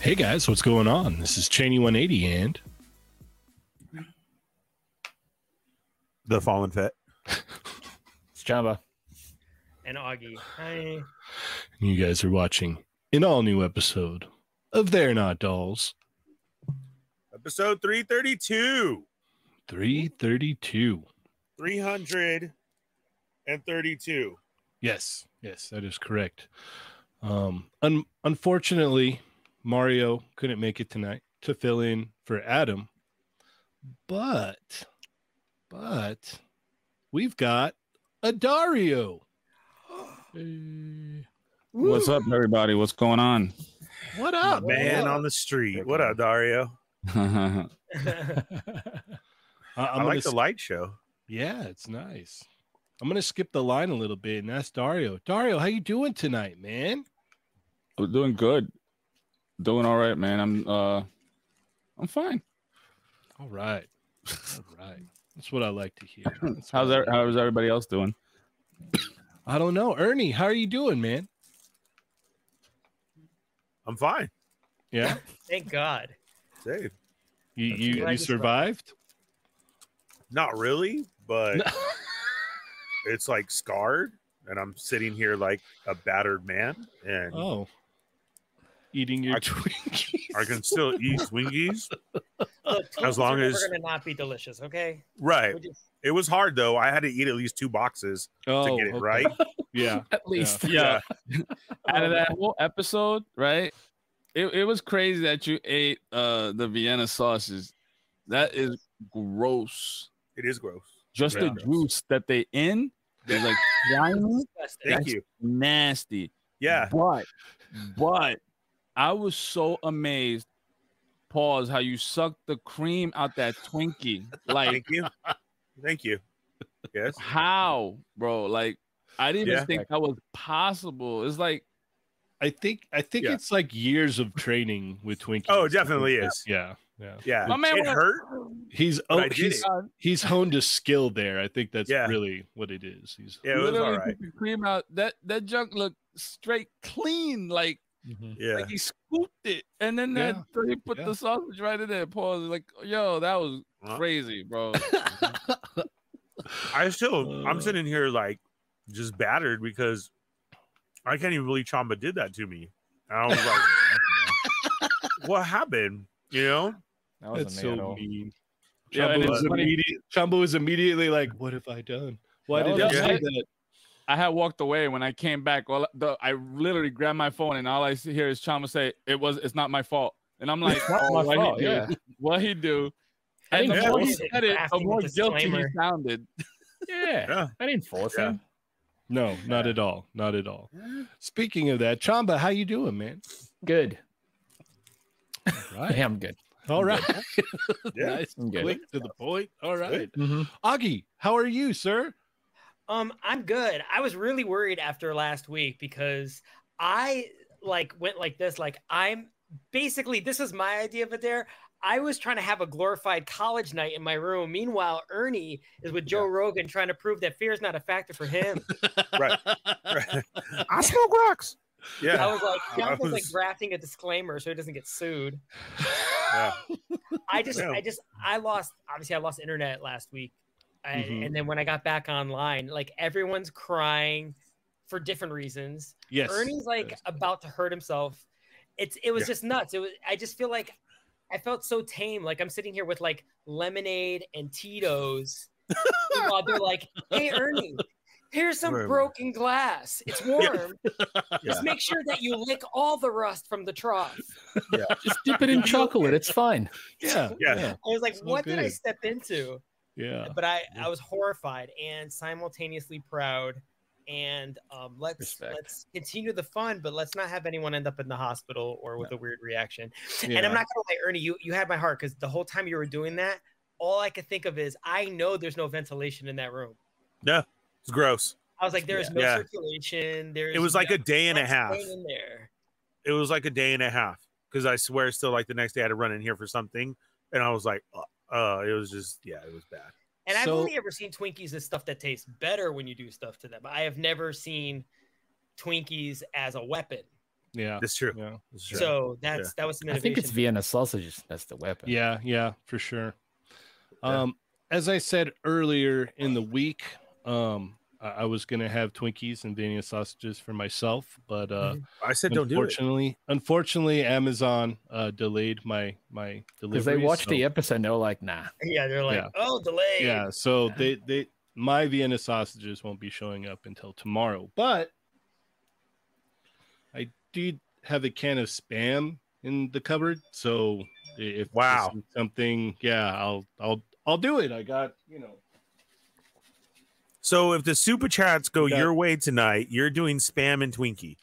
Hey guys, what's going on? This is Cheney 180 and The Fallen Fit. It's Java. and Augie. Hi. you guys are watching an all new episode of They're Not Dolls Episode 332. 332. 332. Yes, yes, that is correct. Um, un- unfortunately, Mario couldn't make it tonight to fill in for Adam, but, but we've got a Dario. What's up, everybody? What's going on? What up, Man on the street. What up, Dario? I I- I'm i gonna like the s- light show. Yeah, it's nice. I'm gonna skip the line a little bit and ask Dario. Dario, how you doing tonight, man? was doing good. Doing all right, man. I'm uh I'm fine. All right, all right. That's what I like to hear. That's How's what I that like- how's everybody else doing? I don't know, Ernie. How are you doing, man? I'm fine. Yeah, Thank God. Safe. you That's you, good. you survived. Not really, but it's like scarred. And I'm sitting here like a battered man. And oh, eating your I- Twinkies. I can still eat Swingies. Look, As Twinkies long are never as- gonna not be delicious, okay? Right. We just- It was hard though. I had to eat at least two boxes to oh, get it okay. right. Yeah, At least. yeah. Out of that whole episode, right? It, it was crazy that you ate uh the Vienna sauces. That is gross. It is gross. Just the Yeah. juice that they in is like slimy, disgusting. Thank That's- you. nasty. Yeah. But but I was so amazed. Pause. How you sucked the cream out that Twinkie? Like Thank you. Thank you. Yes. how, bro? Like I didn't Yeah. even think that was possible. It's like I think I think Yeah. it's like years of training with Twinkies. Oh, it definitely is. Yeah, yeah. Yeah. My man it went- hurt. He's But oh, I did he's it. he's honed his skill there. I think that's Yeah. really what it is. He's Yeah, it was all literally right. took the cream out. That that junk looked straight clean. Like Yeah. like he scooped it, and then that he put yeah. the sausage right in there. Pause. Like yo, that was Huh? crazy, bro. I still, Uh. I'm sitting here like just battered because I can't even believe Chamba did that to me. And I was like, what happened? You know? That wasn't That's me so at all. mean. Yeah, and Chumbo, it's was funny- immediate, Chumbo was immediately like, "What have I done? Why That did I was do good. that?" I had walked away when I came back. All the, I literally grabbed my phone and all I see- hear is Chama say, "It was. It's not my fault." And I'm like, not "Oh, my what fault, he do? yeah." What he do?" I And the didn't more he force it. said it, the Crafting more with guilty he disclaimer. sounded. Yeah. Yeah. I didn't force Yeah. him. No, not at all. Not at all. Speaking of that, Chamba, how you doing, man? Good. Right. Yeah, I'm good. All right. Yeah. nice, I'm good. quick to the point. All right. Mhm. Augie, how are you, sir? Um, I'm good. I was really worried after last week because I like went like this. Like I'm basically this is my idea of it. There, I was trying to have a glorified college night in my room. Meanwhile, Ernie is with Joe Rogan trying to prove that fear is not a factor for him. Right. I smoke rocks. I Yeah. was like, I I was, like was- drafting a disclaimer so he doesn't get sued. Yeah. I just, Yeah. I just, I lost. Obviously, I lost internet last week, I, Mm-hmm. Mhm. and then when I got back online, like everyone's crying for different reasons. Yes. Ernie's like Yes. about to hurt himself. It's, it was Yeah. just nuts. It was. I just feel like I felt so tame. Like I'm sitting here with like lemonade and Tito's. Meanwhile, they're like, "Hey, Ernie." Here's some Right. broken glass. It's warm. Just make sure that you lick all the rust from the trough. Just dip it in chocolate. It's fine. Yeah. Yeah. Yeah. I was like, It's all what did I good. step into? Yeah. But I, I was horrified and simultaneously proud. And um, let's Respect. let's continue the fun, but let's not have anyone end up in the hospital or with a weird reaction. And Yeah. I'm not gonna lie, Ernie, you you had my heart because the whole time you were doing that, all I could think of is I know there's no ventilation in that room. It's gross. I was like, there is no Yeah. circulation. There's It was like a day and a half. in there. It was like a day and a half because I swear, still, like the next day I had to run in here for something. And I was like, uh, uh, it was just, yeah, it was bad. And I've So- only ever seen Twinkies as stuff that tastes better when you do stuff to them. I have never seen Twinkies as a weapon. Yeah. That's true. Yeah. That's true. So that's that was some I innovation. think it's Vienna sausages. That's the weapon. Yeah, yeah, for sure. Yeah. Um, as I said earlier in the week, um, I, I was gonna have Twinkies and Vienna sausages for myself, but uh, I said don't do it. unfortunately, unfortunately, Amazon uh delayed my my delivery. Because they watched so- the episode and they were like, nah. yeah, they're like, Yeah. oh, delay. yeah, so they they my Vienna sausages won't be showing up until tomorrow, but I did have a can of spam in the cupboard, so i- if this Wow. is something, yeah, I'll I'll I'll do it. I got you know. So if the super chats go Okay. your way tonight, you're doing spam and Twinkie.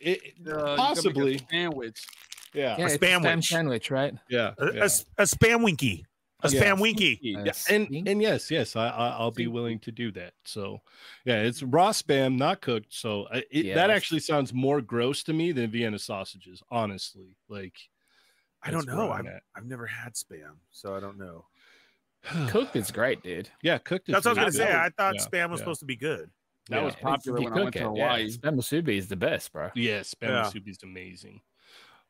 It, it- Uh, you can make a Possibly. sandwich. yeah, Yeah, yeah, it's a sandwich. spam sandwich, right? yeah. A, a s- a spam winky. A Yeah. spam winky. Yeah. Yeah, and and yes, yes, I, I I'll be willing to do that. So, yeah, it's raw spam, not cooked. So I, it, Yeah, that that's- actually sounds more gross to me than Vienna sausages. Honestly, like I don't that's where know. I'm I've, I've never had spam, so I don't know. at. cooked is great, dude. yeah, cooked. is That's what I really was gonna say. good. I thought Yeah, spam was yeah. supposed to be good. That was If popular you when I went cook to it, yeah. Hawaii. Spam musubi is the best, bro. Yeah, spam Yeah. soup is amazing.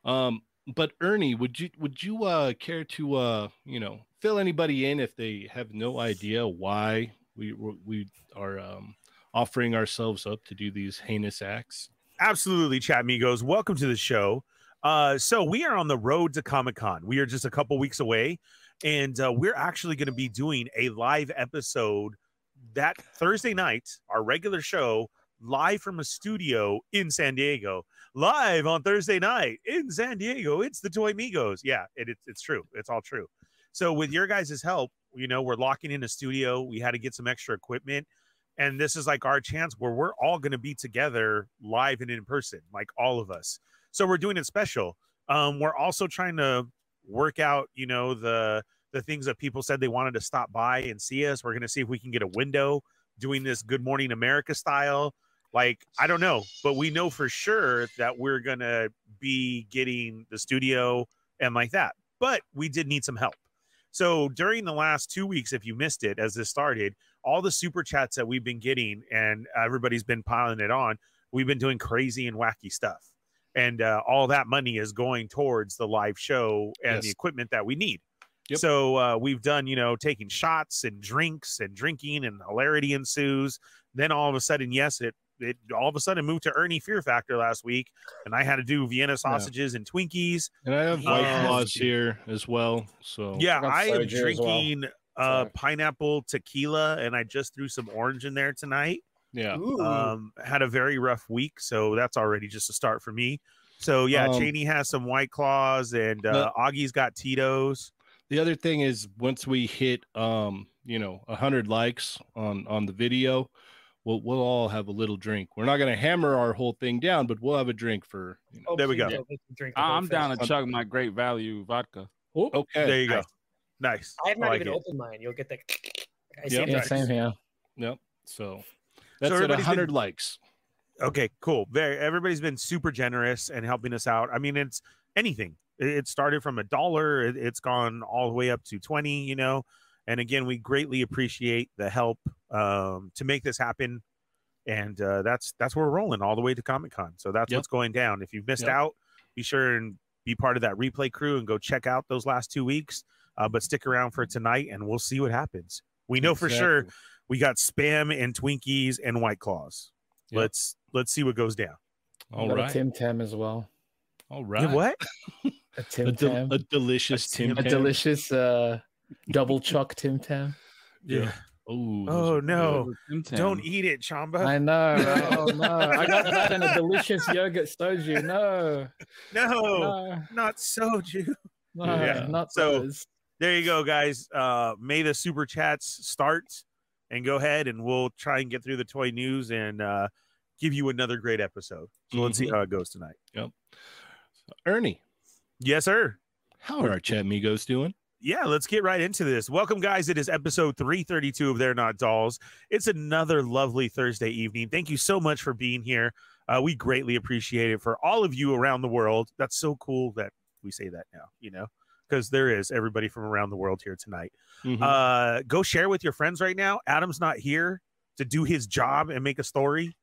Um, but Ernie, would you would you uh care to uh you know fill anybody in if they have no idea why we we we are um offering ourselves up to do these heinous acts? Absolutely, chat amigos. Welcome to the show. Uh, so we are on the road to Comic Con. We are just a couple weeks away, and uh, we're actually going to be doing a live episode that Thursday night, our regular show, live from a studio in San Diego. Live on Thursday night in San Diego. It's the Toy Migos. Yeah, it, it's it's true. It's all true. So with your guys' help, you know, we're locking in a studio. We had to get some extra equipment and this is like our chance where we're all going to be together live and in person like all of us so we're doing it special um we're also trying to work out you know the the things that people said they wanted to stop by and see us we're going to see if we can get a window doing this good morning america style like i don't know but we know for sure that we're going to be getting the studio and like that but we did need some help so during the last two weeks if you missed it as this started all the super chats that we've been getting and everybody's been piling it on we've been doing crazy and wacky stuff and uh, all that money is going towards the live show and the Yes. equipment that we need Yep. so uh, we've done you know taking shots and drinks and drinking and hilarity ensues then all of a sudden yes it it all of a sudden moved to ernie fear factor last week and i had to do vienna sausages and twinkies And I have Yeah. white claws here as well. So Uh, yeah, I got I am soju as well. drinking uh, Sorry. pineapple tequila, and I just threw some orange in there tonight. yeah. Ooh. um, had a very rough week, so that's already just a start for me. So yeah, Um, Cheney has some white claws, and uh, No- Augie's got Tito's. The other thing is once we hit um you know a hundred likes on on the video, we'll we'll all have a little drink. We're not gonna hammer our whole thing down, but we'll have a drink for you know. Oh, there we please go. don't make me drink the whole I'm down thing. to chug my great value vodka. Oh, Okay. There you go. Nice. I have not I like even it. opened mine. You'll get the. I Yeah, saved Yeah, it. same here. Yep. So that's at everybody's been- 100 likes. Okay, cool. Very. Everybody's been super generous and helping us out. I mean, it's anything. It- It started from a dollar. it- It's gone all the way up to twenty. You know, and again, we greatly appreciate the help um, to make this happen. And uh, that's that's where we're rolling all the way to Comic Con. So that's Yep. what's going down. If you've missed Yep. out, be sure and be part of that replay crew and go check out those last two weeks. Uh, but stick around for tonight, and we'll see what happens. We know for sure Exactly. we got spam and Twinkies and White Claws. Yep. Let's let's see what goes down. All Got right. A Tim Tam as well. All You right. what? A A, Tim del- Tam. a delicious A Tim A Tam. delicious uh, double chuck Tim Tam. Yeah. Oh, those Oh are good. no! Tim Tam. Don't eat it, Chamba. I know, right? Oh no! I got that and a delicious yogurt soju. No, no, no, not soju. no, Yeah. not Oh. So- those. There you go, guys. Uh, may the super chats start, and go ahead, and we'll try and get through the toy news and uh, give you another great episode. So let's see Mhm. how it goes tonight. Ernie, Yes, sir. how are our chat amigos doing? Yeah, let's get right into this. Welcome, guys. It is episode 332 of They're Not Dolls. It's another lovely Thursday evening. Thank you so much for being here. Uh, we greatly appreciate it for all of you around the world. That's so cool that we say that now, you know, because there is everybody from around the world here tonight. Mhm. Uh, go share with your friends right now. Adam's not here to do his job and make a story.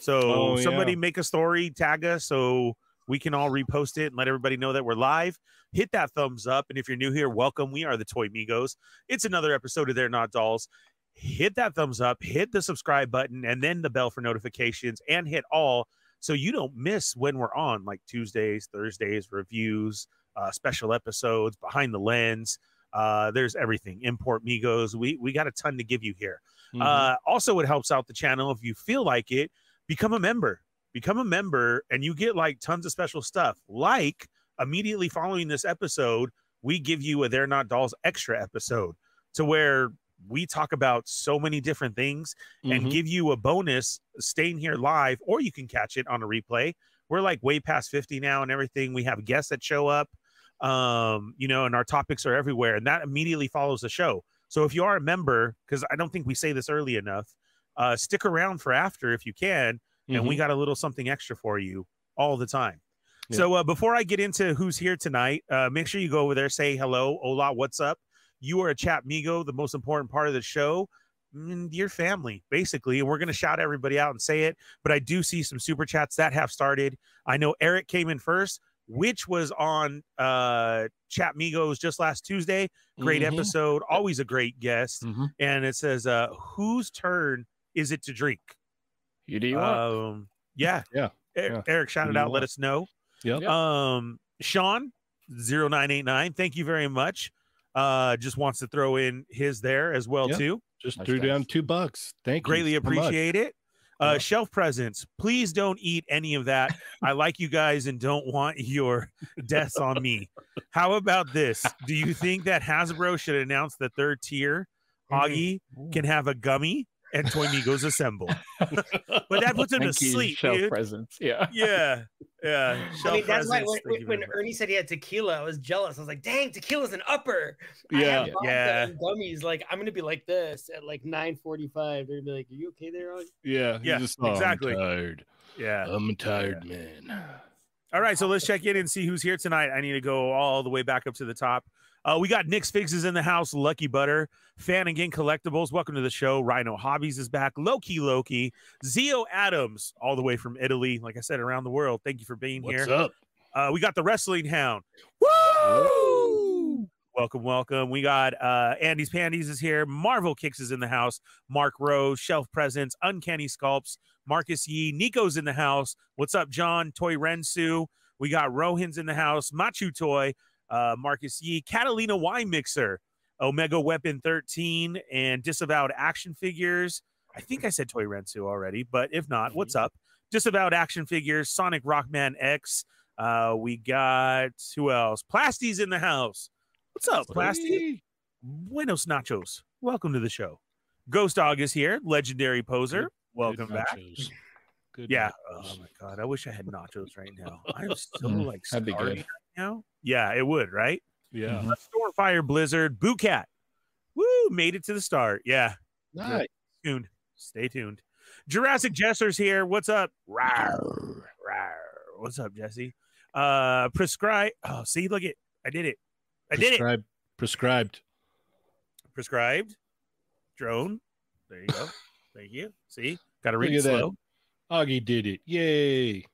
So Oh, yeah. somebody make a story, tag us so we can all repost it and let everybody know that we're live. Hit that thumbs up. And if you're new here, welcome. We are the Toy Migos. It's another episode of They're Not Dolls. Hit that thumbs up, hit the subscribe button, and then the bell for notifications, and hit all so you don't miss when we're on, like Tuesdays, Thursdays, reviews, uh, special episodes, behind the lens. Uh, there's everything. Import Migos. We we got a ton to give you here. Mm-hmm. Uh, also, it helps out the channel if you feel like it. Become a member. Become a member, and you get like tons of special stuff. Like immediately following this episode, we give you a "They're Not Dolls" extra episode to where we talk about so many different things Mm-hmm. and give you a bonus staying here live, or you can catch it on a replay. We're like way past 50 now and everything. We have guests that show up, um, you know, and our topics are everywhere. And that immediately follows the show. So if you are a member, because I don't think we say this early enough, uh, stick around for after if you can. And we got a little something extra for you all the time. Yeah. So uh, before I get into who's here tonight, uh, make sure you go over there, say hello, hola, what's up. You are a chat migo, the most important part of the show. Mm, Your family, basically, and we're gonna shout everybody out and say it. But I do see some super chats that have started. I know Eric came in first, which was on uh Chat Migos just last Tuesday. Great Mhm. episode, always a great guest. Mm-hmm. Mhm. And it says, uh, "Whose turn is it to drink?" You do you want? Um, yeah, Yeah, E- yeah. Eric, shout Who it do you out. Let want? us know. Yep. Um, Sean 0989, thank you very much. Uh, just wants to throw in his there as well Yeah. too. Just Much threw thanks. down two bucks. Thank Greatly you. so much. appreciate it. Uh, Yeah. Shelf presence. Please don't eat any of that. I like you guys and don't want your deaths on me. How about this? Do you think that Hasbro should announce the third tier? Mm-hmm. Augie can have a gummy and Toy Migos assemble. but that puts him to Thank you, sleep, Shell dude. presents. Yeah. yeah, yeah. I Shelf mean, that's why presence. Thank when, when, you very when much. Ernie said he had tequila, I was jealous. I was like, dang, tequila's an upper. I Yeah. have vodka Yeah. and gummies. Like, I'm going to be like this at like 9.45. They're going to be like, are you okay there, Augie? Yeah. you Yeah, just saw, exactly. I'm tired. yeah. I'm a tired man. All right, so let's check in and see who's here tonight. I need to go all the way back up to the top. Uh, we got Nick's Fixes in the house, Lucky Butter, Fan and Again Collectibles. Welcome to the show. Rhino Hobbies is back. Loki Loki, Zio Adams, all the way from Italy. Like I said, around the world. Thank you for being What's here. up? Uh, we got the Wrestling Hound. Woo! Welcome, welcome. We got uh Andy's Pandies is here. Marvel Kicks is in the house. Mark Rose, Shelf Presence, Uncanny Sculpts, Marcus Yee, Nico's in the house. What's up, John? Toy Rensu. We got Rohin's in the house. Machu Toy, uh, Marcus Yee, Catalina Wine Mixer, Omega Weapon 13, and Disavowed Action Figures. I think I said Toy Rensu already, but if not, what's up? Disavowed Action Figures, Sonic Rockman X. Uh, we got who else? Plasty's in the house. What's up, Plasty? Buenos Nachos. Welcome to the show. Ghost Dog is here, legendary poser. Welcome back. nachos. Good Yeah. nachos. Oh my god, I wish I had nachos right now. I'm so Mm, like That'd be starving good. right now. Yeah, it would, right? Yeah. Mhm. Stormfire Blizzard, Boo Cat. Woo, made it to the start. Yeah, Nice. tuned. Stay tuned. Jurassic Jesser's here. What's up? Rawr, rawr. What's up, Jesse? Uh, prescribe. Oh, see, look it. I did it. I did it. Prescribed. Prescribed. prescribed drone there you go thank you see gotta Look read it at that. slow Augie did it. Yay.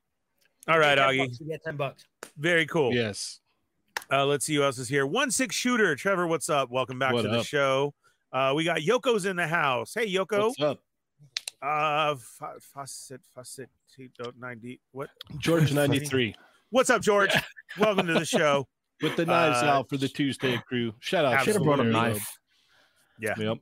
all right Get 10 augie bucks, You get 10 bucks. very cool Yes. uh let's see who else is here one six shooter trevor what's up welcome back What to the up? show uh we got yoko's in the house hey yoko What's up? uh fa- facet facet two- oh, 90 what George Funny. 93 what's up george welcome to the show with the knives Uh, out for the Tuesday crew. Shout out. Should have to brought a Mario. knife. Yep.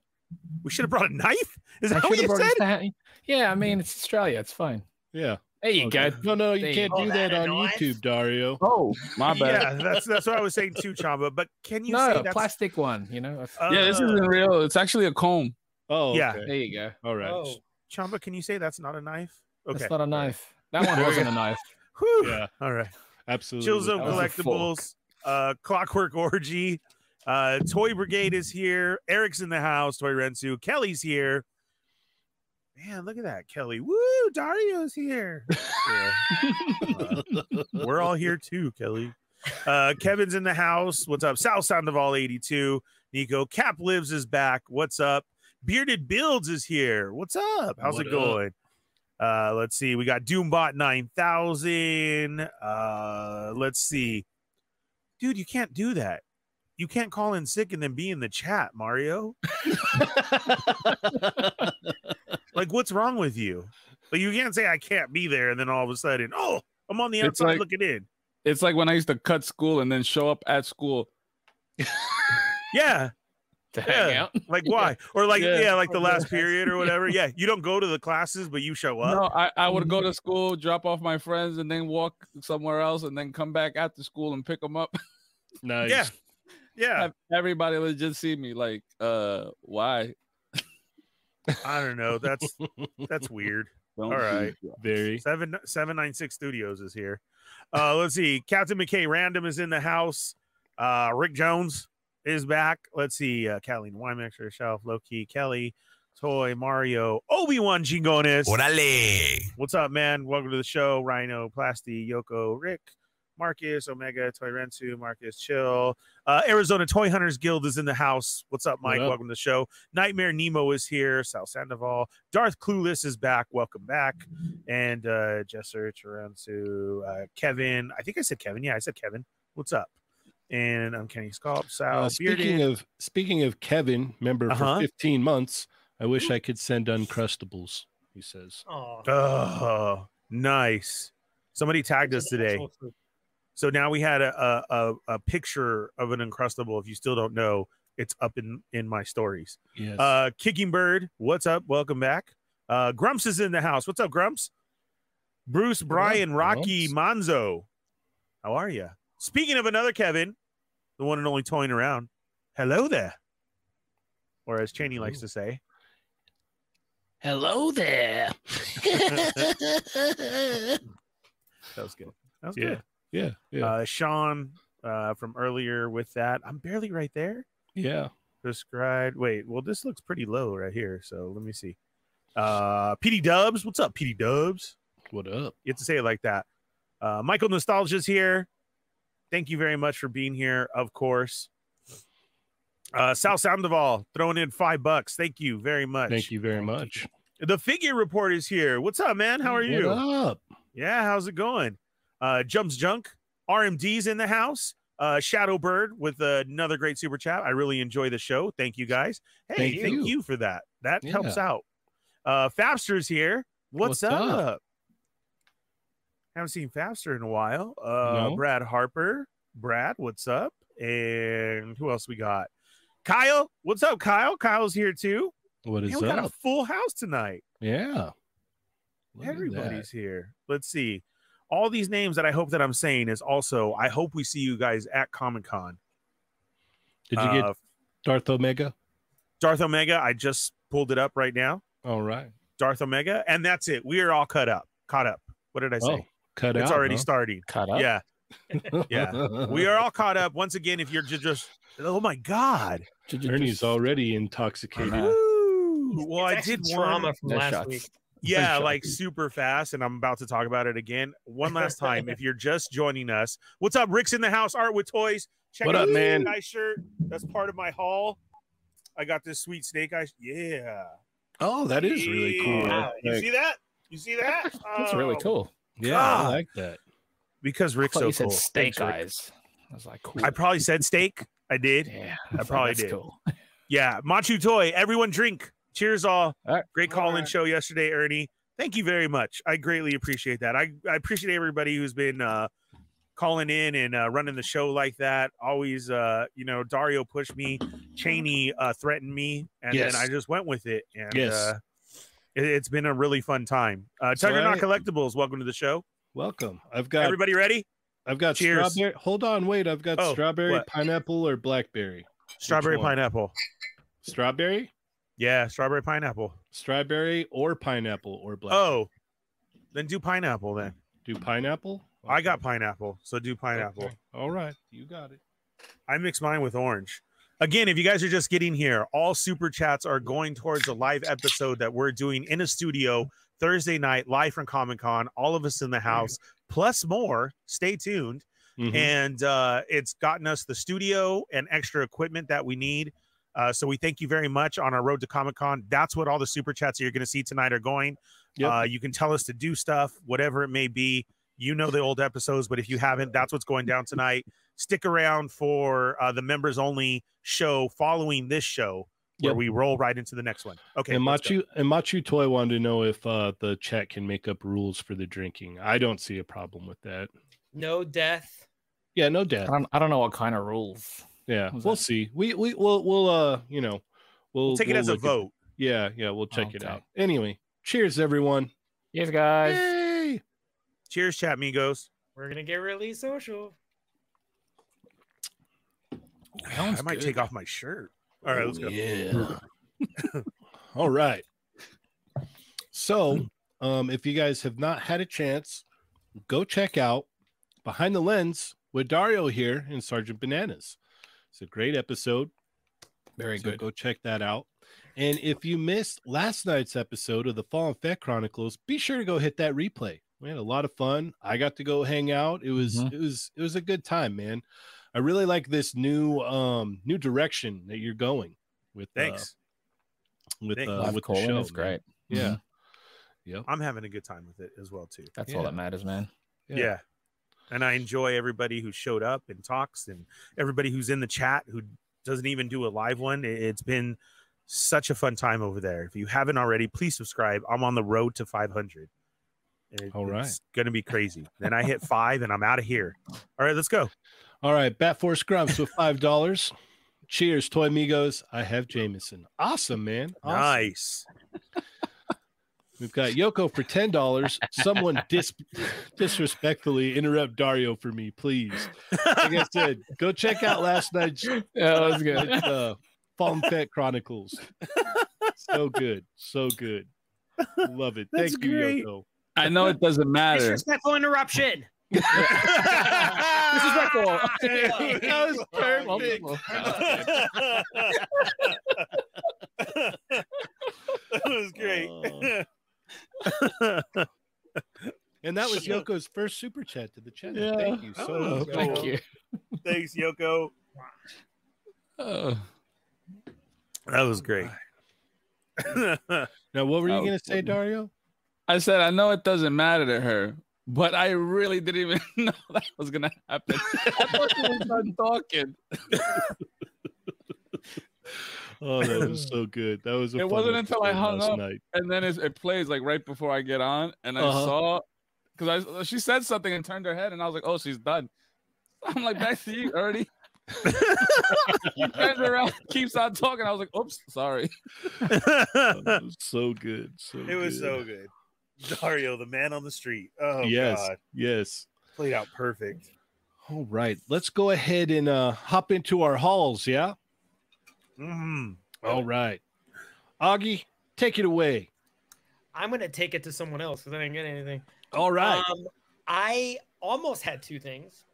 we should have brought a knife is that I what should you have brought said his hand. Yeah, I mean it's Australia. It's fine. Yeah. There you Okay. go. No, no, There you you can't Oh, go. do That that on annoyance. YouTube, Dario. Oh My bad. yeah that's that's what i was saying too chamba but can you say no, that's plastic one. You know. uh, Yeah, this isn't real. It's actually a comb. Oh, Yeah. okay. there you go. All right. Oh, chamba can you say that's not a knife okay It's not a knife. That one wasn't a knife. Whew. Yeah, all right absolutely. Chill Zone That was a fork. Collectibles, uh, Clockwork Orgy, uh, Toy Brigade is here. Eric's in the house. Toy Rensu. Kelly's here. Man, look at that, Kelly. Woo! Dario's here. Yeah. Uh, we're all here too, Kelly. Uh, Kevin's in the house. What's up? South Sound of All 82. Nico Cap Lives is back. What's up? Bearded Builds is here. What's up? How's What it up? going? Uh, let's see. We got Doombot 9000. Uh, let's see. Dude, you can't do that. You can't call in sick and then be in the chat, Mario. Like, what's wrong with you? Like, you can't say I can't be there and then all of a sudden, oh, I'm on the It's outside like- looking in. It's like when I used to cut school and then show up at school. Yeah. to hang Yeah. out. Like why? Or like yeah, Yeah. like the Oh, last yeah. period or whatever. Yeah, you don't go to the classes, but you show up. No, I, I would go to school, drop off my friends, and then walk somewhere else, and then come back after school and pick them up. nice. Yeah. Yeah, Have Everybody would just see me like, uh, why? I don't know. That's that's weird. Don't All do right. that. Very. Seven seven nine six studios is here. Uh, let's see. Captain McKay Random is in the house. Uh, Rick Jones is back. Let's see. Uh, Kathleen Weimaxer, Shelf, Loki, Kelly, Toy, Mario, Obi Wan Gingones. Orale. What's up, man? Welcome to the show. Rhino, Plasti, Yoko, Rick, Marcus, Omega, Toy Rensu, Marcus, Chill. Uh, Arizona Toy Hunters Guild is in the house. What's up, Mike? What up? Welcome to the show. Nightmare Nemo is here. Sal Sandoval. Darth Clueless is back. Welcome back. And uh, Jesser, Chirensu, uh, Kevin. I think I said Kevin. Yeah, I said Kevin. What's up? And I'm Kenny Scalp. Sal. Uh, speaking of speaking of Kevin, member Uh-huh. Hmm. for 15 months. I wish I could send Uncrustables. He says. Oh, Oh, nice. Somebody tagged us today. So now we had a a, a, a picture of an uncrustable. If you still don't know, it's up in in my stories. Yes. Uh, Kicking Bird, what's up? Welcome back. Uh, Grumps is in the house. What's up, Grumps? Bruce, Brian, Rocky, Monzo. How are you? Speaking of another Kevin, the one and only toying around. Hello there. Or as Cheney likes to say, Hello there. that was good. That was yeah. good. Yeah. Yeah. Uh, Sean uh, from earlier with that. I'm barely right there. yeah. Prescribed. Wait, well, this looks pretty low right here. So let me see. Uh, PD Dubs, what's up, PD Dubs? What up? You have to say it like that. Uh, Michael Nostalgia's here. Thank you very much for being here, of course. Uh, Sal Sandoval throwing in five bucks. Thank you very much. Thank you very much. The figure report is here. What's up, man? How are you? What up? Yeah, how's it going? Uh, Jumps Junk, RMD's in the house. Uh, Shadow Bird with another great super chat. I really enjoy the show. Thank you guys. Hey, thank, Thank you. you. for that. That Yeah. helps out. Uh, Fabster's here. What's, What's up? up? Haven't seen Fabster in a while. Uh, No. Brad Harper. Brad, what's up? And who else we got? Kyle, what's up, Kyle? Kyle's here too. What Man, is we got a up? full house tonight. Yeah. Look at Everybody's here. Let's see. All these names that I hope that I'm saying is also I hope we see you guys at Comic Con. that. Did you Uh, get Darth Omega? Darth Omega? I just pulled it up right now. All right. Darth Omega, and that's it. We are all cut up, caught up. What did I say? Oh, cut out. it's already huh? starting. Cut up. Yeah, yeah. we are all caught up. Once again, if you're just, just oh my god, Did you Ernie's just- already intoxicated. Uh-huh. Woo! It's- well, it's I actually did one. drama from No last shots. week. yeah Thanks, like Jonathan. super fast and i'm about to talk about it again one last time if you're just joining us what's up rick's in the house art with toys check What out up, this man? snake eye shirt that's part of my haul i got this sweet snake eye yeah Oh, that is really cool. Yeah. you Like, see that you see that That's really Oh. cool. yeah, I God. like that. because rick's I thought so you said cool steak Thanks, Rick. eyes. I was like, cool. i probably said steak i did yeah, I probably that's did. Cool. yeah machu toy everyone drink cheers all, All right. great All call in right. show yesterday ernie thank you very much i greatly appreciate that i, I appreciate everybody who's been uh calling in and uh, running the show like that always uh you know dario pushed me cheney uh threatened me and Yes. then i just went with it and Yes. uh it, it's been a really fun time uh That's tugger right. not collectibles welcome to the show Welcome. I've got everybody ready I've got cheers. strawberry. Hold on, wait. I've got Oh, strawberry, what? pineapple, or blackberry. strawberry one? pineapple Strawberry, yeah strawberry pineapple strawberry, or pineapple or blackberry. oh then do pineapple then Do pineapple? i got pineapple so do pineapple Okay. All right, you got it. I mix mine with orange. Again, if you guys are just getting here, all super chats are going towards a live episode that we're doing in a studio Thursday night, live from Comic Con, all of us in the house, plus more. Stay tuned. Mhm. And uh, it's gotten us the studio and extra equipment that we need. Uh, so we thank you very much on our road to Comic Con. That's what all the super chats that you're going to see tonight are going. Yep. Uh, you can tell us to do stuff, whatever it may be. You know the old episodes, but if you haven't, that's what's going down tonight. Stick around for uh, the members only show following this show, where Yep. we roll right into the next one. Okay, and let's go. Machu and Machu Toy wanted to know if uh, the chat can make up rules for the drinking. I don't see a problem with that. No death. Yeah, no I death. don't, I don't know what kind of rules. Yeah, Uh, was we'll that? see. We we we'll we'll uh you know we'll, Take it we'll as a look at- vote. yeah, yeah, we'll check it Okay. out. Anyway, cheers everyone. Yes, guys. Yay! Cheers, chat amigos. We're gonna get really social. That one's I might good. take off my shirt. All right, let's go. Yeah. All right. So, um, if you guys have not had a chance, go check out Behind the Lens with Dario here and Sergeant Bananas. It's a great episode. Very So go check that out. And if you missed last night's episode of the Fallen Fat Chronicles, be sure to go hit that replay. We had a lot of fun. I got to go hang out. It was Mhm. it was it was a good time, man. I really like this new um new direction that you're going with uh, Thanks. with Thanks. Mm-hmm. uh, Live with the calling show. is man. great. Yeah. Mhm. I'm having a good time with it as well too. That's Yeah. all that matters, man. Yeah. Yeah. And I enjoy everybody who showed up and talks and everybody who's in the chat who doesn't even do a live one. It- It's been such a fun time over there. If you haven't already, please subscribe. I'm on the road to 500. And it- All right. It's going to be crazy. then I hit five and I'm out of here. All right, let's go. All right, Bat Force Grumps with five dollars. Cheers, Toy Migos. I have Jameson. Awesome, man. Awesome. Nice. We've got Yoko for ten dollars. Someone dis- disrespectfully interrupt Dario for me, please. Like I said, go check out last night's Yeah, that was good. night's, uh, Fallen Fat Chronicles. So good, so good. Love it. That's Thank you, great. Yoko. I know it doesn't matter. Disrespectful interruption. Disrespectful. That was perfect. that was great. Oh. And that was Yoko's first super chat to the channel. Yeah. Thank you so Oh, much. cool. Thank you. Thanks, Yoko. Uh, That was great. Now, what were you Oh, gonna say, goodness. Dario? I said I know it doesn't matter to her, but I really didn't even know that was gonna happen. I thought she was done talking. Oh, that was so good. That was. A It fun wasn't until I episode hung last up. Night. and then it, it plays like right before I get on, and I Uh-huh. saw because I she said something and turned her head, and I was like, "Oh, she's done." I'm like, "Back to you, Ernie." she turns around, keeps on talking. I was like, "Oops, sorry." That was so good. So it was so good. good. Dario, the man on the street. Oh, yes, God. yes. Played out perfect. All right, let's go ahead and uh, hop into our halls. Yeah. Mm. All right, Augie, take it away. I'm gonna take it to someone else because I didn't get anything. All right. Um, I almost had two things.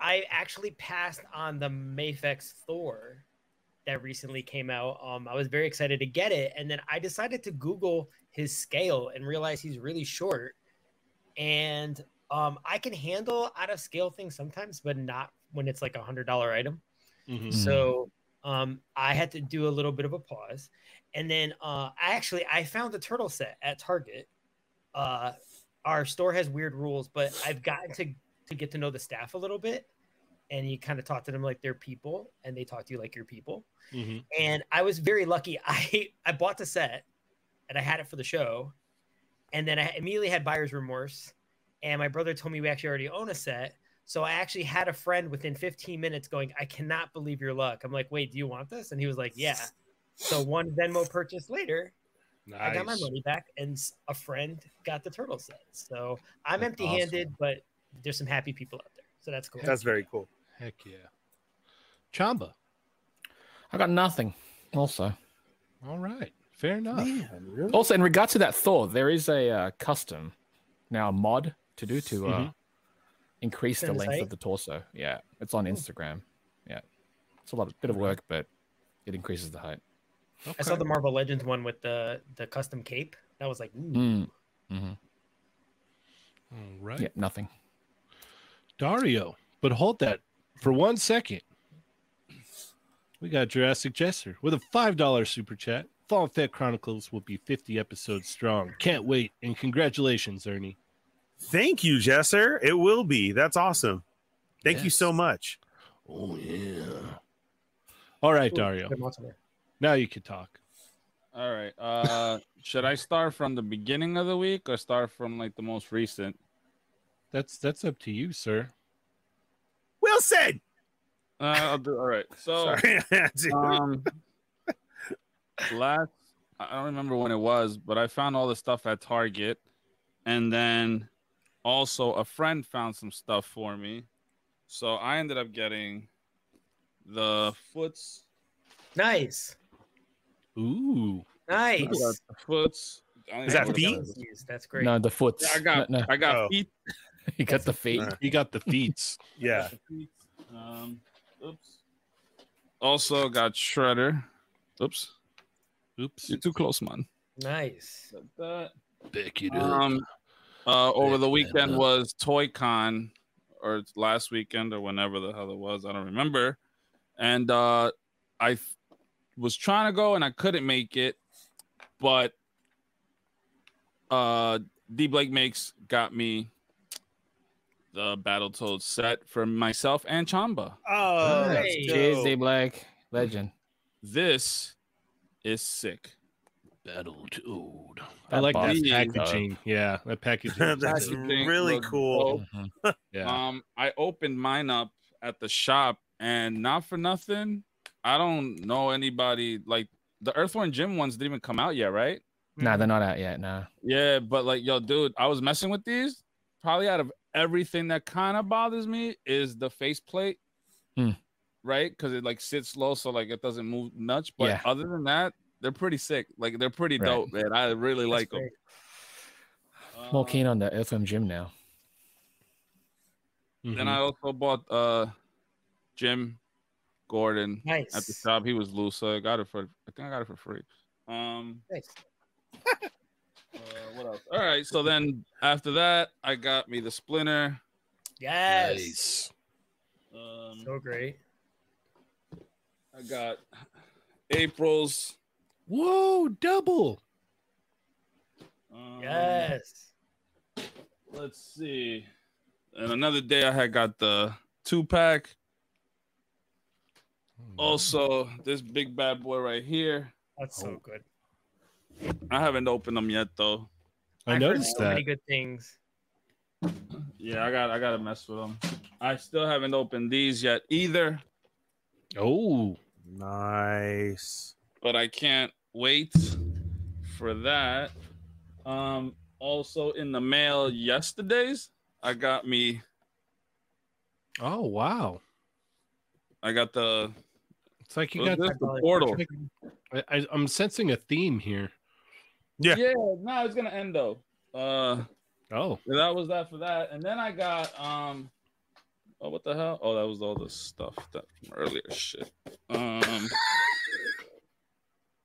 I actually passed on the Mafex Thor that recently came out. Um, I was very excited to get it, and then I decided to Google his scale and realize he's really short. And um, I can handle out of scale things sometimes, but not when it's like a hundred dollar item. Mhm. Mm-hmm. Mm. So um, I had to do a little bit of a pause, and then uh, I actually I found the turtle set at Target. Uh, our store has weird rules, but I've gotten to to get to know the staff a little bit, and you kind of talk to them like they're people, and they talk to you like you're people. Mm-hmm. Mhm. And I was very lucky. I I bought the set, and I had it for the show, and then I immediately had buyer's remorse, and my brother told me we actually already own a set. So I actually had a friend within 15 minutes going, I cannot believe your luck. I'm like, wait, do you want this? And he was like, yeah. So one Venmo purchase later, I got my Nice. money back, and s- a friend got the turtle set. So I'm That's empty-handed, but there's some happy people out there, so that's cool. That's very cool. Heck yeah. Chamba. I got nothing. Also, All right. Fair enough. Man, really? also in regards to that Thor, there is a uh, custom now mod to do to uh, Mhm. increase the Send length site? of the torso. Yeah, it's on Instagram. Yeah, it's a lot, bit of work, but it increases the height. I saw the Marvel Legends one with the the custom cape. That was like, ooh. Mm. hmm All right. Yeah, nothing. Dario, but hold that for one second. We got Jurassic Jesser with a $5 super chat. Fall and Fed Chronicles will be 50 episodes strong. Can't wait. And congratulations, Ernie. Thank you, Jesser. It will be. That's awesome. Thank you Yes. so much. Oh, yeah. All right, Dario. Now you can talk. All right. Uh, should I start from the beginning of the week or start from like the most recent? That's that's up to you, sir. Wilson. Uh, I'll do, all right. So. Sorry. Dude. um, last I don't remember when it was, but I found all the stuff at Target, and then also a friend found some stuff for me, so I ended up getting the Foots. Nice. Ooh. I got Nice. the Foots. I don't Is that even know what feet? is. Jeez, That's great. No, the foot. Yeah, I got. No, no, I got Oh. feet. you got the feet. Uh, You got the feats. yeah. Um, oops. Also got Shredder. Oops, Oops. you're too close, man. Nice. Got that. Pick it up. Um, uh, over the Pick that weekend up. was Toy Con, or it's last weekend, or whenever the hell it was. I don't remember. And uh, I th- was trying to go and I couldn't make it, but uh, D Blake makes got me the Battletoads set for myself and Chamba. Oh, Nice. let's go. Cheers, Day Black legend. This is sick. Battletoad. I That like that boss is tough. packaging. Yeah, that packaging. is That's good. Packaging really looks cool. dope. Mhm. yeah. Um, I opened mine up at the shop, and not for nothing, I don't know anybody like the Earthworm Jim ones didn't even come out yet, right? Nah, they're not out yet. Nah. Yeah, but like, yo, dude, I was messing with these. Probably out of everything that kind of bothers me is the faceplate, Hmm. right? Because it like sits low, so like it doesn't move much. But Yeah. other than that, they're pretty sick. Like they're pretty Right. dope, man. I really That's like Um, them. great. More Uh, keen on the FM gym now. Mhm. Then Mm-hmm. I also bought uh Jim Gordon Nice. at the shop. He was loose, so I got it for I think I got it for free. Um Nice. uh, what else? All right, so then after that I got me the splinter. Yes. Um So great. I got April's Whoa, double. um, Yes. let's see. And another day I had got the two pack. Hmm. Also, this big bad boy right here. That's Oh, so good. I haven't opened them yet though. I I've heard noticed so that. many good things. Yeah, I got I gotta mess with them. I still haven't opened these yet either, Oh, Nice. but I can't wait for that. Um, also in the mail yesterday's, I got me oh wow! I got the It's like you what's got. this? the portal. I, I, I'm sensing a theme here. Yeah. no, it's gonna end though. Uh Oh, that was that for that. And then I got um oh what the hell? Oh, that was all the stuff that from earlier shit. Um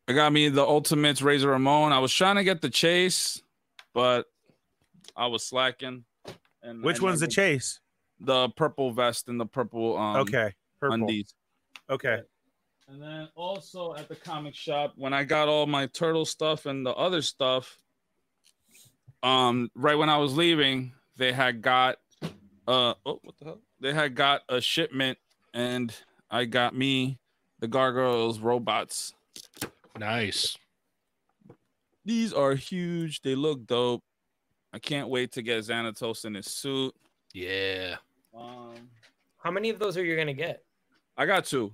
I got me the Ultimates Razor Ramon. I was trying to get the chase, but I was slacking. And Which and one's the then chase? The purple vest and the purple um Okay. Purple. undies. Okay. And then also at the comic shop, when I got all my turtle stuff and the other stuff, um, right when I was leaving, they had got uh oh what the hell? They had got a shipment and I got me the gargoyles robots. nice. These are huge, they look dope. I can't wait to get Xanatos in his suit. Yeah. Um How many of those are you gonna get? I got two.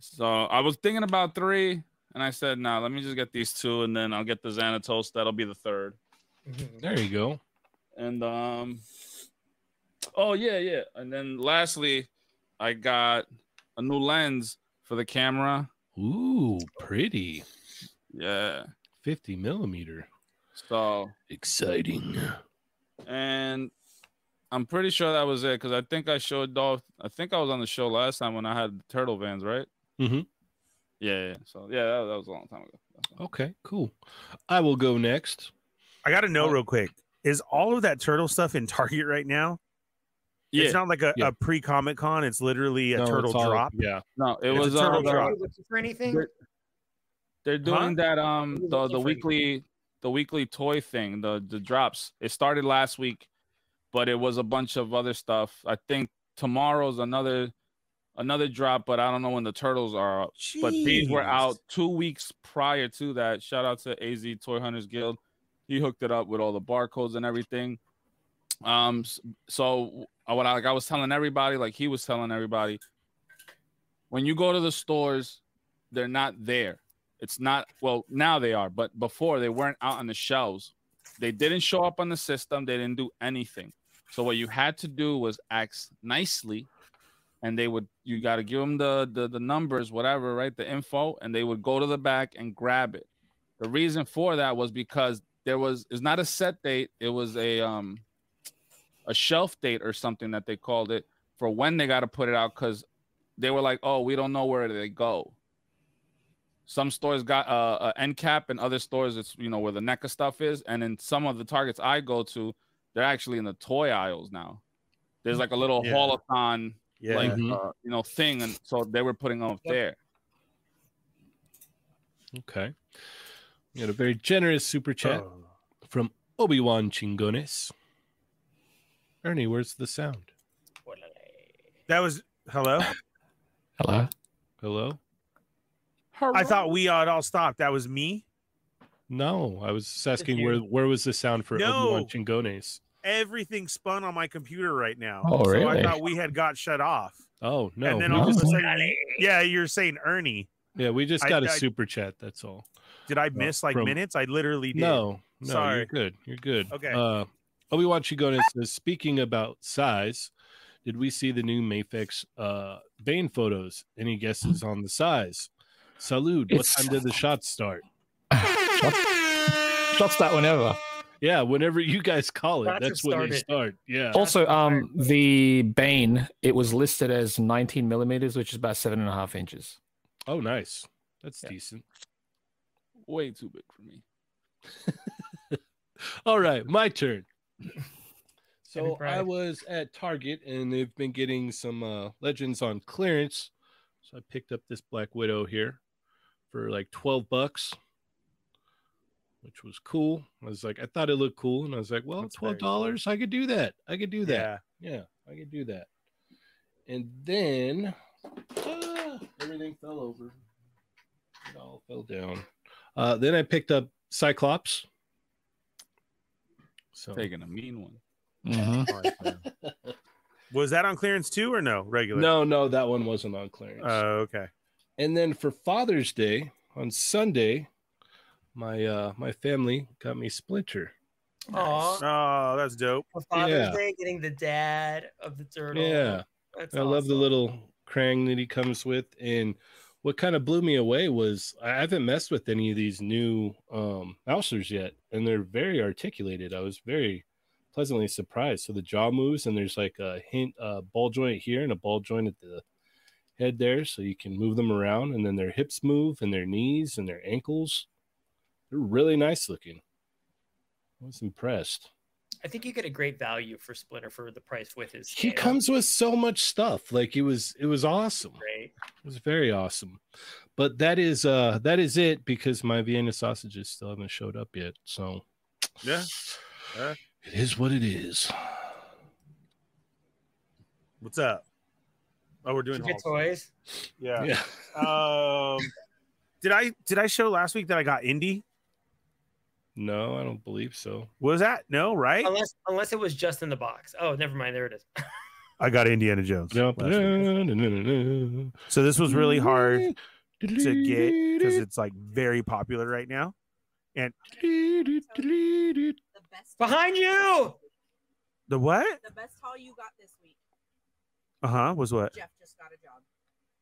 So I was thinking about three, and I said, nah, let me just get these two, and then I'll get the Xanatos. That'll be the third. Mhm. There you go. And um, oh yeah, yeah. And then lastly, I got a new lens for the camera. Ooh, pretty. Yeah. 50 millimeter. So Exciting. and I'm pretty sure that was it because I think I showed off. I think I was on the show last time when I had the turtle vans, right? Mhm. Yeah, yeah. So yeah, that, that was a long time ago. That's all. Okay, cool. I will go next. I got to know Oh. real quick. Is all of that turtle stuff in Target right now? Yeah. It's not like a, Yeah. a pre Comic Con. It's literally a No, turtle it's all- drop. Yeah. No, it It's a was turtle uh, drop. Are you looking for anything? There- They're doing that um Little the the different. weekly the weekly toy thing, the the drops. It started last week, but it was a bunch of other stuff. I think tomorrow's another another drop, but I don't know when the turtles are up. But these were Jeez. out two weeks prior to that. Shout out to AZ Toy Hunters Guild. He hooked it up with all the barcodes and everything. Um, s- so uh, what I like I was telling everybody, like he was telling everybody, when you go to the stores, they're not there. It's not well now they are, but before they weren't out on the shelves. They didn't show up on the system. They didn't do anything. So what you had to do was act nicely, and they would you got to give them the, the the numbers, whatever, right? The info, and they would go to the back and grab it. The reason for that was because there was it's not a set date. It was a um a shelf date or something that they called it for when they got to put it out because they were like, oh, we don't know where they go. Some stores got uh, a end cap, and other stores it's you know where the NECA stuff is. And in some of the targets I go to, they're actually in the toy aisles now. There's like a little Yeah. holothon Yeah. Oh. like Mhm. uh, you know thing, and so they were putting them up Yep. there. Okay. We got a very generous super chat Oh. from Obi Wan Chingones. Ernie, where's the sound? That was hello. Hello. Hello? I thought we had all stopped. That was me. No, I was just asking you. where where was the sound for Obi Wan No. Chingones? Everything spun on my computer right now. Oh, so I really? thought we had got shut off. Oh no, and then we all of a just- sudden, yeah, you're saying Ernie. yeah, we just I- got a I- super chat. That's all. Did I miss like from- minutes? I literally did. No, no, you're Sorry. good. You're good. Okay. Uh, Obi Wan Chigonis says, speaking about size, did we see the new Mayfix uh, Bane photos? Any guesses on the size? Salud. What It's- time did the shots start? Shots that whenever. Yeah, whenever you guys call it, Shots that's have when they started. start. Yeah. Also, um, the Bane, it was listed as 19 millimeters, which is about seven and a half inches. Oh, nice. That's Yeah. decent. Way too big for me. All right, my turn. So pride. I was at Target and they've been getting some uh, legends on clearance. So I picked up this Black Widow here for like 12 bucks, which was cool. I was like, I thought it looked cool. And I was like, well, That's very cool. $12, I could do that. I could do that. Yeah. Yeah, I could do that. And then ah, everything fell over. It all fell down. Uh, then I picked up Cyclops. So Taking a mean one. Was that on clearance too or no? Regular. no, no, that one wasn't on clearance. Oh, okay. and then for Father's Day on Sunday, my uh my family got me Splinter. Aw, Oh, that's dope. for Father's Yeah. Day, getting the dad of the turtle. Yeah. That's I love the awesome. little Krang that he comes with. And what kind of blew me away was I haven't messed with any of these new um mousers yet, and they're very articulated. I was very pleasantly surprised. So the jaw moves, and there's like a hint uh ball joint here and a ball joint at the head there, so you can move them around, and then their hips move and their knees and their ankles. They're really nice looking. I was impressed. I think you get a great value for Splinter for the price with his. He scale. comes with so much stuff. Like it was it was awesome. Great. It was very awesome. But that is uh that is it because my Vienna sausages still haven't showed up yet. So Yeah. Yeah. It is what it is. What's up? Oh, we're doing Did you get halls. toys. Yeah. Yeah. Um, did I did I show last week that I got indie? No, I don't believe so. Was that no right? Unless unless it was just in the box. Oh, never mind. There it is. I got Indiana Jones. Jump. last week. So this was really hard to get because it's like very popular right now. it's The best Behind you. The what? The best haul you got this week. Uh huh. Was what? Jeff just got a job.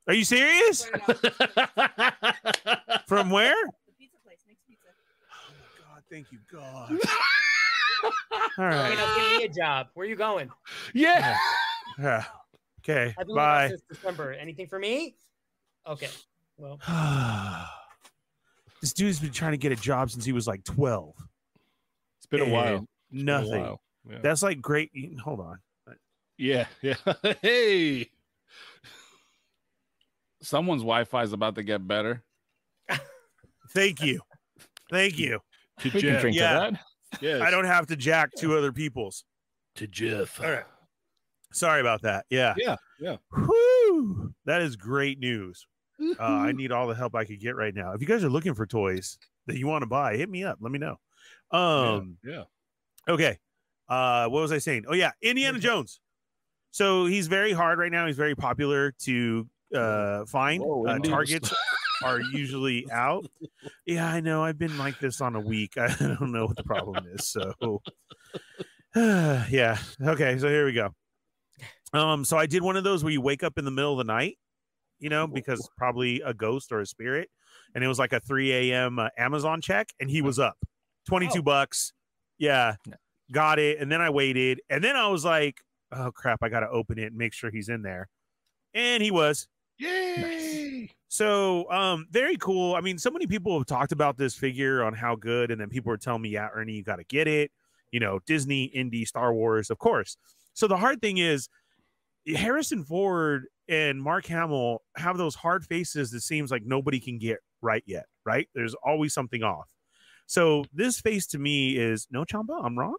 Are you serious? Swear to God, From where? the pizza place makes pizza. Oh God, thank you, God. All right. You know, give me a job. Where are you going? Yeah. Yeah. Okay. I've been Bye. Bye. since December. Anything for me? Okay. Well, this dude's been trying to get a job since he was like 12. It's been a while. And It's been a Nothing. while. Yeah. That's like great. Hold on. yeah. Yeah. hey. Someone's Wi-Fi is about to get better. Thank you. Thank you. To We can Jeff. drink yeah. to that. Yes, I don't have to jack two other people's. to Jeff. All right. Sorry about that. Yeah. Yeah, yeah. Whew. That is great news. Uh, I need all the help I could get right now. If you guys are looking for toys that you want to buy, hit me up. Let me know. Um, yeah. Okay. Uh, what was I saying? Oh yeah, Indiana Jones. So he's very hard right now. He's very popular to uh, find. Whoa, uh, Indiana targets are usually out. Yeah, I know. I've been like this on a week. I don't know what the problem is. So yeah. Okay. So here we go. Um. So I did one of those where you wake up in the middle of the night, you know, because probably a ghost or a spirit, and it was like a 3 a.m. Uh, Amazon check, and he was up, 22 Oh. bucks. Yeah, No. got it. And then I waited, and then I was like, oh crap, I got to open it and make sure he's in there, and he was. Yay! So, um, very cool. I mean, so many people have talked about this figure on how good, and then people are telling me, "Yeah, Ernie, you got to get it." You know, Disney, indie, Star Wars, of course. So the hard thing is, Harrison Ford and Mark Hamill have those hard faces that seems like nobody can get right yet. Right? There's always something off. So this face to me is no Chamba. I'm wrong.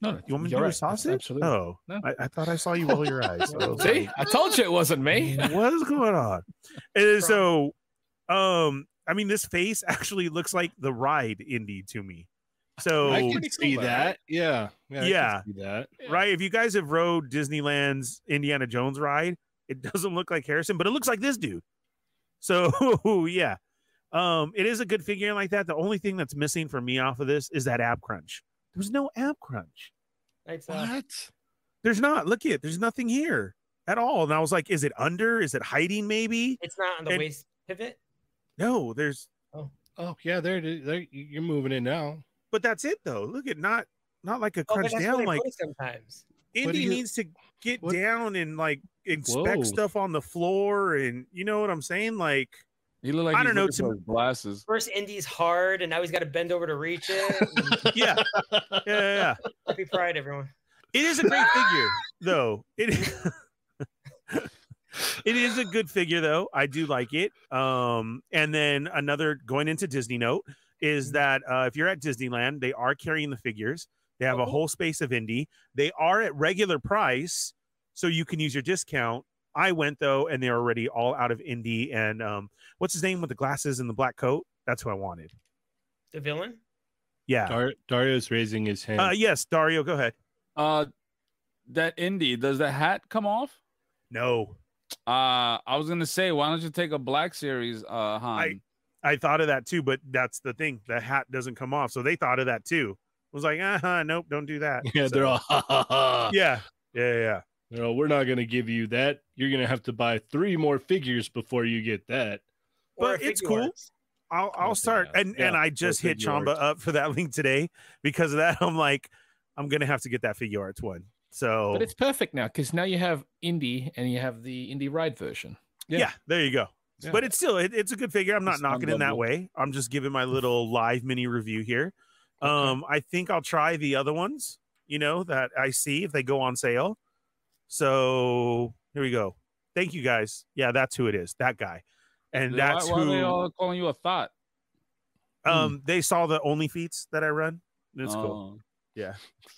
No, no, You want me to you're do a right. That's sausage? Absolutely. Oh, No. I, I thought I saw you roll your eyes. Oh, So I was like, See, I told you it wasn't me. what is going on? And so, um, I mean, this face actually looks like the ride indie to me. So, I can Oh, see cool, that. Yeah, yeah. I can Yeah. see that. right, if you guys have rode Disneyland's Indiana Jones ride, it doesn't look like Harrison, but it looks like this dude. So, yeah, um, it is a good figure like that. The only thing that's missing for me off of this is that ab crunch. There was no ab crunch. Lights out. What? There's not. Look at it. There's nothing here at all. And I was like, is it under? Is it hiding? Maybe. It's not on the And- waist pivot. No. There's Oh yeah, there it is. There, you- you're moving it now. but that's it though. Look at not not like a Oh, but crunch that's where down. they Like put it sometimes. What do Indy you- needs to get what- down and like inspect Whoa. stuff on the floor, and you know what I'm saying? Like He looked like I he's don't know, looking to for his glasses. First, Indy's hard, and now he's got to bend over to reach it. yeah, yeah, yeah. yeah. Happy Pride, everyone. It is a great figure though. It it is a good figure though. I do like it. Um, and then another going into Disney note is that uh, if you're at Disneyland, they are carrying the figures. They have a whole space of indie. They are at regular price, so you can use your discount. I went though, and they're already all out of indie. And um, what's his name with the glasses and the black coat? That's who I wanted. The villain. Yeah. Dar- Dario's raising his hand. Uh, yes, Dario, go ahead. Uh, that indie. Does the hat come off? No, Uh, I was gonna say, why don't you take a black series, uh, Han? I thought of that too, but that's the thing. The hat doesn't come off, so they thought of that too. I was like, uh huh, nope, don't do that. yeah, So- they're all. Ha, ha, ha. yeah, yeah, yeah, yeah. They're all, we're not going to give you that. You're going to have to buy three more figures before you get that. Or But a it's figure cool. arts. I'll I'll I'll say start that. and Yeah, and I just hit figure Chamba arts. up for that link today because of that. I'm like, I'm gonna have to get that figure arts one. So But it's perfect now because now you have indie and you have the indie ride version. yeah. yeah. there you go. Yeah. But it's still it, it's a good figure. I'm not It's knocking in that unlovable. way. I'm just giving my little live mini review here. Um, I think I'll try the other ones. You know that I see if they go on sale. So here we go. Thank you guys. Yeah, that's who it is. That guy, and Why- that's why, are they who. all Hmm. calling you a thought? um, they saw the only feats that I run. It's cool. Oh.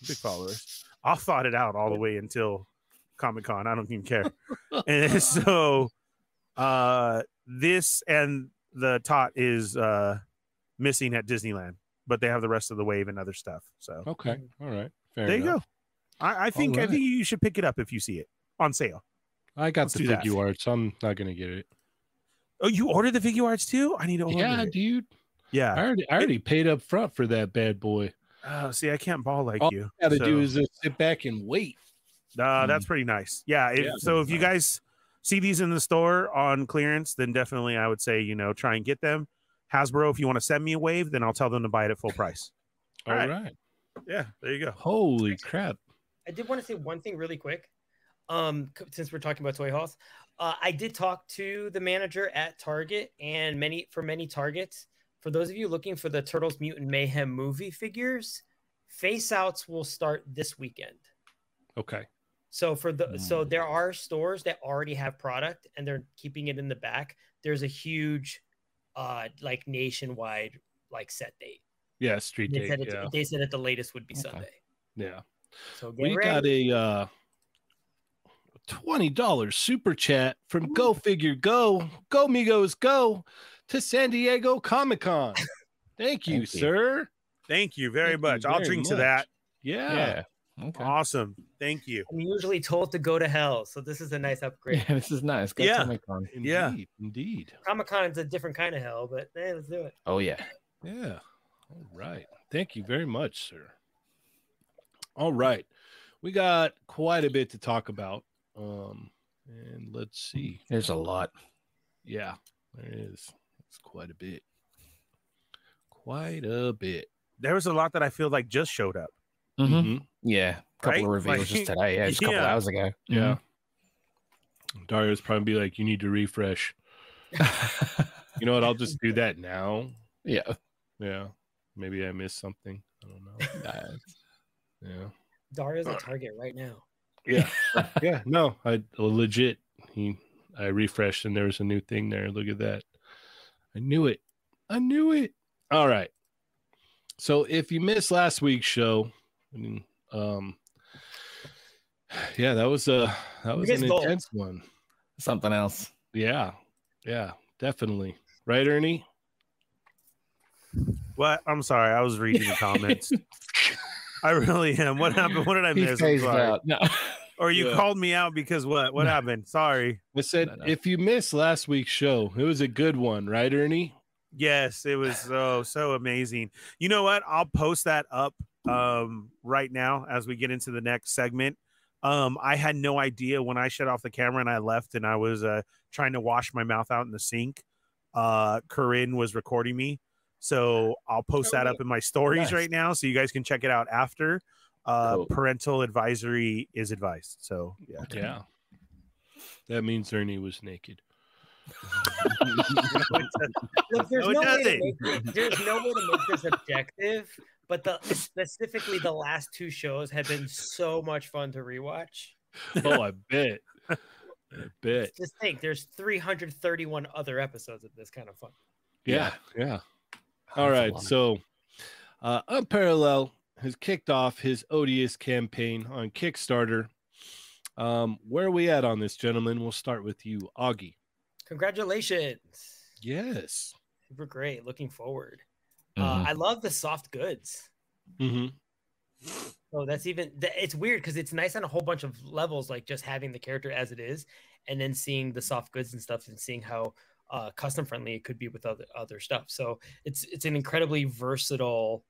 big followers. I thought it out all the way until Comic Con. I don't even care. and so uh this and the tot is uh missing at Disneyland, but they have the rest of the wave and other stuff. So Okay. All right. Fair there you go. I, I think I right. think you should pick it up if you see it on sale. go. I got Let's the do that. figure arts. I'm not going to get it. Oh, you ordered the figure arts too? I need to order Yeah, it. dude. I Yeah. already, I already paid up front for that bad boy. Oh, see, I can't ball like All you. I got to do So- is just sit back and wait. Uh, that's pretty nice. Yeah. If, Yeah. so if you guys see these in the store on clearance, then definitely I would say, you know, try and get them. Hasbro, if you want to send me a wave, then I'll tell them to buy it at full price. All All right. right. Yeah. There you go. Holy crap. I did want to say one thing really quick. Um, c- since we're talking about toy hauls, uh, I did talk to the manager at Target and many for many Targets. For those of you looking for the Turtles Mutant Mayhem movie figures, face outs will start this weekend. Okay. So for the Mm. so there are stores that already have product and they're keeping it in the back. There's a huge uh, uh like nationwide like set date. Yeah, street They date. said, it, Yeah, they said at the latest would be Okay. Sunday. yeah. So get We got ready. a uh, twenty dollars super chat from Go Figure Go Go Migos Go to San Diego Comic Con. Thank you, Thank you. sir. Thank you very Thank you much. I'll very drink to much. that. Yeah. Yeah. Okay. Awesome. Thank you. I'm usually told to go to hell, so this is a nice upgrade. Yeah, this is nice. Go Yeah. Comic Con. Indeed, Yeah. Indeed. Comic Con is a different kind of hell, but hey, let's do it. Oh yeah. Yeah. All right. Thank you very much, sir. All right. We got quite a bit to talk about. Um, and let's see. There's a lot. Yeah, there is. It's quite a bit. Quite a bit. There was a lot that I feel like just showed up. Mm-hmm. Mhm. Yeah. A couple of Mm-hmm. Right? reveals just Like- today. Yeah, just a couple Yeah. hours ago. Yeah. Dario's probably be like, you need to refresh. Mhm. You know what? I'll just do that now. yeah. Yeah. Maybe I missed something. I don't know. Uh, Yeah. Daria's a target right now. yeah no i legit he i refreshed and there was a new thing there look at that i knew it i knew it all right so if you missed last week's show i mean um yeah that was a that was missed an gold. intense one something else. yeah yeah definitely right ernie What? I'm sorry. I was reading the comments. I really am. What happened? What did I He miss? I'm phased sorry. out. No. Or you Yeah. called me out because what? What No. happened? Sorry. i said No, no. if you missed last week's show it was a good one right ernie Yes, it was so so amazing. You know what? I'll post that up um right now as we get into the next segment. Um I had no idea when I shut off the camera and I left and I was uh trying to wash my mouth out in the sink. Uh Corinne was recording me. So I'll post that up in my stories Oh, Nice. right now so you guys can check it out after. Uh Cool. parental advisory is advised. So yeah. yeah that means ernie was naked Look, there's No, it no, way to doesn't. make, there's no way to make this objective, but the specifically the last two shows have been so much fun to rewatch. oh, I bet. I bet. Just think, there's 331 other episodes of this kind of fun. Yeah. Yeah. Yeah. All right. So, uh, Unparallel has kicked off his odious campaign on Kickstarter. Um, where are we at on this, gentlemen? We'll start with you, Augie. Congratulations, Yes. super great. Looking forward. Mhm. Uh, I love the soft goods. Mm-hmm. Oh, that's even th- it's weird because it's nice on a whole bunch of levels, like just having the character as it is, and then seeing the soft goods and stuff, and seeing how uh, custom friendly it could be with other other stuff. So it's it's an incredibly versatile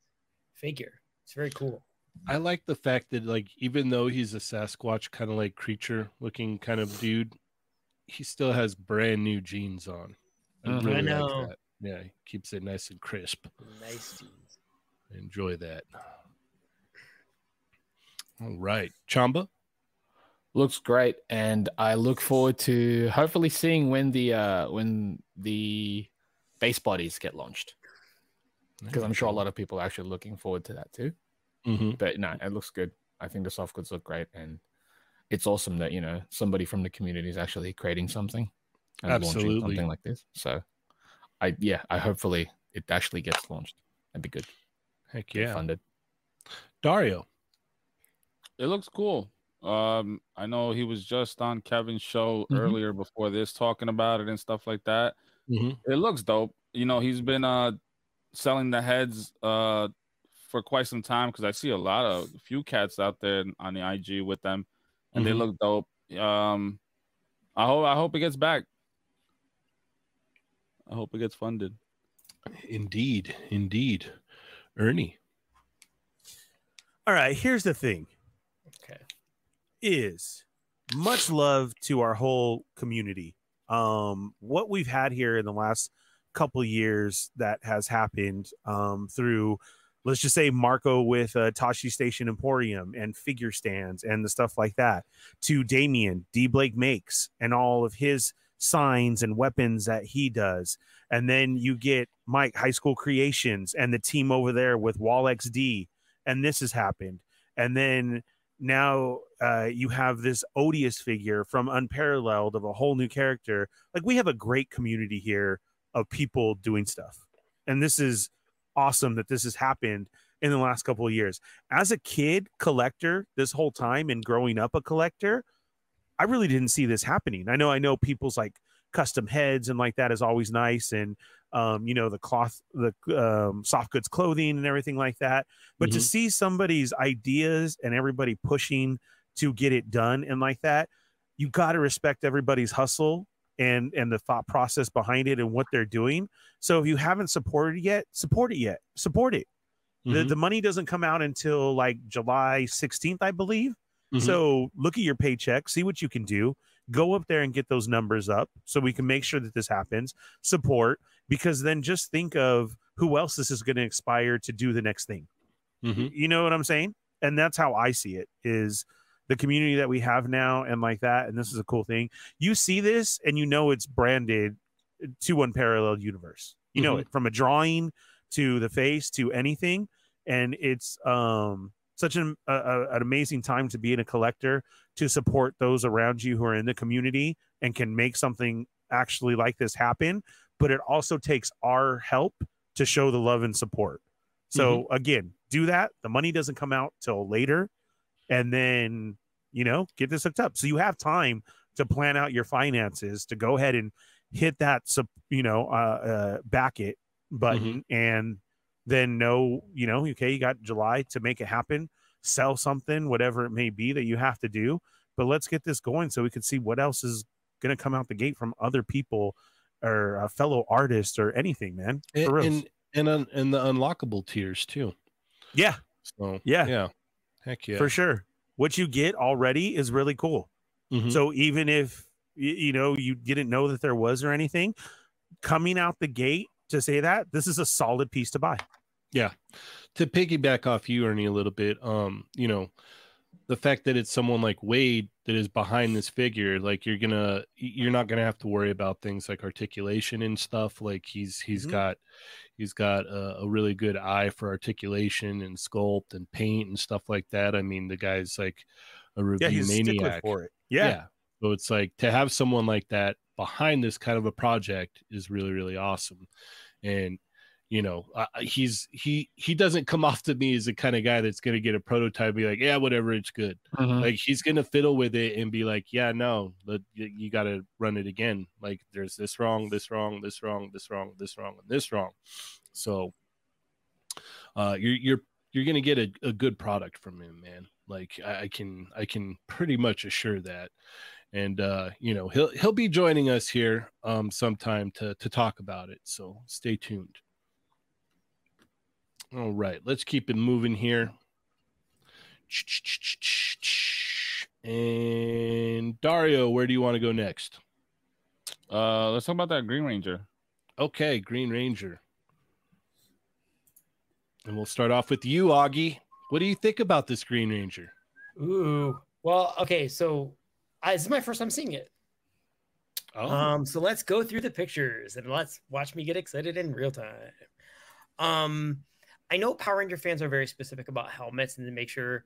figure. It's very cool. I like the fact that, like, even though he's a Sasquatch kind of like creature looking kind of dude, he still has brand new jeans on. I Mhm. really I like know. that. Yeah, he keeps it nice and crisp. Nice. Jeans. enjoy that. All right, Chamba. looks great and i look forward to hopefully seeing when the uh when the base bodies get launched because i'm sure a lot of people are actually looking forward to that too Mhm. but no it looks good i think the soft goods look great and it's awesome that you know somebody from the community is actually creating something and Absolutely. launching something like this so i yeah i hopefully it actually gets launched that'd be good Heck Get yeah, funded Dario. It looks cool. Um, I know he was just on Kevin's show Mhm. earlier before this, talking about it and stuff like that. It looks dope. You know, he's been uh selling the heads uh for quite some time because I see a lot of a few cats out there on the IG with them, and they Mhm. look dope. Um, I hope I hope it gets back. I hope it gets funded. Indeed, indeed, Ernie. All right, here's the thing. Okay. is much love to our whole community. Um, what we've had here in the last couple years that has happened um, through, let's just say, Marco with uh, Tashi Station Emporium and figure stands and the stuff like that, to Damien, D. Blake makes, and all of his signs and weapons that he does. And then you get Mike, High School Creations, and the team over there with Wall XD. And this has happened. And then now uh, you have this odious figure from unparalleled of a whole new character like we have a great community here of people doing stuff. And this is awesome that this has happened in the last couple of years. As a kid collector, this whole time and growing up a collector, I really didn't see this happening. I know I know people's like custom heads and like that is always nice and um, you know the cloth the um, soft goods clothing and everything like that but to Mhm. see somebody's ideas and everybody pushing to get it done and like that you got to respect everybody's hustle and and the thought process behind it and what they're doing so if you haven't supported it yet support it yet support it the, Mhm. the money doesn't come out until like july 16th i believe Mhm. so look at your paycheck see what you can do go up there and get those numbers up so we can make sure that this happens support because then just think of who else this is going to inspire to do the next thing Mhm. you know what i'm saying and that's how i see it is the community that we have now and like that and this is a cool thing you see this and you know it's branded to unparalleled universe you know Mhm. it from a drawing to the face to anything and it's um such an, a, a- an amazing time to be in a collector to support those around you who are in the community and can make something actually like this happen but it also takes our help to show the love and support so again, do that. The money doesn't come out till later, and then you know get this hooked up. So you have time to plan out your finances to go ahead and hit that sup- you know uh, uh back it button, and then know you know okay you got July to make it happen. Sell something, whatever it may be that you have to do. But let's get this going so we can see what else is going to come out the gate from other people or uh, fellow artists or anything, man. and For real. and and, un, and the unlockable tiers too. yeah. So Yeah. yeah, heck yeah. for sure. What you get already is really cool. Mhm. So even if y- you know you didn't know that there was or anything, coming out the gate to say that this is a solid piece to buy. to piggyback off you, Ernie, a little bit, um, you know, the fact that it's someone like Wade that is behind this figure, like you're gonna, you're not gonna have to worry about things like articulation and stuff. Like he's he's Mhm. got, he's got a, a really good eye for articulation and sculpt and paint and stuff like that. I mean, the guy's like a review Yeah, he's a stickler maniac for it. Yeah. so it's like to have someone like that behind this kind of a project is really really awesome and you know I I- he's he he doesn't come off to me as the kind of guy that's going to get a prototype and be like yeah whatever it's good like he's going to fiddle with it and be like yeah no but y- you got to run it again like there's this wrong this wrong this wrong this wrong this wrong and this wrong so uh you're you're you're going to get a, a good product from him man like I, I can i can pretty much assure that and uh you know he'll he'll be joining us here um sometime to to talk about it so stay tuned all right let's keep it moving here and dario where do you want to go next Uh, let's talk about that Green Ranger. okay green ranger and we'll start off with you augie what do you think about this green ranger Ooh. Well, okay. So I, this is my first time seeing it. oh Um, so let's go through the pictures and let's watch me get excited in real time. Um, I know Power Ranger fans are very specific about helmets and to make sure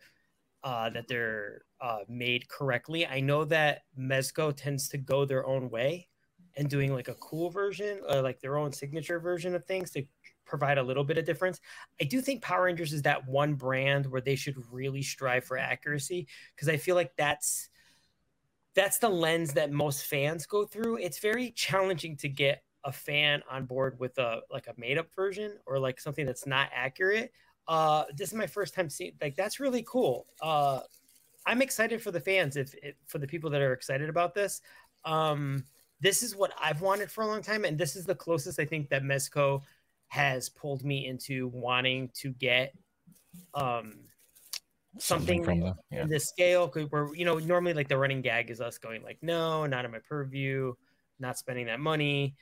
uh, that they're uh, made correctly. I know that Mezco tends to go their own way and doing like a cool version, uh, like their own signature version of things to provide a little bit of difference. I do think Power Rangers is that one brand where they should really strive for accuracy because I feel like that's that's the lens that most fans go through. It's very challenging to get a fan on board with a like a made up version or like something that's not accurate. Uh, this is my first time seeing like that's really cool. Uh, I'm excited for the fans if, if for the people that are excited about this. Um, this is what I've wanted for a long time, and this is the closest I think that Mezco has pulled me into wanting to get um, something, from them. Yeah. in this scale could where you know normally like the running gag is us going like no not in my purview not spending that money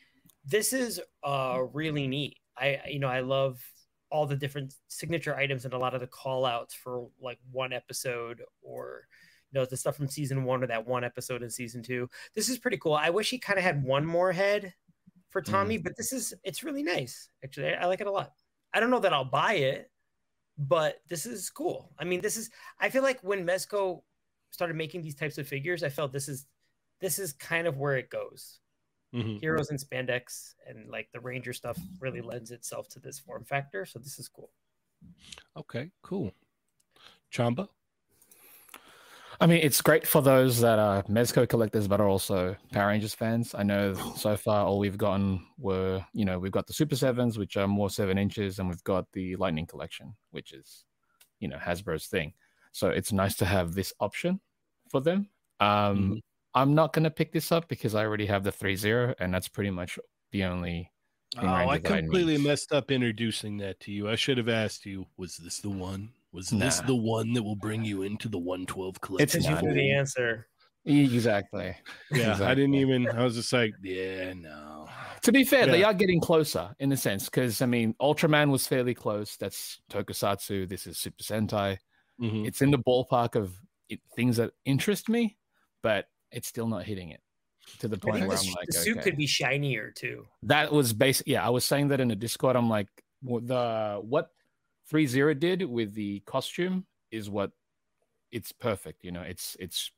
this is uh really neat i you know i love all the different signature items and a lot of the call outs for like one episode or you know the stuff from season one or that one episode in season two this is pretty cool i wish he kind of had one more head for tommy but this is it's really nice actually I, I like it a lot i don't know that i'll buy it but this is cool i mean this is I feel like when Mezco started making these types of figures, I felt this is this is kind of where it goes. Mm-hmm. Mhm. heroes in spandex and like the ranger stuff really lends itself to this form factor so this is cool Okay, cool. Chamba. I mean, it's great for those that are Mezco collectors, but are also Power Rangers fans. I know so far all we've gotten were, you know, we've got the Super Sevens, which are more seven inches, and we've got the Lightning Collection, which is, you know, Hasbro's thing. So it's nice to have this option for them. Um, I'm not gonna pick this up because I already have the three zero, and that's pretty much the only. Oh, I Ranger that I completely need. messed up introducing that to you. I should have asked you, was this the one? Was this Nah. the one that will bring you into the 112 collection? because you not knew the answer Exactly. Yeah, I didn't Exactly. even. I was just like, yeah, no. To be fair, they Yeah. are getting closer in a sense because I mean, Ultraman was fairly close. That's Tokusatsu. This is Super Sentai. Mhm. It's in the ballpark of it, things that interest me, but it's still not hitting it to the i point think where the, I'm sh- like, the suit okay. could be shinier too That was basic. Yeah, I was saying that in a Discord. I'm like, wh- the what three zero did with the costume is what it's perfect. You know, it's it's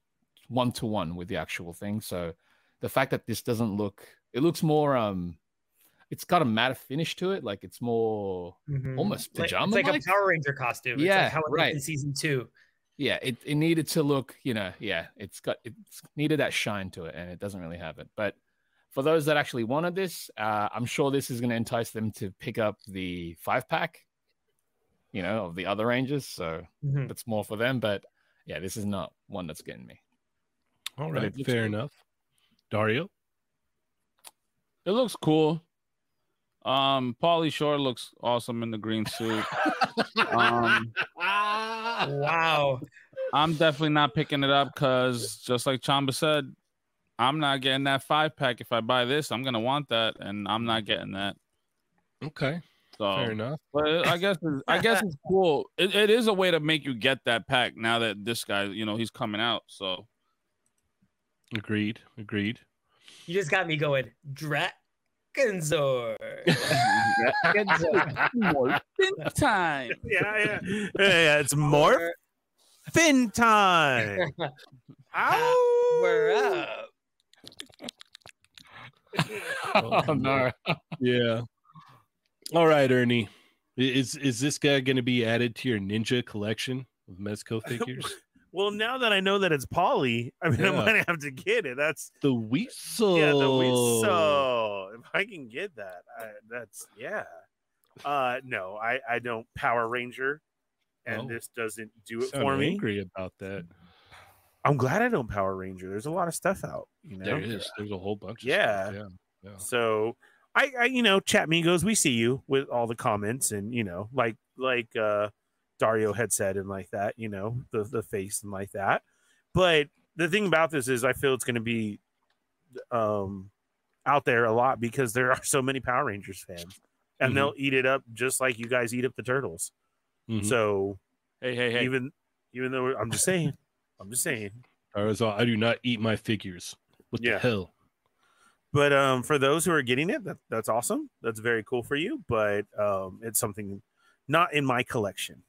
one to one with the actual thing. So the fact that this doesn't look, it looks more um, it's got a matte finish to it. Like it's more almost Mm-hmm. Like- pajama. it's like a power ranger costume it's Yeah, like how it right. right in season two yeah, it, it needed to look, you know, yeah, it's got it's needed that shine to it, and it doesn't really have it. But for those that actually wanted this, uh, I'm sure this is going to entice them to pick up the five pack, you know, of the other Rangers. So Hmm. Mhm. that's more for them. But yeah, this is not one that's getting me. All but it right, looks fair cool. enough. Dario. It looks cool. Um, Pauly Shore looks awesome in the green suit. um, wow I'm definitely not picking it up because, just like Chamba said, I'm not getting that five pack. If I buy this, I'm gonna want that, and I'm not getting that. Okay, So, fair enough. but it- I guess it's- I guess it's cool. It, it is a way to make you get that pack now that this guy, you know, he's coming out. So Agreed. Agreed. you just got me going dragonzor time. yeah, yeah, yeah, yeah. It's morph fin time. Ow! we're up oh no! Yeah. All right, Ernie. I- Is is this guy going to be added to your ninja collection of Mezco figures? Well, now that I know that it's Polly, I mean, I Yeah. might have to get it. That's the Weasel. yeah, the Oh. we- so if I can get that, I, that's yeah. Uh, no, I I don't Power Ranger, and Oh. this doesn't do it Sound for me. angry about that. I'm glad I don't Power Ranger. There's a lot of stuff out, you know. There is. There's a whole bunch. Yeah. Of stuff. Yeah. yeah. So I, I you know, chat goes, we see you with all the comments and you know, like like uh Dario had said and like that, you know, the the face and like that. But the thing about this is I feel it's gonna be um out there a lot because there are so many Power Rangers fans. And Mhm. they'll Mm-hmm. eat it up just like you guys eat up the turtles. Mhm. So Hey, hey, hey! even even though I'm just saying, I'm just saying. I was all, I do not eat my figures. What Yeah. the hell? but um for those who are getting it that, that's awesome that's very cool for you but um it's something not in my collection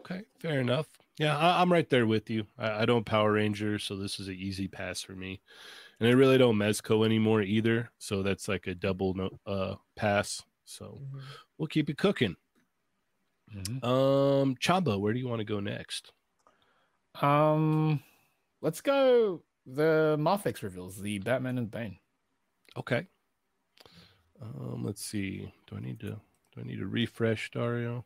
Okay, fair enough. Yeah, I, I'm right there with you. I, I don't Power Rangers, so this is an easy pass for me. And I really don't Mezco anymore either, so that's like a double no, uh, pass. So Mm-hmm. we'll keep it cooking. Mm-hmm. Um, Chamba, where do you want to go next? Um, let's go the Marfix reveals the Batman and Bane. Okay. Um, let's see. Do I need to do I need to refresh Dario?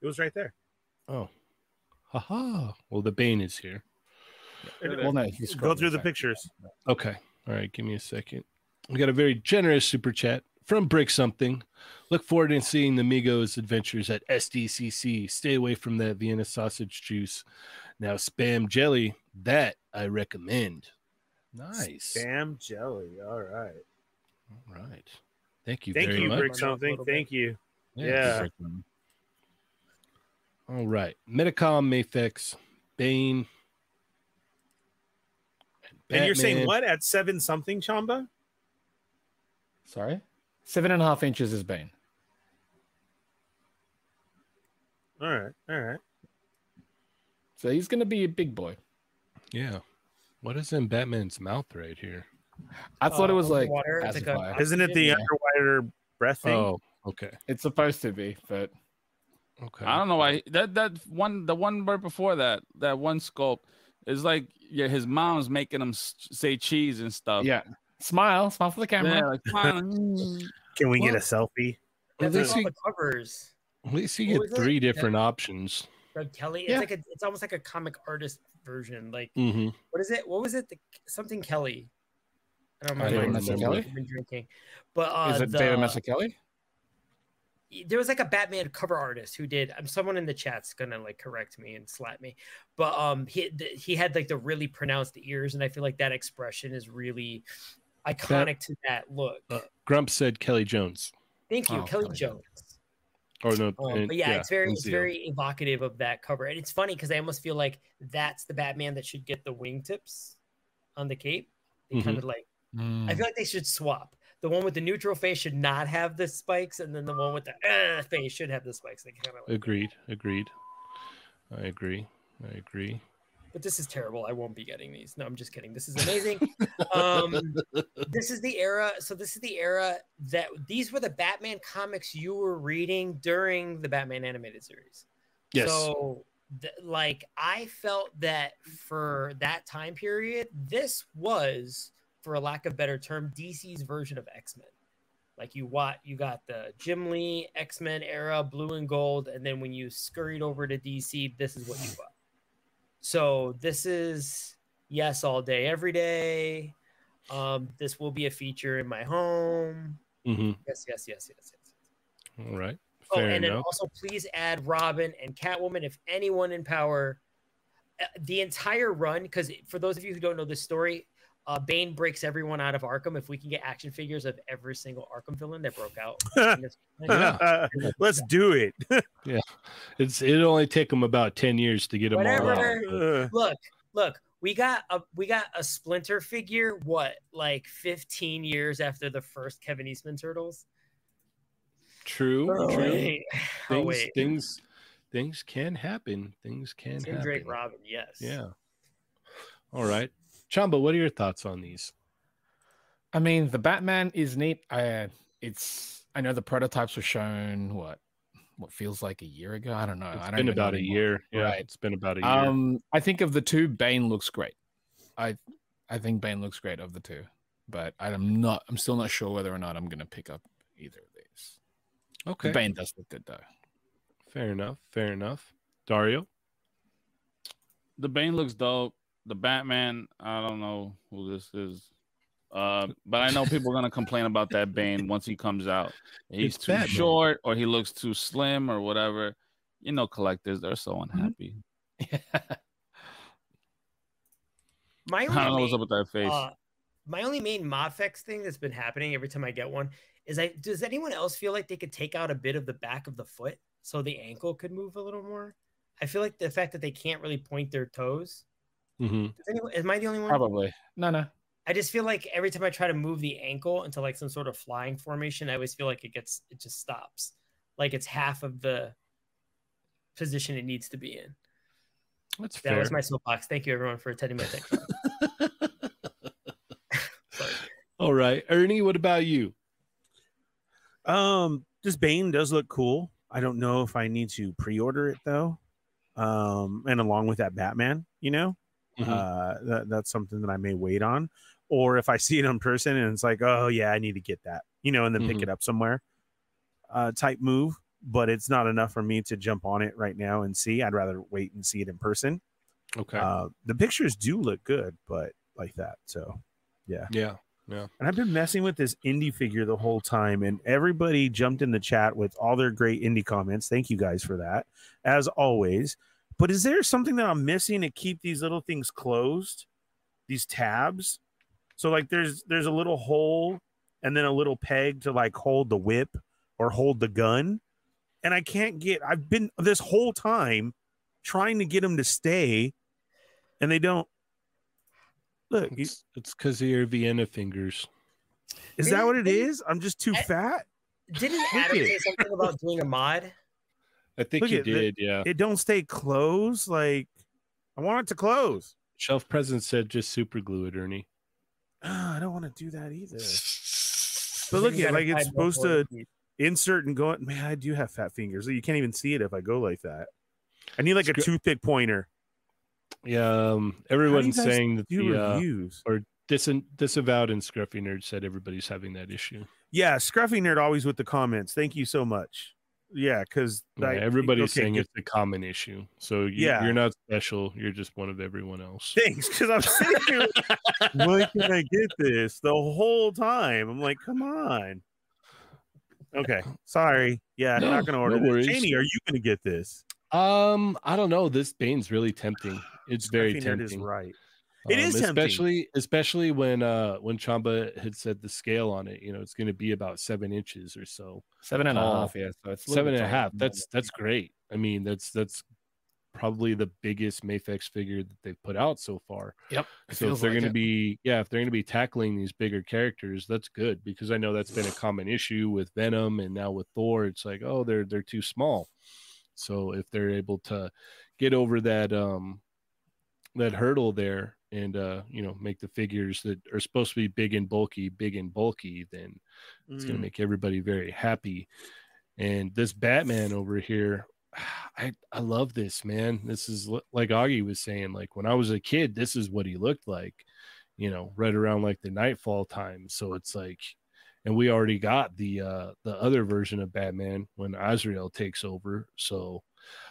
it was right there Oh, haha. Well, the Bane is here. Well, no, if you go scroll through the back. pictures Okay. All right. Give me a second. We got a very generous super chat from Brick Something. Look forward to seeing the Migos adventures at SDCC. Stay away from that Vienna sausage juice. Now, spam jelly, that I recommend. Nice. damn jelly all right All right. Thank you thank very you much. rick something Little bit. thank you Yeah. All right. Medicom, Mayfix, Bane. and you're saying Batman. what at seven something chamba Sorry, seven and a half inches is Bane. all right all right So he's going to be a big boy. Yeah. What is in Batman's mouth right here? I thought it was Uh, like water, it's like a- pacifier. Isn't it the Yeah. underwater breath thing? Oh, okay, It's supposed to be, but okay. I don't know why that that one the one right before that that one sculpt is like yeah his mom's making him s- say cheese and Oh. stuff. yeah. Smile, smile for the camera. Yeah, like, "Mom." Can we get a Well- selfie? At That's least, all you, the covers. at least you What was get it? three different options. Doug Kelly. It's Yeah. like a, it's almost like a comic artist version. Like hmm what is it? What was it? The, something Kelly. I don't Oh, remember. David Mazzucchelli? I've been drinking, but uh, Is it the, David Mazzucchelli? there was like a Batman cover artist who did. Um, someone in the chat's gonna like correct me and slap me, but um, he th- he had like the really pronounced ears, and I feel like that expression is really iconic to that look. Grump said Kelly Jones. Thank you, Uh, oh, Kelly Kelly Jones. Or no, Um, and- but yeah, it's very it's Nzio. very evocative of that cover, and it's funny because I almost feel like that's the Batman that should get the wingtips on the cape. They Mhm. kind of like I feel like they should swap. The one with the neutral face should not have the spikes, and then the one with the uh, face should have the spikes. They kind of like, Agreed. Agreed. I agree. I agree. but this is terrible. I won't be getting these. No, I'm just kidding. This is amazing. um, this is the era. So this is the era that these were the Batman comics you were reading during the Batman animated series. Yes. So, th- like, I felt that for that time period, this was, for a lack of better term, DC's version of X Men. Like you what you got the Jim Lee X Men era, blue and gold, and then when you scurried over to DC, this is what you got. So this is yes all day every day. Um, this will be a feature in my home. Mhm. Yes, yes, yes, yes, yes. yes. All right. Oh, Fair and then enough. also please add Robin and Catwoman if anyone in power. Uh, The entire run, because for those of you who don't know this story, uh, Bane breaks everyone out of Arkham. If we can get action figures of every single Arkham villain that broke out, Yeah. Let's do it. It's it'll only take them about ten years to get them all out. Whatever. but- Uh, look, look, we got a we got a Splinter figure. What like 15 years after the first Kevin Eastman Turtles? True. Oh, true. wait. Oh, Things, wait. things, things can happen. Things can Tim happen. Drake Robin, yes. Yeah. All right, Chamba. What are your thoughts on these? I mean, the Batman is neat. I it's I know the prototypes were shown what what feels like a year ago. I don't know. Uh, I It's don't been even know about a anymore. year. Yeah, Right. it's been about a year. Um, I think of the two, Bane looks great. I I think Bane looks great of the two, but I'm not. I'm still not sure whether or not I'm gonna pick up either of these. okay. Bane does look good though. Fair enough. Fair enough. Dario. the Bane looks dope. The Batman, I don't know who this is. Uh, but I know people are gonna complain about that Bane once he comes out. He's It's too Batman. short, or he looks too slim, or whatever. You know, collectors, they're so unhappy. My I don't know only what's up with that face. Mm-hmm. Uh, my only main Mafex thing that's been happening every time I get one is I does anyone else feel like they could take out a bit of the back of the foot so the ankle could move a little more? I feel like the fact that they can't really point their toes. Mm-hmm. Does anyone, am I the only one? Probably. No, no. I just feel like every time I try to move the ankle into like some sort of flying formation, I always feel like it gets it just stops. Like it's half of the position it needs to be in. That's That fair. was my soapbox. Thank you everyone for attending my tech. talk. Sorry. All right, Ernie. What about you? um, this Bane does look cool. I don't know if I need to pre-order it though. Um, and along with that Batman, you know, Mhm. uh, that, that's something that I may wait on. Or if I see it in person and it's like, oh yeah, I need to get that, you know, and then Mhm. pick it up somewhere, uh, type move. But it's not enough for me to jump on it right now and see. I'd rather wait and see it in person. okay. Uh, the pictures do look good, but like that. So, yeah. and I've been messing with this indie figure the whole time, and everybody jumped in the chat with all their great indie comments. Thank you guys for that, as always. But is there something that I'm missing to keep these little things closed? These tabs. So like there's there's a little hole and then a little peg to like hold the whip or hold the gun. And I can't get I've been this whole time trying to get them to stay and they don't. Look, you- It's because of your Vienna fingers. is that what it is? I'm just too I- fat. Didn't Look Adam at say it. something about doing a mod? I think Look you at the- did. yeah. it don't stay closed. Like I want it to close. Shelf presence said just super glue it, Ernie. "Ah, I don't want to do that either. But look at like it's supposed to insert and go. Man, I do have fat fingers. You can't even see it if I go like that. I need like a Screw- toothpick pointer. Yeah, um, How do you everyone's guys saying that do the uh, reviews. dis- disavowed and scruffy nerd said everybody's having that issue. Yeah, Scruffy Nerd always with the comments. Thank you so much. Yeah, because Yeah, everybody's saying it. it's a common issue. So you, Yeah. you're not special. You're just one of everyone else. Things because I'm sitting here, like, why can I get this the whole time? I'm like, come on. Okay, sorry. Yeah, I'm not gonna No, order no this. worries. Janie, are you gonna get this? Um, I don't know. This Bane's really tempting. It's very Scruffy Nerd is tempting. right. It is tempting. Um, especially especially when uh when Chamba had said the scale on it. You know, it's going to be about seven inches or so. Seven and a Oh, half, yeah. So it's a little Seven bit and a taller half. than That's that's great. I mean, that's that's probably the biggest Mafex figure that they've put out so far. Yep, it So if feels they're like going to it. be yeah, if they're going to be tackling these bigger characters, that's good because I know that's been a common issue with Venom and now with Thor. It's like oh, they're they're too small. So if they're able to get over that um that hurdle there and uh you know make the figures that are supposed to be big and bulky big and bulky then it's going Mm. to make everybody very happy. And this Batman over here, I I love this man. This is li- like Augie was saying. Like when I was a kid, this is what he looked like. You know, right around like the nightfall time. So it's like, and we already got the uh the other version of Batman when Azrael takes over. So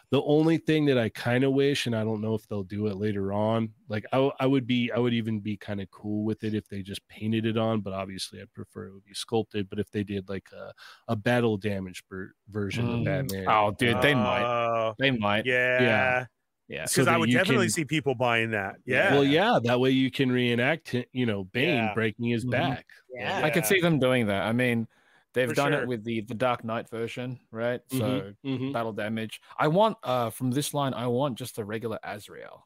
the only thing that I kind of wish, and I don't know if they'll do it later on, like I, w- I would be, I would even be kind of cool with it if they just painted it on, but obviously I'd prefer it would be sculpted. But if they did like a, a battle damage ver- version of Mm. Batman, Oh, dude, they might. Uh, They might. Yeah. yeah, yeah. because So I that would you definitely can- see people buying that. Yeah, Well, yeah, that way you can reenact, hi- you know, Bane Yeah. breaking his Mhm. back. Yeah. I can see them doing that. I mean, they've For done sure. it with the the Dark Knight version, right? Mhm, So mhm. battle damage. I want uh from this line, I want just a regular Azrael.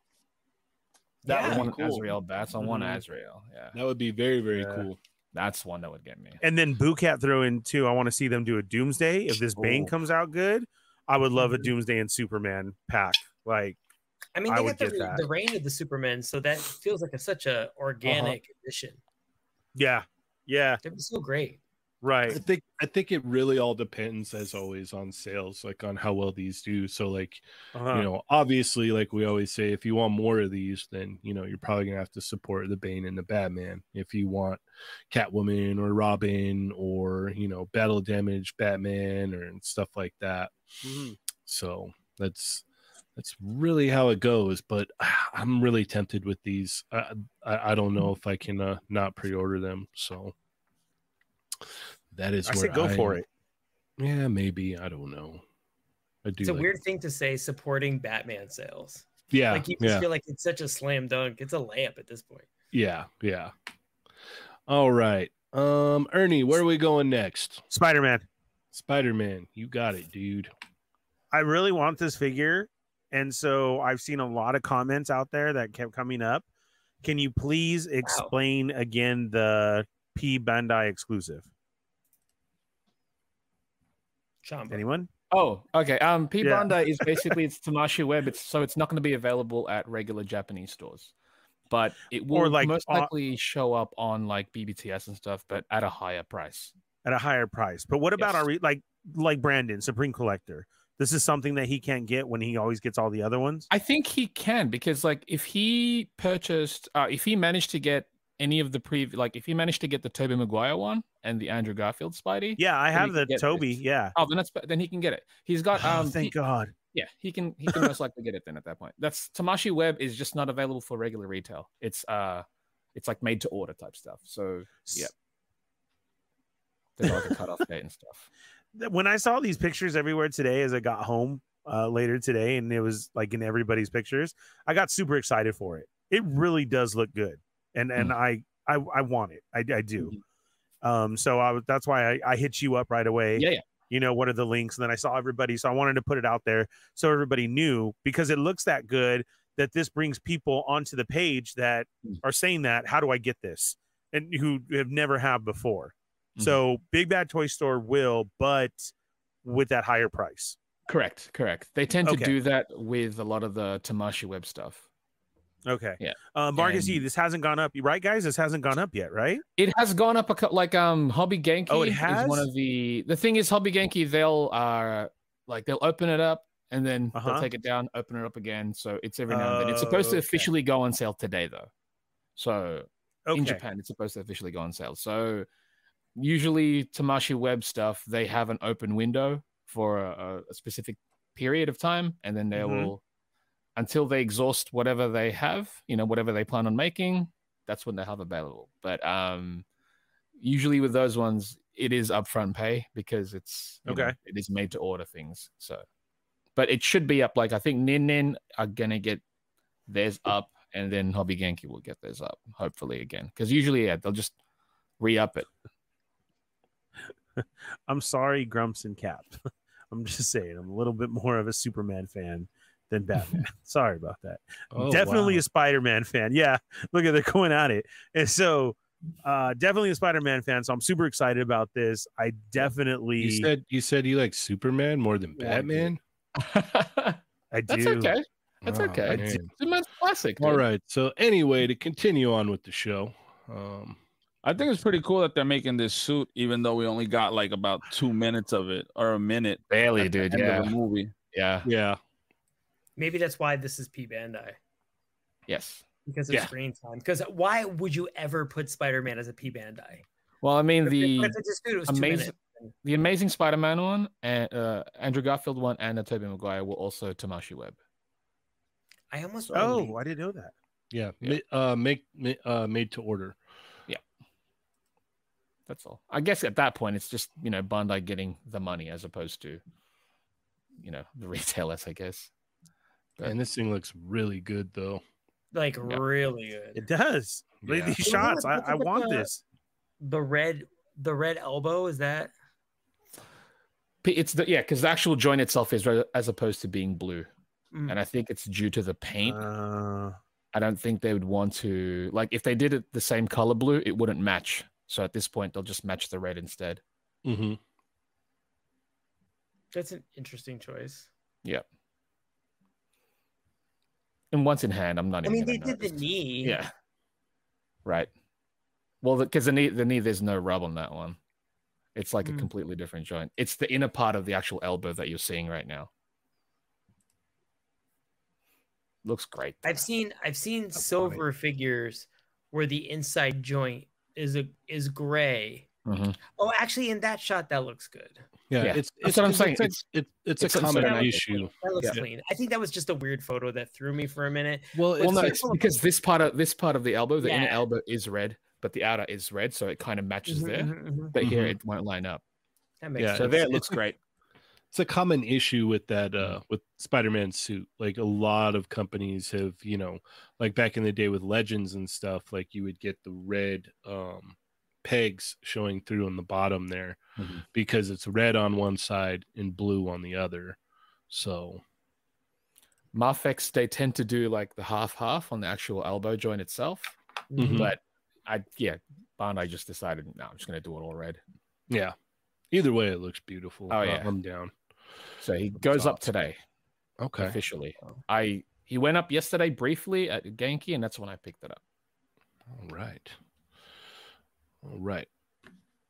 That I would want be an cool. Azrael bats. I want Mhm. Azrael. Yeah, That would be very, very Yeah. cool. that's one that would get me. And then Boo Cat throw in too. I want to see them do a Doomsday if this Bane Oh. comes out good. I would love a Mm-hmm. Doomsday and Superman pack. Like, I mean, I they would got the, get that. Uh-huh. the reign of the Superman, so that feels like a, such a organic addition. yeah, yeah, They'd be so great. I right. think I think it really all depends, as always, on sales, like on how well these do. So like Uh-huh. you know obviously like we always say if you want more of these then you know you're probably gonna have to support the bane and the batman if you want catwoman or robin or you know battle damage batman or and stuff like that Mhm. so that's that's really how it goes but ah, i'm really tempted with these i i, I don't know if i can uh, not pre-order them so that is I where said go I for am. it. yeah maybe i don't know i do It's a like- weird thing to say supporting Batman sales. yeah like you just yeah feel like it's such a slam dunk. It's a layup at this point. Yeah, yeah. All right. Um, Ernie, where are we going next? Spider Man. Spider Man, you got it, dude. I really want this figure. And so I've seen a lot of comments out there that kept coming up. Can you please explain again the P Bandai exclusive? Chamba. Anyone? Oh, okay. Um, P Yeah. Bandai is basically it's Tamashi Web. It's so it's not going to be available at regular Japanese stores, but it will Or, like, most on- likely show up on like BBTS and stuff, but at a higher price. At a higher price. But what about Yes. our re- like like Brandon, Supreme Collector? This is something that he can't get when he always gets all the other ones. I think he can because like if he purchased, uh, if he managed to get any of the pre, like if he managed to get the Toby Maguire one and the Andrew Garfield Spidey, Yeah, I Then he have can the get this. Toby. Yeah. Oh, then that's then he can get it. He's got Oh, um. thank he- God. Yeah, he can he can most likely get it then at that point. That's Tamashi Web is just not available for regular retail. It's uh it's like made to order type stuff. So Yeah. there's like a cutoff date and stuff. th- when I saw these pictures everywhere today as I got home uh, later today, and it was like in everybody's pictures, I got super excited for it. It really does look good, and and I I, I want it. I, I do. Um, so I was that's why I, I hit you up right away. Yeah, yeah. You know what are the links? And then I saw everybody, so I wanted to put it out there so everybody knew because it looks that good that this brings people onto the page that Mm. are saying that how do I get this and who have never have before. Mhm. So Big Bad Toy Store will, but with that higher price. Correct, correct. They tend Okay. to do that with a lot of the Tamashi Web stuff. Okay. Yeah. Uh, Marcus E, And- this hasn't gone up, right, guys? This hasn't gone up yet, right? It has gone up a couple, like um Hobby Genki. Oh, it Is has? one of the the thing is Hobby Genki. They'll uh like they'll open it up and then Uh-huh. Oh, they'll take it down, open it up again. So it's every now and then. It's supposed to Okay. officially go on sale today though. So Okay. in Japan, it's supposed to officially go on sale. So usually Tamashi Web stuff, they have an open window for a, a- a specific period of time, and then they Mhm. will until they exhaust whatever they have, you know, whatever they plan on making, that's when they have available. But um usually with those ones, it is upfront pay because it's you know, Okay. it is made to order things. So but it should be up. Like I think Nin Nin are gonna get theirs up, and then Hobby Genki will get theirs up, hopefully again. Because usually, yeah, they'll just re up it. I'm sorry, Grumps and Cap. I'm just saying, I'm a little bit more of a Superman fan than Batman. sorry about that. Oh, definitely wow. a Spider-Man fan. Yeah, look at they're going at it. And so, uh, definitely a Spider-Man fan. So I'm super excited about this. I definitely, You said you said you like Superman more than Yeah, I do. Batman. I That's do. okay. That's Oh, okay. man. It's Superman's classic. All dude. right. So anyway, to continue on with the show, um, I think it's pretty cool that they're making this suit, even though we only got like about two minutes of it or a minute barely, at the end dude. of Yeah, the movie. yeah, yeah, Maybe that's why this is P Bandai yes. because of Yeah. screen time. Because why would you ever put Spider Man as a P Bandai? Well, I mean the If it just dude, it was two amazing- minutes. the Amazing Spider-Man one and uh, Andrew Garfield one and the Tobey Maguire were also Tamashi Web. I almost Oh, believe- I didn't know that. yeah, Yeah. Ma- uh, make ma- uh, made to order. That's all. I guess at that point, it's just you know Bandai getting the money as opposed to you know the retailers, I guess. Yeah. And this thing looks really good though. like Yeah. really good. It does. Look at Yeah. these shots. I, I want this. the red the red elbow is that P- it's the yeah because the actual joint itself is re- as opposed to being blue Mm. and i think it's due to the paint Uh, i don't think they would want to like if they did it the same color blue it wouldn't match so at this point they'll just match the red instead Mm-hmm. that's an interesting choice and once in hand i'm not i even mean they gonna did the notice. knee yeah right well because the, knee the knee there's no rub on that one it's like a Mm. completely different joint it's the inner part of the actual elbow that you're seeing right now looks great i've though. seen i've seen funny. silver figures where the inside joint is a is gray Mhm. oh actually in that shot that looks good Yeah, Yeah. it's, That's it's what I'm 'cause saying. It's, a- It's- it- it's, it's a a common certain- issue. that looks Yeah. clean i think that was just a weird photo that threw me for a minute Well, Well, it's, no, like- it's because this part of this part of the elbow, the inner Yeah. elbow is red, but the outer is red, so it kind of matches Mhm, there. mhm, mhm. But here Mhm. it won't line up. that makes Yeah, so sense there it it's looks like- great. it's a common issue with that uh Mm. with spider-man suit like a lot of companies have you know like back in the day with legends and stuff like you would get the red um pegs showing through on the bottom there Mhm. because it's red on one side and blue on the other so Marfex, they tend to do like the half half on the actual elbow joint itself. Mhm. But I yeah, Bandai just decided no, I'm just gonna do it all red. yeah either way it looks beautiful Oh, Uh, yeah. i'm down So he goes up today okay officially. I he went up yesterday briefly at Genki, and that's when I picked it up. all right all right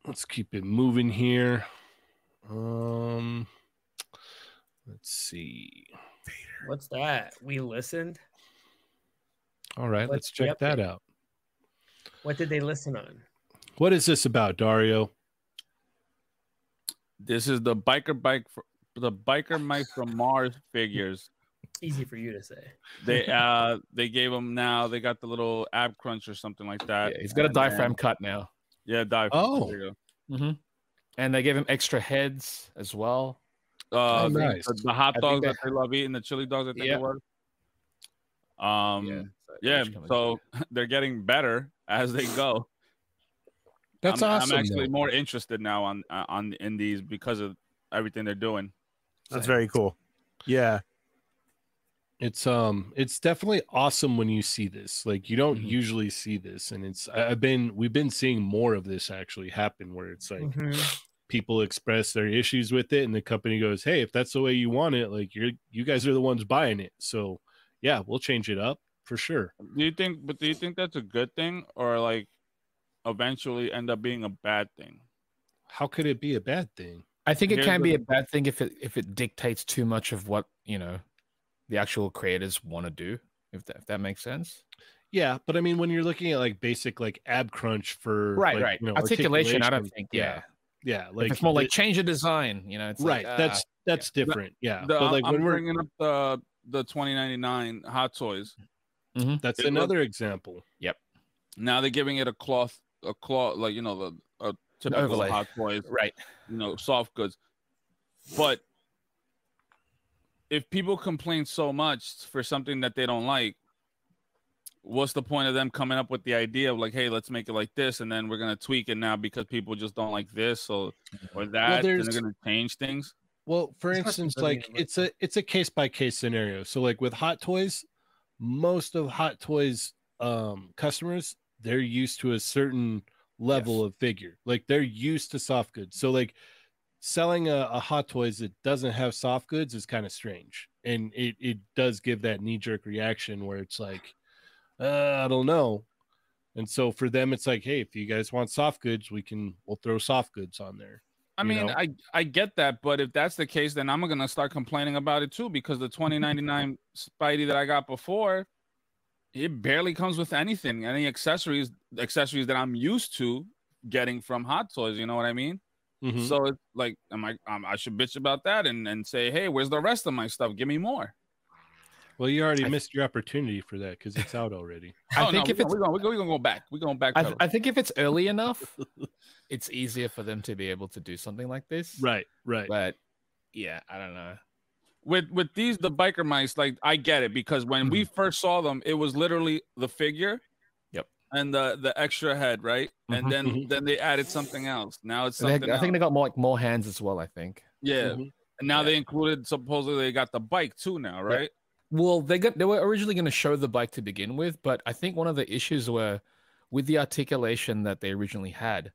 let's keep it moving here um let's see what's that we listened All right, What's let's the check that update? out. what did they listen on What is this about, Dario? This is the biker bike, fr- the biker Mike from Mars figures. easy for you to say They uh they gave him now. They got the little ab crunch or something like that. Yeah, he's got a And then- diaphragm cut now. Yeah, diaphragm. Oh. there you hmm And they gave him extra heads as well. Um, go. Uh, Oh, the- nice. the, the hot I think dogs they- that they love eating, the chili dogs that they Yeah. love. Um, yeah, so that should come in so good. they're getting better as they go. That's I'm, awesome. I'm actually though. more interested now on uh, on in these because of everything they're doing. that's very cool. Yeah. It's um, it's definitely awesome when you see this. Like you don't Mm-hmm. Mhm. usually see this, and it's I- I've been we've been seeing more of this actually happen where it's like Mm-hmm. Mhm. people express their issues with it, and the company goes, "Hey, if that's the way you want it, like you're you guys are the ones buying it, so yeah, we'll change it up for sure. Do you think? But do you think that's a good thing, or like eventually end up being a bad thing? How could it be a bad thing? I think it Here's can the- be a bad thing if it if it dictates too much of what you know the actual creators want to do. If that, if that makes sense, Yeah, but I mean, when you're looking at like basic like ab crunch for like, you know, articulation, I don't think. Yeah, yeah, If like it's more like it- change the design. You know, it's like, right. that's ah, that's different. Yeah, The- but like um, I'm when we're bringing up the the 2099 hot toys. that's it looks- another example. Now they're giving it a cloth, a cloth, like you know the a typical overlay. hot toys, right. you know, soft goods. But if people complain so much for something that they don't like, what's the point of them coming up with the idea of like, hey, let's make it like this, and then we're gonna tweak it now because people just don't like this or or that, and there's- they're gonna change things. Well, for It's not instance, something like I like it's a it's a case by case scenario. So like with Hot Toys, most of Hot Toys um customers, they're used to a certain level of figure. Like they're used to soft goods. So like selling a, a Hot Toys that doesn't have soft goods is kind of strange. And it it does give that knee jerk reaction where it's like uh, I don't know. And so for them it's like, hey, if you guys want soft goods, we can we'll throw soft goods on there. I you mean, know? I I get that, but if that's the case, then I'm gonna start complaining about it too because the 2099 Spidey that I got before, it barely comes with anything, any accessories, accessories that I'm used to getting from Hot Toys. You know what I mean? Mm-hmm. Mhm. So it's like, am I um, I should bitch about that and and say, hey, where's the rest of my stuff? Give me more. Well, you already I- missed your opportunity for that because it's out already. I oh, think no, if it's we're going, we're going, we're going to go back. We're going back. I, th- I think if it's early enough, it's easier for them to be able to do something like this. right, right. But yeah, I don't know. with with these the biker mice like i get it because when we first saw them it was literally the figure Mm-hmm. Yep. and the the extra head right Mhm, and then mhm. then they added something else now it's And they- something I think they else. got more like more hands as well. I think. yeah Mhm. and now Yeah. they included supposedly they got the bike too now right Well, they got they were originally going to show the bike to begin with, but I think one of the issues were with the articulation that they originally had,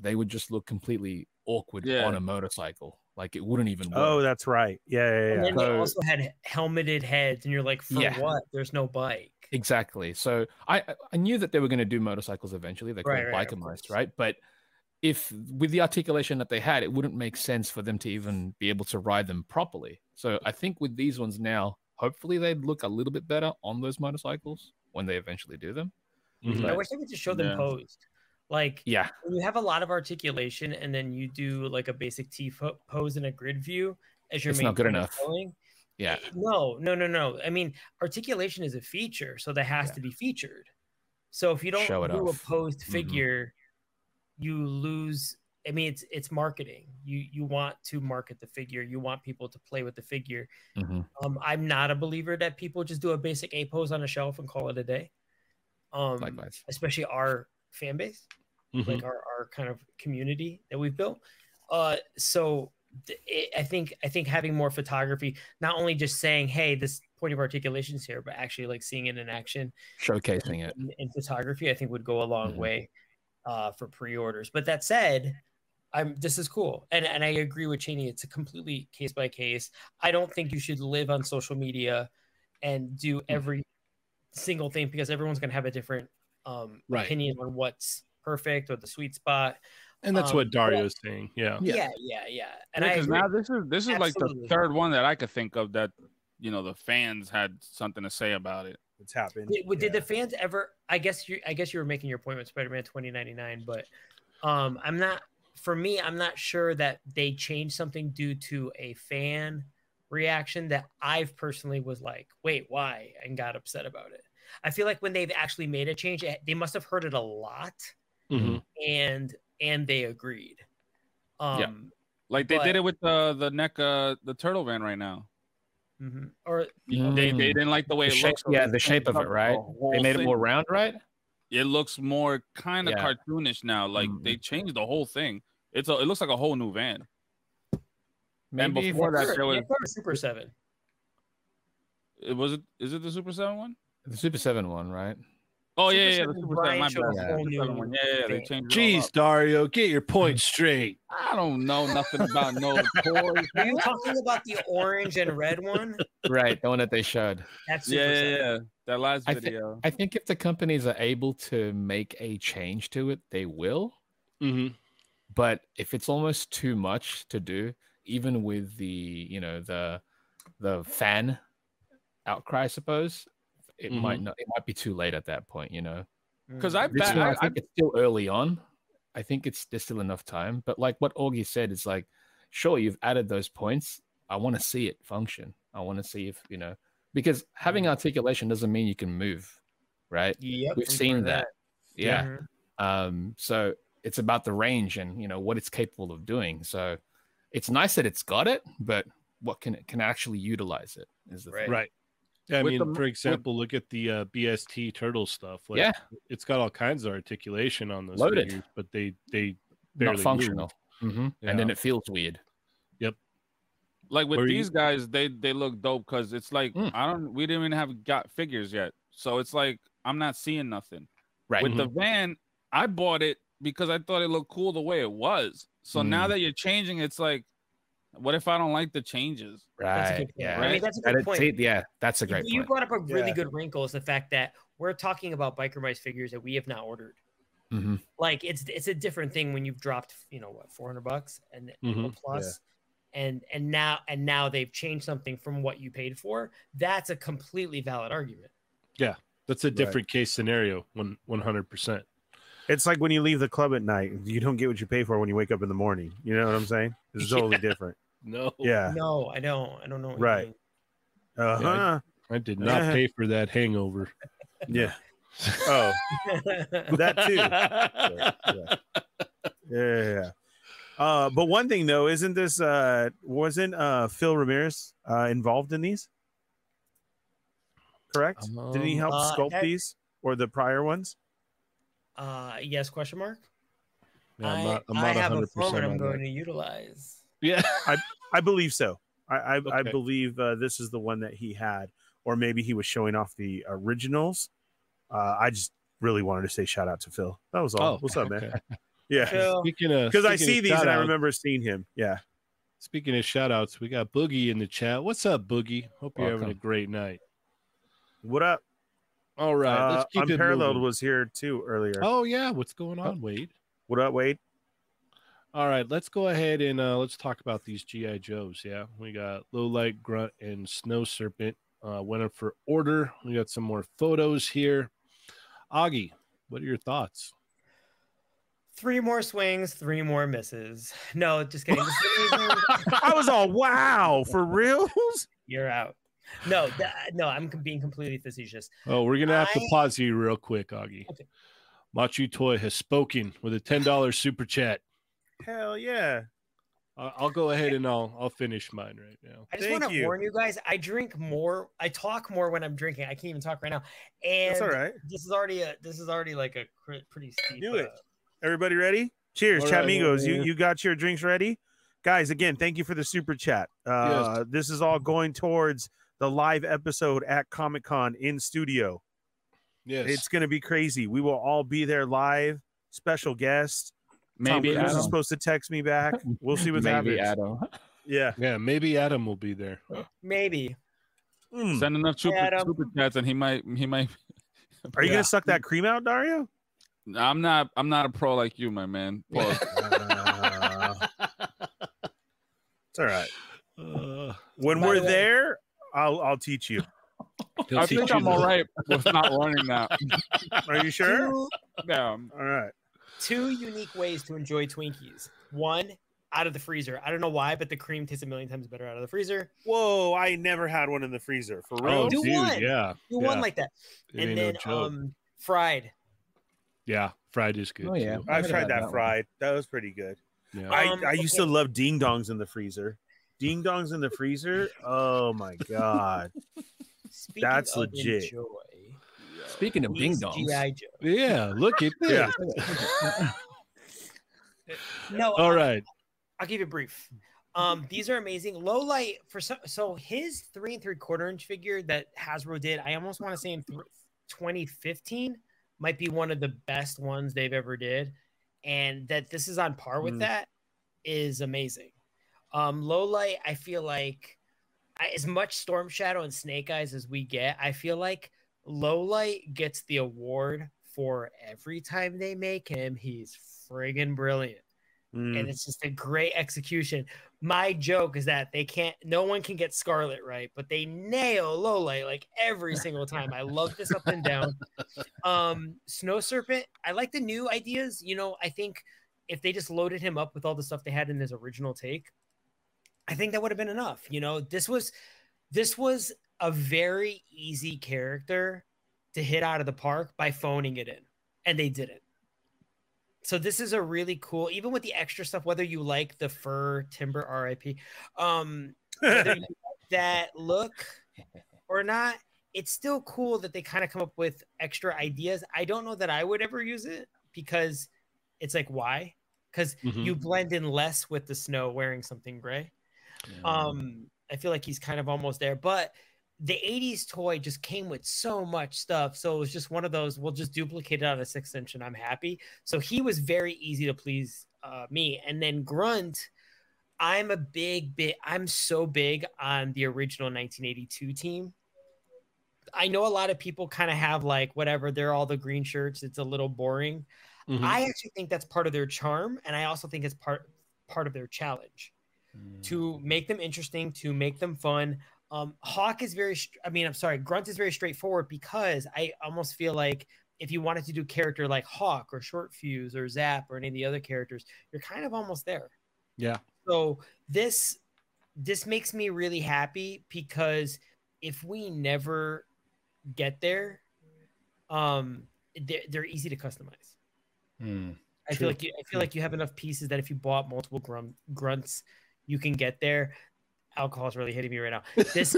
they would just look completely awkward Yeah. on a motorcycle. Like it wouldn't even work. Oh, that's right. Yeah, yeah, And yeah. then they So- also had helmeted heads, and you're like, for Yeah. what? There's no bike. Exactly. So I I- I knew that they were going to do motorcycles eventually. They're Right, called right, biker of mice, course. right? But if with the articulation that they had, it wouldn't make sense for them to even be able to ride them properly. So I think with these ones now, hopefully they'd look a little bit better on those motorcycles when they eventually do them. Mhm. I Right. wish I could just show them Yeah. posed. Like Yeah. when you have a lot of articulation, and then you do like a basic T fo- pose in a grid view as your It's main not good point of enough. going, Yeah. it- No, no, no, no. I mean, articulation is a feature, so that has Yeah. to be featured. So if you don't Show it do off. a posed Mhm. figure, you lose. I mean, it's it's marketing. You you want to market the figure. You want people to play with the figure. Mhm. Um, I'm not a believer that people just do a basic A pose on a shelf and call it a day. Um, Likewise. especially our fan base, Mhm. like our, our kind of community that we've built. Uh, so th- it, I think I think having more photography, not only just saying, "Hey, this point of articulation is here," but actually like seeing it in action Showcasing it. in, in photography, I think would go a long Mhm. way uh, for pre-orders. But that said, I'm this is cool, and and I agree with Cheney. It's a completely case by case. I don't think you should live on social media and do every single thing because everyone's going to have a different um, Right. opinion on what's perfect or the sweet spot. And that's um, what Dario's saying. Yeah. Yeah. Yeah, yeah, yeah. And and I because agree. now this is this is like Absolutely. the third one that i could think of that you know the fans had something to say about it It's happened. Did, w- did Yeah. the fans ever? I guess you. I guess you were making your point with Spider-Man 2099, but um, I'm not. For me, I'm not sure that they changed something due to a fan reaction that I've personally was like, "Wait, why?" and got upset about it. I feel like when they've actually made a change, eh, they must have heard it a lot Mhm. and and they agreed. Um, like they But- did it with the the neck uh the turtle van right now mhm. Or they, they Mm. didn't like the way The it shape- looks so yeah, they the changed shape of it, up the right? whole They made it thing. more round, right? it looks more kind of Yeah. cartoonish now. Like Mm. they changed the whole thing. It's a, it looks like a whole new van. And Maybe if before it's- that, there was Yeah, or Super Seven. it was it is it the Super Seven one? the Super Seven one, right? Oh Super yeah, yeah, the Seven Super Seven. Brian My showed bad. a Super whole new Seven one. Yeah, yeah, they thing. changed. it all Jeez, up. Dario, get your point straight. I don't know nothing about no toys. Are you talking about the orange and red one? right, the one that they showed. That's Super Yeah, yeah, Seven. yeah. That last I thi- video. I think if the companies are able to make a change to it, they will. hmm But if it's almost too much to do, even with the you know the the fan outcry, I suppose it might not. It might be too late at that point. You know, Mm. Because I, Mm-hmm. This bet- one, I, I, I think Mm. it's still early on. I think it's there's still enough time. But like what Augie said, it's like, sure, you've added those points. I want to see it function. I want to see if you know because having articulation doesn't mean you can move, right? Yep. We've we've seen heard that. Yeah. Mhm. Um, so it's about the range and you know what it's capable of doing. So it's nice that it's got it, but what can it can actually utilize it is the thing. Right. I With mean, the mo- for example, look at the uh, BST turtle stuff. Like, Yeah. it's got all kinds of articulation on those Loaded. figures, but they they barely Not move. functional. hmm And then Yeah. it feels weird. like with Or you- these guys, they they look dope because it's like Mm. I don't. We didn't even have got figures yet, so it's like I'm not seeing nothing. Right. With the van, I bought it because I thought it looked cool the way it was. So now Mm. that you're changing, it's like, what if I don't like the changes? That's a Right. good point. Yeah. I mean, that's a That good is- point. see, yeah, that's a great you point. brought up a really Yeah. good wrinkle is the fact that we're talking about biker mice figures that we have not ordered. Mhm. Like it's it's a different thing when you've dropped, you know, what, 400 bucks and Mhm. or plus, and and now and now they've changed something from what you paid for. That's a completely valid argument. That's a different case scenario. One one hundred percent. It's like when you leave the club at night, you don't get what you pay for when you wake up in the morning. You know what I'm saying? It's totally different. No, Yeah. No, I don't. I don't know. what you Right. mean. Uh huh. I did not Yeah. pay for that hangover. Yeah. Oh, that too. Yeah. Yeah. yeah, yeah, yeah. Uh, but one thing though, isn't this uh wasn't uh Phil Ramirez uh involved in these? Correct? Didn't he Um, help uh, sculpt that- these or the prior ones? uh, yes? Question mark. Yeah, I, I'm not. I'm I not have a hundred phone percent I'm on going that. to utilize. Yeah, I believe so. I I, I Okay. believe uh, this is the one that he had, or maybe he was showing off the originals. Uh, I just really wanted to say shout out to Phil. That was all. What's up, man? Oh, okay. Yeah, Phil, Speaking of, because I speaking see of these and I shout-outs- remember seeing him. Yeah, Speaking of shout outs, we got Boogie in the chat. What's up, Boogie? Hope you're having a Welcome. great night. what up? All right, Uh, let's keep it Unparalleled moving. was here too earlier. Oh yeah, what's going on, Wade? What up, Wade? All right, let's go ahead and uh, let's talk about these GI Joes. Yeah, we got Low Light Grunt and Snow Serpent uh, went up for order. We got some more photos here. Augie, what are your thoughts? three more swings, three more misses. No, just kidding. This is amazing. I was all wow for reals. You're out. No, that, no, I'm being completely facetious. Oh, we're gonna have to I- pause you real quick, Augie. Okay. Machu Toy has spoken with a ten dollars super chat. Hell yeah! I- I'll go ahead and I'll I'll finish mine right now. I just Thank want to you. warn you guys. I drink more. I talk more when I'm drinking. I can't even talk right now. And That's all right. this is already a this is already like a cr- pretty steep. Do it. uh, Everybody ready? Cheers, All chat right. amigos. You you got your drinks ready? Guys, again, thank you for the super chat. Uh, This is all going towards the live episode at Comic Con in studio. Yes, It's going to be crazy. We will all be there live. Special guest. Maybe Tom Cruise is Adam. supposed to text me back. We'll see what's Maybe happening. Adam. Yeah. yeah. Maybe Adam will be there. maybe. Mm. send enough super, Adam. super chats, and he might he might. Are you Yeah. going to suck that cream out, Dario? I'm not I'm not a pro like you, my man. Pause. Uh, it's all right. Uh, When By we're the way- there, I'll I'll teach you. he'll I teach think you I'm the- all right with not running that. Are you sure? Two, Yeah, All right. two unique ways to enjoy Twinkies. One out of the freezer. I don't know why, but the cream tastes a million times better out of the freezer. Whoa, I never had one in the freezer for real. Oh, Do dude, one. yeah, Do Yeah. one like that, It and ain't then no joke. um fried. yeah, fried is good. Oh, yeah. too. I I've heard tried about that, that one. fried. That was pretty good. Yeah. I, Um, I used to love ding dongs in the freezer. Ding dongs in the freezer. Oh my god. Speaking That's of legit. Enjoy, Speaking of ding these dongs, GI Joe. Yeah, look at Yeah. this. No, All right. I'll keep it brief. Um, these are amazing. Low light for so, so his three and three quarter inch figure that Hasbro did. I almost want to say in th- 2015. might be one of the best ones they've ever did, and that this is on par with Mm. that is amazing. Um, low light, I feel like I, as much Storm Shadow and Snake Eyes as we get, I feel like low light gets the award for every time they make him. He's friggin' brilliant Hmm. and it's just a great execution. My joke is that they can't, no one can get Scarlet right, but they nail Lole like every single time. I love this up and down. Um, Snow Serpent, I like the new ideas. You know, I think if they just loaded him up with all the stuff they had in his original take, I think that would have been enough. You know, this was this was a very easy character to hit out of the park by phoning it in, and they did it. So this is a really cool, even with the extra stuff, whether you like the fur timber RIP, um, whether you like that look or not, it's still cool that they kind of come up with extra ideas. I don't know that I would ever use it because it's like why? Because Mhm. you blend in less with the snow wearing something gray. Mm-hmm. Um, I feel like he's kind of almost there, but the 80s toy just came with so much stuff. So it was just one of those, we'll just duplicate it on a six inch and I'm happy. So he was very easy to please uh, me. And then Grunt, I'm a big, bit, I'm so big on the original 1982 team. I know a lot of people kind of have like whatever, they're all the green shirts. It's a little boring. Mhm. I actually think that's part of their charm. And I also think it's part part of their challenge to make them interesting, to make them fun. Um, Hawk is very, str- I mean, I'm sorry, Grunt is very straightforward because I almost feel like if you wanted to do character like Hawk or Short Fuse or Zap or any of the other characters, you're kind of almost there. Yeah. So this this makes me really happy because if we never get there, um, they're, they're easy to customize. Mm. I True, feel like you, I feel like you have enough pieces that if you bought multiple grun- grunts, you can get there. Alcohol's really hitting me right now. This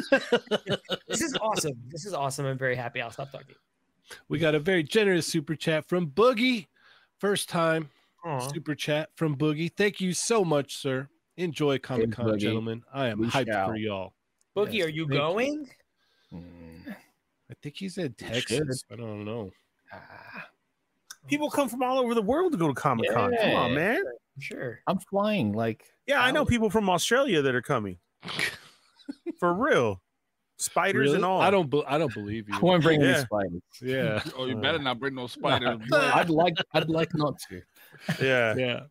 this is awesome. This is awesome. I'm very happy. I'll stop talking. We got a very generous super chat from Boogie. First time Aw. super chat from Boogie. Thank you so much, sir. Enjoy Comic Con, Boogie. gentlemen. I am We hyped shall. for y'all. Boogie, Yes, are you thank you. going? Mm. I think he's in You Texas. I don't know. Ah. People come from all over the world to go to Comic Con. Come on, Yeah. man. Sure. I'm flying. Like Yeah, I know Ouch. people from Australia that are coming. For real. Spiders Really? and all. I don't. be- I don't believe I you. won't bring any Yeah. spiders. Yeah. Oh, you better not bring no spiders. boy. I'd like. I'd like not to. Yeah. Yeah.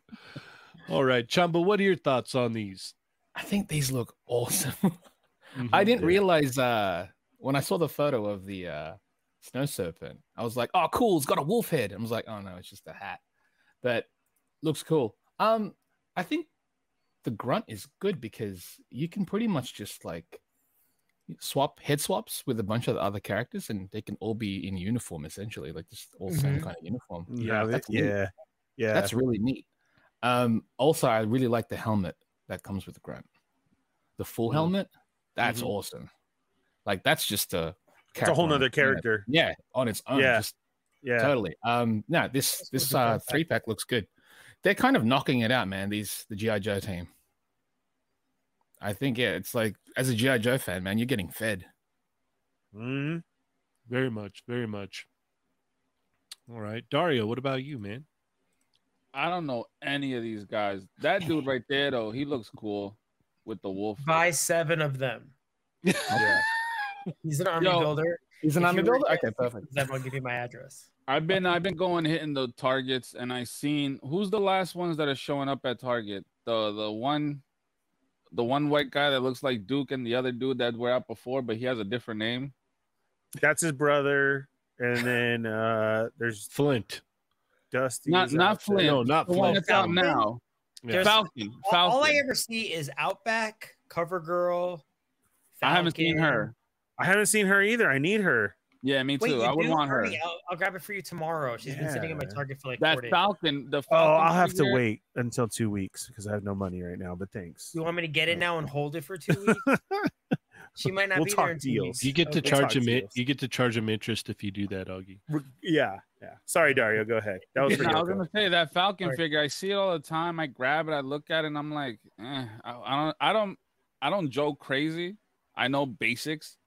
All right, Chumba. What are your thoughts on these? I think these look awesome. I didn't Yeah. realize uh, when I saw the photo of the uh, snow serpent, I was like, "Oh, cool! It's got a wolf head." I was like, "Oh no, it's just a hat," but looks cool. Um, I think the grunt is good because you can pretty much just like swap head swaps with a bunch of the other characters, and they can all be in uniform essentially, like just all same Mhm. kind of uniform. Mm-hmm. Yeah. that's neat. yeah. Yeah. That's really neat. Um, also, I really like the helmet that comes with the grunt. The full Mm. helmet, that's Mhm. awesome. Like that's just a Mm-hmm. it's a whole on nother its own. character. Yeah, on its own. Yeah. Just Yeah. totally. Um, no, this That's what this the uh grunt pack- three pack looks good. They're kind of knocking it out, man. These the GI Joe team. I think yeah, it's like as a GI Joe fan, man, you're getting fed. Mm. Very much. Very much. All right, Dario. What about you, man? I don't know any of these guys. That dude right there, though, he looks cool with the wolf. Buy seven of them. Yeah. He's an army Yo, builder. He's an If army you were builder. to Okay, get perfect. Then I'll give you my address. I've been I've been going hitting the targets, and I seen who's the last ones that are showing up at Target. The the one, the one white guy that looks like Duke, and the other dude that were out before, but he has a different name. That's his brother. And then uh there's Flint. Dusty. Not not Flint. No, not the one Flint. that's out now. Yeah. There's- Falcon. All, Falcon. all I I, ever see is Outback, Cover Girl. haven't seen Falcon. her. I haven't seen her either. I need her. Yeah, me too. Wait, you I would do? want her. Hurry, I'll, I'll grab it for you tomorrow. She's been sitting in my Yeah. Target for like four That days. Falcon. The Oh, Falcon I'll have to figure, wait until two weeks because I have no money right now. But thanks. You want me to get it now and hold it for two weeks? she might not We'll be talk there in two deals. weeks. You get to Okay. charge him. Talk to In, us. you get to charge him interest if you do that, Augie. Yeah, yeah. Sorry, Dario. Go ahead. That was Yeah, for I was you. gonna say that Falcon Sorry. figure. I see it all the time. I grab it, I look at it, and I'm like, eh, I, I don't, I don't, I don't joke crazy. I know basics,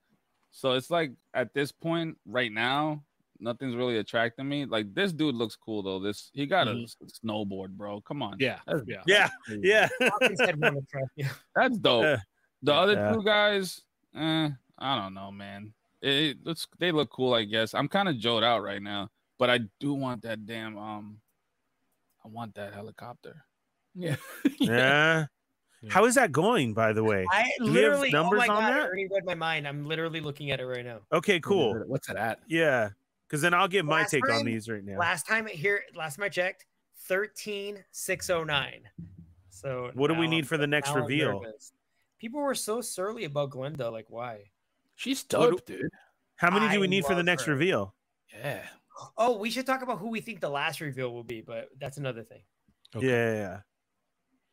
so it's like at this point right now, nothing's really attracting me. Like this dude looks cool though. This he got Mhm. a s- snowboard, bro. Come on. Yeah, That's- yeah. Yeah, yeah. Hopkins had one of them. Yeah. That's dope. Yeah. The other Yeah. two guys, eh, I don't know, man. It, it looks they look cool, I guess. I'm kind of jolted out right now, but I do want that damn um I want that helicopter. Yeah. yeah. Yeah. How is that going, by the way? I we have literally, oh numbers my on god, I that? already read my mind. I'm literally looking at it right now. Okay, cool. What's it at? Yeah, because then I'll give my Last take on time- these right now. Last time here, last time I checked, thirteen six oh nine. So What do we now need I'm- for the next now I'm reveal? nervous. People were so surly about Glinda. Like, why? She's What dope, dude. How many do I we need for the love next her. reveal? Yeah. Oh, we should talk about who we think the last reveal will be, but that's another thing. Okay. Yeah, yeah, yeah.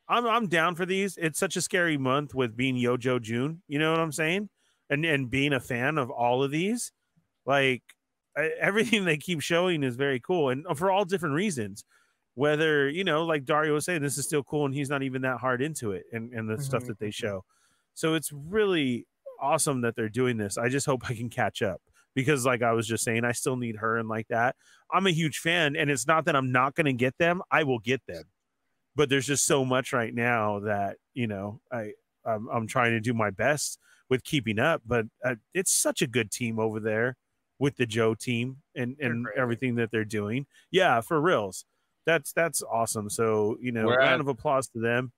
I'm I'm down for these. It's such a scary month with being Yojo June. You know what I'm saying? And and being a fan of all of these, like I, everything they keep showing is very cool, and uh, for all different reasons. Whether you know, like Dario was saying, this is still cool, and he's not even that hard into it, and and the stuff Mhm, that they mhm. show. So it's really awesome that they're doing this. I just hope I can catch up because, like I was just saying, I still need her and like that. I'm a huge fan, and it's not that I'm not going to get them. I will get them, but there's just so much right now that you know I I'm, I'm trying to do my best with keeping up. But uh, it's such a good team over there with the Joe team and They're and great. everything that they're doing. Yeah, for reals. That's that's awesome. So you know, We're round at- of applause to them.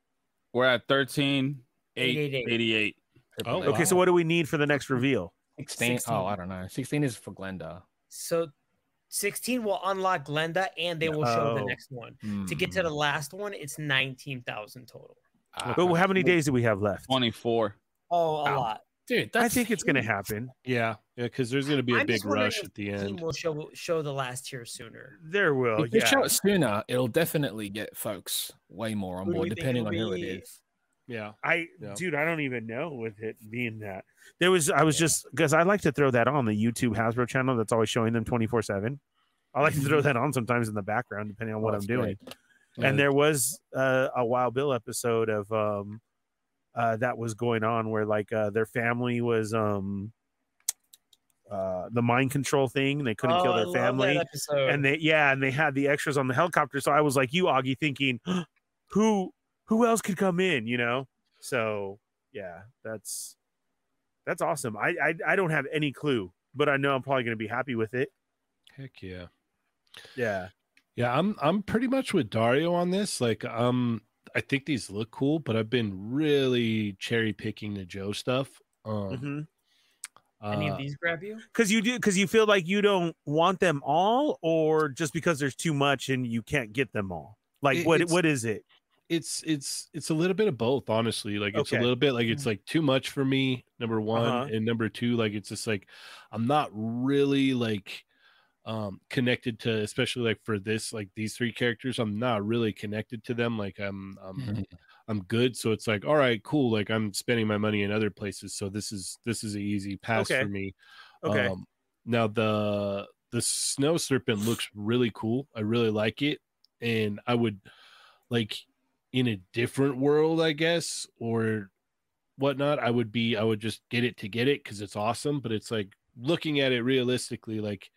We're at 13 888. 88. Oh, Triple A. Okay, so what do we need for the next reveal? 16. 16. Oh, I don't know. 16 is for Glenda. So, sixteen will unlock Glinda, and they will show the Oh. next one. To get Hmm, to the last one, it's nineteen thousand total. Ah, But how many days do we have left? 24. Oh, a Wow. lot. dude, I that's think it's going to huge. happen. yeah, yeah, because there's gonna be a I'm just big wondering rush if at the Team end. will show show the last tier sooner. There will. if they yeah. show it sooner, it'll definitely get folks way more on Who do board, we think depending on it'll who it be? is. Yeah, I Yeah. dude, I don't even know with it being that there was. I was just because I like to throw that on the YouTube Hasbro channel that's always showing them twenty four seven. I like to throw Mm-hmm. that on sometimes in the background depending on what Oh, I'm that's doing. great. And there was uh, a Wild Bill episode of um uh, that was going on where like uh, their family was um uh, the mind control thing. They couldn't Oh, kill I their love that family episode. and they yeah and they had the extras on the helicopter so i was like you augie thinking who who else could come in you know so yeah that's that's awesome i i, I don't have any clue but i know i'm probably going to be happy with it heck yeah. yeah Yeah, I'm I'm pretty much with Dario on this. Like, um, I think these look cool, but I've been really cherry picking the Joe stuff. Um, because any uh, of these grab you? Mm-hmm. you do because you feel like you don't want them all or just because there's too much and you can't get them all like It- what it's- what is it it's it's it's a little bit of both, honestly. Like, it's Okay. Mm. a little bit like it's like too much for me. Number one Uh-huh. and number two, like it's just like I'm not really like um connected to, especially like for this, like these three characters, I'm not really connected to them. Like, I'm I'm Mhm. Mm-hmm. I'm good. So it's like, all right, cool. Like I'm spending my money in other places. So this is this is an easy pass Okay. for me. okay Um, now the the snow serpent looks really cool. I really like it, and I would like in a different world, I guess, or whatnot. I would be I would just get it to get it because it's awesome. But it's like looking at it realistically, like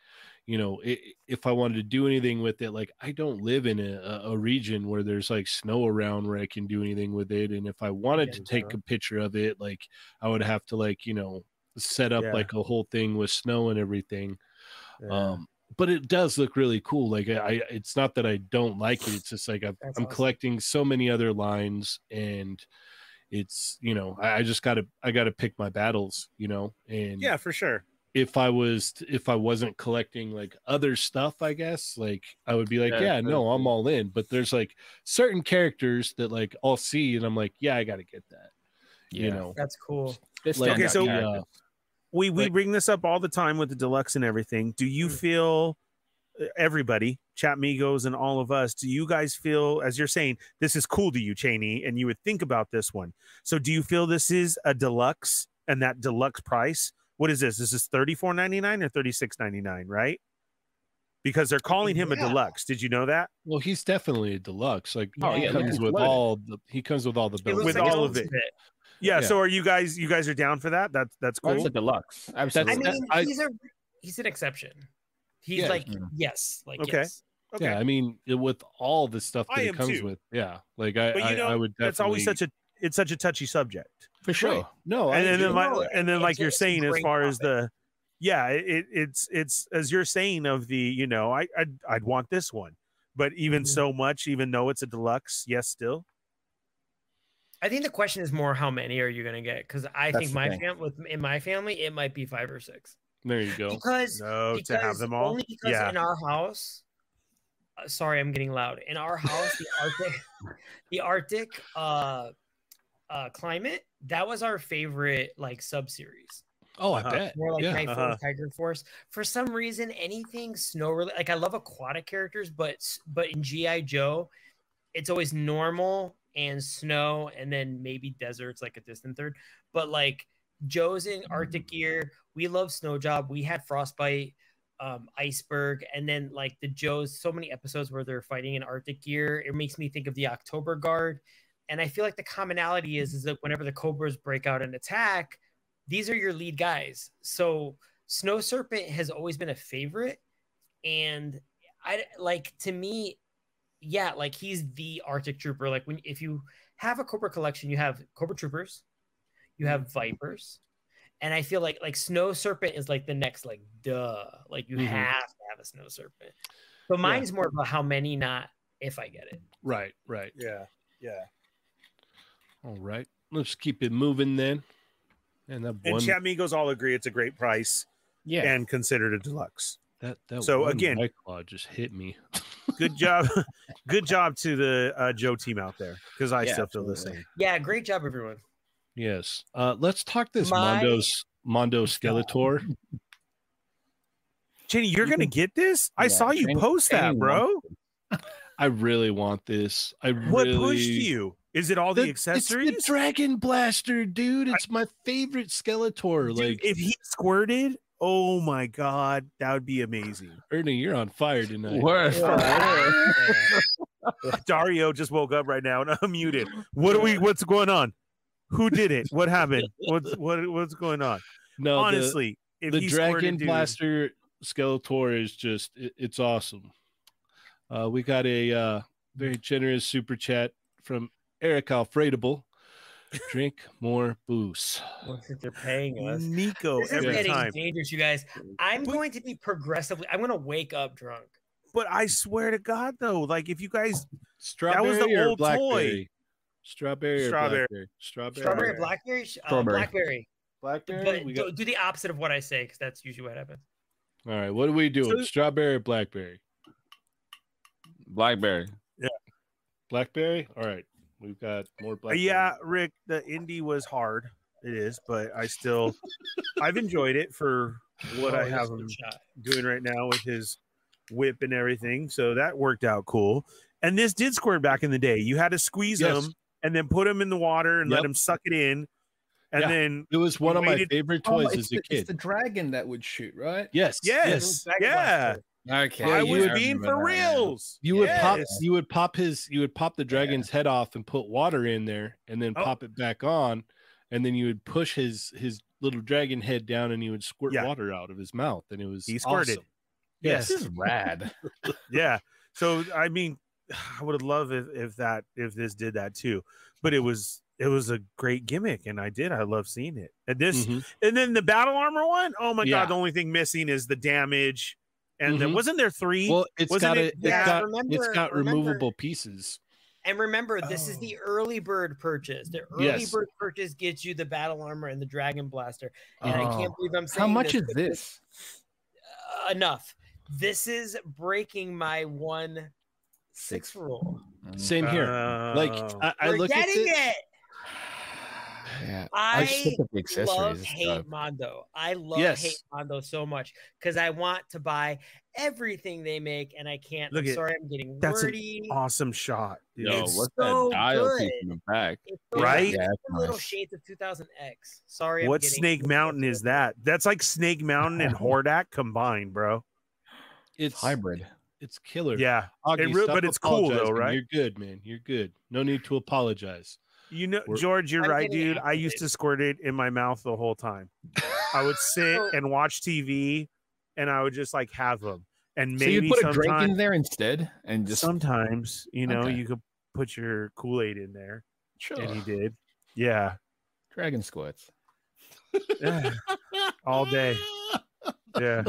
you know, i if I wanted to do anything with it, like I don't live in a, a- a region where there's like snow around where I can do anything with it. And if I wanted to Yeah, take sure. a picture of it, like I would have to like you know set up Yeah. like a whole thing with snow and everything. yeah. Um, but it does look really cool. Like I, I it's not that I don't like it. It's just like I've, I'm That's awesome. collecting so many other lines, and it's you know I, I just gotta I gotta pick my battles, you know. And yeah for sure if I was if I wasn't collecting like other stuff, I guess like I would be like, Yeah, yeah, sure. no, I'm all in. But there's like certain characters that like I'll see, and I'm like, yeah, I gotta get that. You Yeah. know, That's cool. They're like, uh, Okay, standout so- characters. yeah. we we Like- bring this up all the time with the deluxe and everything. Do you feel uh, everybody, Chatmigos and all of us, do you guys feel as you're saying this is cool to you, Cheney, and you would think about this one? So do you feel this is a deluxe and that deluxe price? What is this? This is thirty four ninety nine or thirty six ninety nine, right? Because they're calling him a Yeah. deluxe. Did you know that? Well, he's definitely a deluxe. Like Oh, he yeah, comes yeah. with all the he comes with all the It bells. looks With like an all of it. ultimate. Yeah, Yeah. So are you guys? You guys are down for that? That's that's cool. That's a deluxe. I Absolutely. I mean, I- he's a he's an exception. He's Yeah. like, yes, like Mm. Okay. yes. Okay. Yeah, I mean, it, with all the stuff that I it am comes too. with, yeah, like I, But you I, know, I would. Definitely, That's always such a it's such a touchy subject. for sure. Right. no, and I then, agree. then like, No, and then it's like you're a- it's a saying as great far as the topic. yeah it, it's it's as you're saying of the you know i i'd, I'd want this one but even Mhm. so much even though it's a deluxe yes still I think the question is more how many are you gonna get? Because I That's think the my thing. fam- with in my family it might be five or six. there you go. Because no to have because- them all Only because Yeah. in our house, uh, sorry, I'm getting loud. In our house, the Arctic, the Arctic uh, uh, climate, that was our favorite like sub series. Oh, I Uh-huh. bet. More like yeah, Night uh-huh. Force, Tiger Force. For some reason, anything snow related, like I love aquatic characters, but s- but in GI Joe, it's always normal and snow, and then maybe deserts, like a distant third. But like Joe's in Arctic gear. We love Snow Job. We had Frostbite, um, Iceberg, and then like the Joes. So many episodes where they're fighting in Arctic gear. It makes me think of the October Guard. And I feel like the commonality is is that whenever the Cobras break out and attack, these are your lead guys. So Snow Serpent has always been a favorite, and I like to me, yeah, like he's the Arctic Trooper. Like when if you have a Cobra collection, you have Cobra Troopers, you have Vipers, and I feel like like Snow Serpent is like the next like duh, like you Mhm. have to have a Snow Serpent. But mine is more about how many, not if I get it. right, right. yeah yeah All right, let's keep it moving then. And that and one Chamigos all agree it's a great price Yeah. and considered a deluxe that that so one again- White Claw just hit me. good job good job to the uh, joe team out there because i Yeah, still feel the absolutely. same Yeah, great job, everyone. Yes. Uh, let's talk this My- Mondo's Mondo Skeletor. jenny you're gonna get this i Yeah, saw you Jenny- post that Jenny bro I really want this. I what really pushed you is it all the, accessories It's the Dragon Blaster, dude. It's my favorite Skeletor. Dude, like if he squirted, oh my god, that would be amazing. Ernie, you're on fire tonight. Word. Dario just woke up right now and unmuted. What are we? What's going on? Who did it? What happened? What's what? What's going on? No, the- Honestly, if the he Dragon squirted, dude, Blaster Skeletor is just it- it's awesome. Uh, we got a uh, very generous super chat from Eric Alfredable. Drink more booze. They're paying us. Nico This is every getting time. dangerous, you guys. I'm going to be progressively. I'm going to wake up drunk. But I swear to God, though, like if you guys, Strawberry was the or old toy. blackberry? Strawberry, Strawberry. Or blackberry. Strawberry. Strawberry, blackberry, sh- uh, Strawberry. blackberry. Blackberry. But We do, got... do the opposite of what I say because that's usually what happens. All right. What are we doing? So- Strawberry or blackberry? Blackberry. Blackberry. All right. We've got more blackberry. Uh, yeah, Rick, the indie was hard. It is, but I still, I've enjoyed it for what I Oh, have. that's him- a shot. doing right now with his whip and everything. So that worked out cool. And this did squirt back in the day. You had to squeeze Yes. them and then put them in the water and let Yep. them suck it in. And Yeah. then It was one of my Waited- favorite Oh, toys it's as the- a kid. It's the dragon that would shoot, right? Yes. yes, Dragon yeah, Blaster. Okay. Yeah, I you was would- being for reals. You would pop Yes. you would pop his you would pop the dragon's head off and put water in there and then Oh. pop it back on and then you would push his his little dragon head down and he would squirt Yeah. water out of his mouth and it was He squirted. awesome. Yes. This is rad. yeah. So I mean, I would have loved if, if that if this did that too, but it was it was a great gimmick and I did I love seeing it. And this Mhm. And then the battle armor one, oh my Yeah. god, the only thing missing is the damage. And then Mhm. wasn't there three? Well, it's Wasn't got it- a, it, has Yeah, got it's remember- got remember- removable pieces. And remember, this is the early bird purchase. The early Yes. bird purchase gets you the battle armor and the dragon blaster. And I can't Oh. believe I'm saying How much this, is but this? uh, enough. This is breaking my one six rule. Mm. Same here. like Oh. I, I We're look at getting it, it. Yeah. I, I just look at the accessories. love it's hate dope. Mondo. I love hate Yes. Mondo so much because I want to buy everything they make, and I can't. Look I'm at- sorry, I'm getting that's an wordy. awesome shot. dude. Yo, It's what's so that dial good. piece in the back? It's so Right? nice. Yeah, that's The Little nice. shades of 2000X. Sorry, what I'm getting- Snake Mountain is that? That's like Snake Mountain and Hordak combined, bro. it's hybrid. it's killer. Yeah. Augie, it re- stop but it's cool though, apologizing. right? You're good, man. You're good. No need to apologize. You know, We're- George, you're I'm right, getting dude. I used to squirt it in my mouth the whole time. I would sit So- and watch TV and I would just like have them. and So maybe you put a sometime- drink in there instead, and just sometimes you know Okay. you could put your Kool Aid in there, sure. and he did. Yeah, dragon squirts. Yeah. all day. Yeah,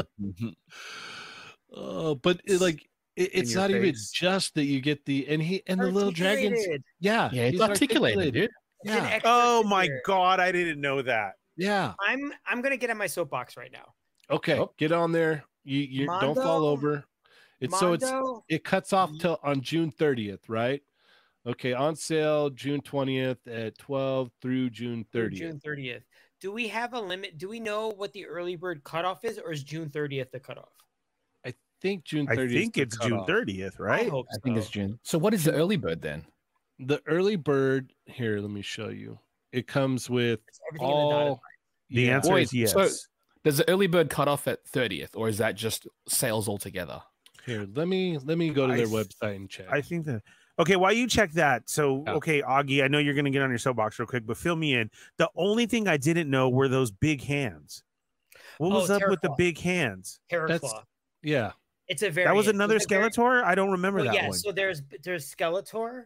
Oh, but it, like it, it's your not even face. just that you get the and he and the little dragons. Articulated. Yeah, Yeah, it's he's articulated, dude. It's an Yeah, expert Oh my speaker. god, I didn't know that. yeah. I'm I'm gonna get on my soapbox right now. Okay, Oh. get on there. You you don't Mondo- fall over. It's so it's Mondo- Mm-hmm. it cuts off till on June 30th, right? Okay, on sale June 20th at 12 through June or 30th. June 30th. Do we have a limit? Do we know what the early bird cutoff is, or is June 30th the cutoff? I think June 30th. I is think the it's June cutoff. thirtieth, I right? hope I think so. it's June. So what is the early bird then? The early bird here, let me show you. It comes with It's everything in the dotted all The Yeah. answer Wait, is yes. so- Does the early bird cut off at 30th, or is that just sales altogether? Here, let me let me go to I their th- website and check. I think that. Okay, while you check that, so Yeah. okay, Augie, I know you're gonna get on your soapbox real quick, but fill me in. The only thing I didn't know were those big hands. What Oh, was up with the Terraclaw. big hands? Terraclaw. that's- yeah, It's a very That was another Skeletor. I don't remember that yeah, one. so there's there's Skeletor,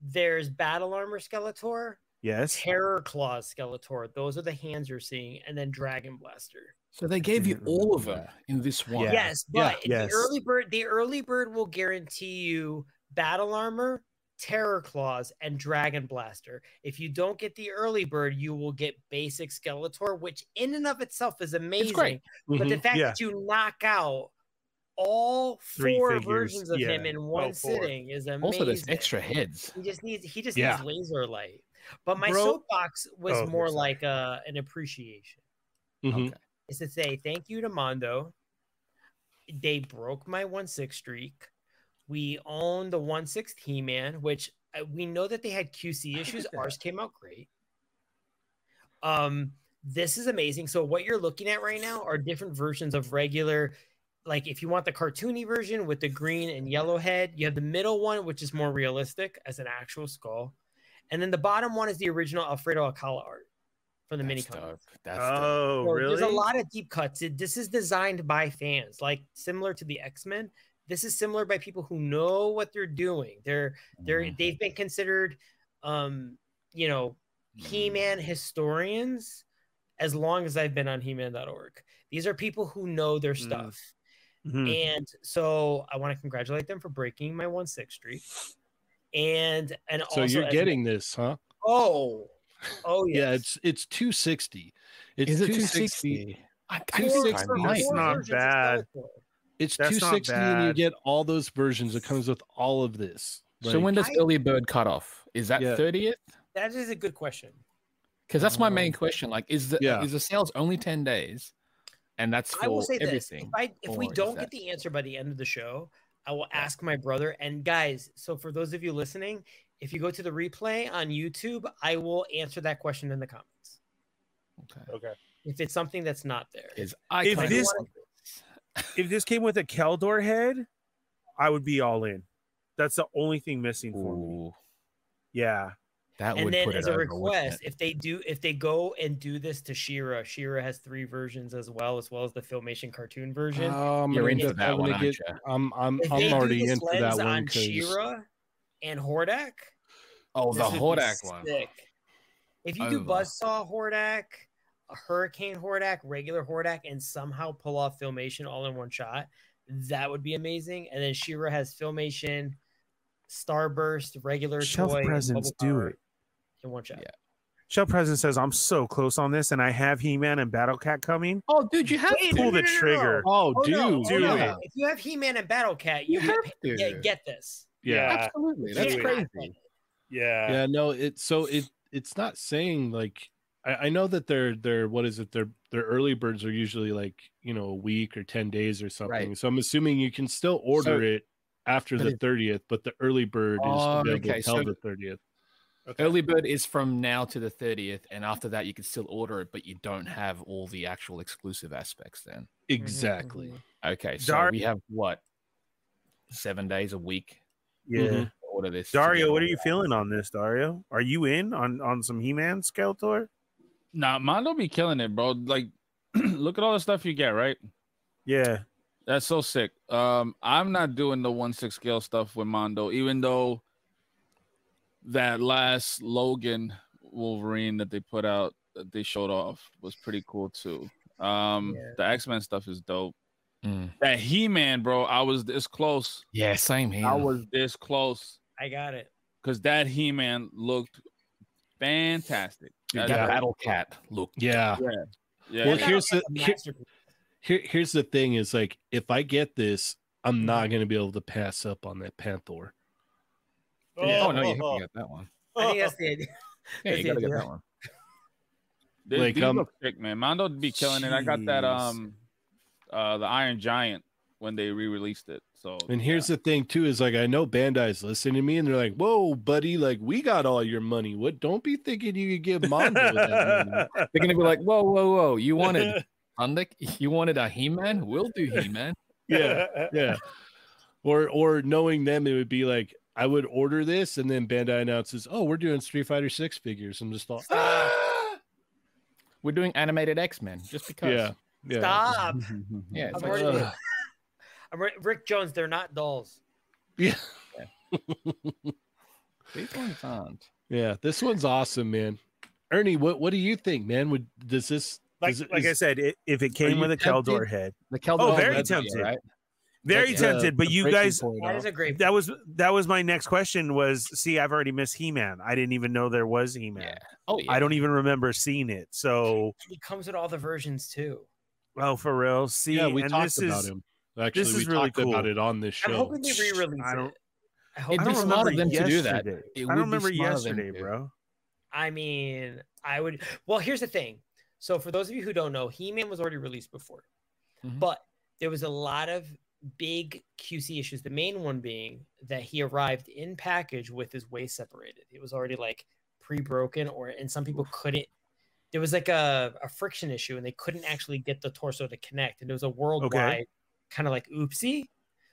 there's Battle Armor Skeletor, yes, Terror Claw Skeletor. Those are the hands you're seeing, and then Dragon Blaster. So they gave you didn't all of them remember in this one. Yeah. Yes, yeah, but yes. the early bird the early bird will guarantee you Battle Armor, Terror Claws, and Dragon Blaster. If you don't get the early bird, you will get basic Skeletor, which in and of itself is amazing. But the Mhm. fact Mm-hmm. yeah. that you knock out all Three four figures, versions of him yeah. in one Oh, four. sitting is amazing. Also, there's extra heads. He just needs he just Yeah. needs laser light. But my Bro- soapbox was Oh, more sorry. like uh, an appreciation Mhm. Okay. is to say thank you to Mondo. They broke my 1 6 streak. We own the 1 6 He Man, which uh, we know that they had QC issues. Ours came out great. Um, this is amazing. So, what you're looking at right now are different versions of regular. Like, if you want the cartoony version with the green and yellow head, you have the middle one, which is more realistic as an actual skull. And then the bottom one is the original Alfredo Alcala art from the mini That's comic. dope. That's dope. Oh, So really? There's a lot of deep cuts. It- this is designed by fans, like similar to the X Men. This is similar by people who know what they're doing. They're they're Mhm. they've been considered, um, you know, He Man historians as long as I've been on He Man.org. These are people who know their Mm. stuff, Mhm. and so I want to congratulate them for breaking my one six streak. And and So also you're as- getting this, huh? oh oh yes. Yeah, it's it's 260. It's Is it 260. 260? I, I Four think I versions- might. four Not versions of bad. Skeletor. It's That's not 260 and you bad. get all those versions. It comes with all of this. so Like, when does I- early bird cut off? Is that Yeah. 30th? That is a good question. Because that's my main Um, question. Like, is the yeah. is the sales only 10 days? And that's I will for say everything. this: if, I, if we or is don't get that- the answer by the end of the show, I will Yeah. ask my brother. And guys, so for those of you listening, if you go to the replay on YouTube, I will answer that question in the comments Okay. Okay. if it's something that's not there. 'Cause I If kinda this- want it. If this came with a Keldor head, I would be all in. That's the only thing missing for me. Ooh, Yeah. that and would then put as it a over, wouldn't request, it? if they do, if they go and do this to Shira, Shira has three versions as well, as well as the filmation cartoon version. Oh, I'm You're gonna into get- that I'm one, gonna aren't get- ya? I'm I'm if they I'm do already this in for lens that one on 'cause- Shira and Hordak, Oh, the This would be Hordak one. sick. If you do Over. Buzzsaw Hordak, a Hurricane Hordak, regular Hordak, and somehow pull off Filmation all in one shot, that would be amazing. And then Shira has Filmation, Starburst, regular Shelf toy, and presence, Bubble do Power it. in one shot. Yeah. Shell President says, I'm so close on this, and I have He Man and Battle Cat coming. Oh, dude, you have Pull to. the trigger. Oh, Oh, dude, no, oh, do no. yeah. If you have He-Man and Battle Cat, you, You have get, to. get, get this. Yeah. Absolutely. That's Yeah. crazy. Yeah. yeah no it's so it it's not saying like I, I know that their their what is it their their early birds are usually like you know a week or 10 days or something so i'm assuming you can still order it after but the it- 30th but the early bird is Oh, available okay, till so- the 30th Early bird is from now to the 30th, and after that, you can still order it, but you don't have all the actual exclusive aspects then. exactly mhm. Okay, so Dar- we have what? Seven days a week Yeah. Mm-hmm. Mhm. to order this. to get Dario, what all are you that. feeling on this, Dario? Are you in on, on some He Man Skeletor? Nah, Mondo be killing it, bro. Like, look at all the stuff you get, right? Yeah. That's so sick. Um, I'm not doing the one six scale stuff with Mondo, even though that last Logan Wolverine that they put out that they showed off was pretty cool too. Um, Yeah. the X Men stuff is dope. Mm. That He Man, bro, I was this close. Yeah, same here. I was this close I got it. because that He Man looked fantastic. Dude, That- that battle cat look. Yeah. yeah, Well, Yeah. here's the A here, masterpiece. here, here's the thing is like if I get this, I'm not Mm-hmm. gonna be able to pass up on that Panther. Oh no, you haven't got that one. I think that's the idea. Yeah, That's you gotta it, get yeah. that one. They, Like, these um, look sick, man. Mondo be killing it. I got that Jeez. um uh the Iron Giant when they re-released it. So And here's the thing too is like I know Bandai's listening to me and they're like, "Whoa, buddy, like we got all your money. What? Don't be thinking you could give Mondo that money." They're gonna be like, whoa, whoa, whoa! You wanted Undick? You wanted a He-Man? We'll do He-Man. Yeah, yeah. Or or knowing them, it would be like I would order this, and then Bandai announces, "Oh, we're doing Street Fighter Six figures." I'm just like, "Ah!" We're doing animated X-Men just because. yeah, yeah. Stop. yeah. It's I'm like, already- ugh. Ugh. I'm Ri- Rick Jones, they're not dolls. These ones aren't. yeah. This one's awesome, man. Ernie, what what do you think, man? Would does this Like, does it- like I is- said, it, if it came you with a tempted? Keldor head, The Keldor Oh, Hall very Red Media, tempted. right? very Like, uh, tempted. but the you breaking guys, point That of- is a great. that was that was my next question. Was see, I've already missed He Man. I didn't even know there was He Man. Yeah. Oh yeah. I don't even remember seeing it. So, He comes with all the versions too. well, for real, see, yeah, we and talked this about is, him. Actually, this we is really talked about cool. it on this I'm show. hoping they re-release I it. don't- I It'd I hope. be don't they smart of remember them to do that. yesterday. It I would don't be remember smart of them yesterday, to. bro. I mean, I would. Well, here's the thing. So, for those of you who don't know, He Man was already released before, Mhm. but there was a lot of big QC issues. The main one being that he arrived in package with his waist separated. It was already like pre broken, or and some people couldn't. There was like a, a friction issue, and they couldn't actually get the torso to connect. And it was a worldwide kind of like oopsie.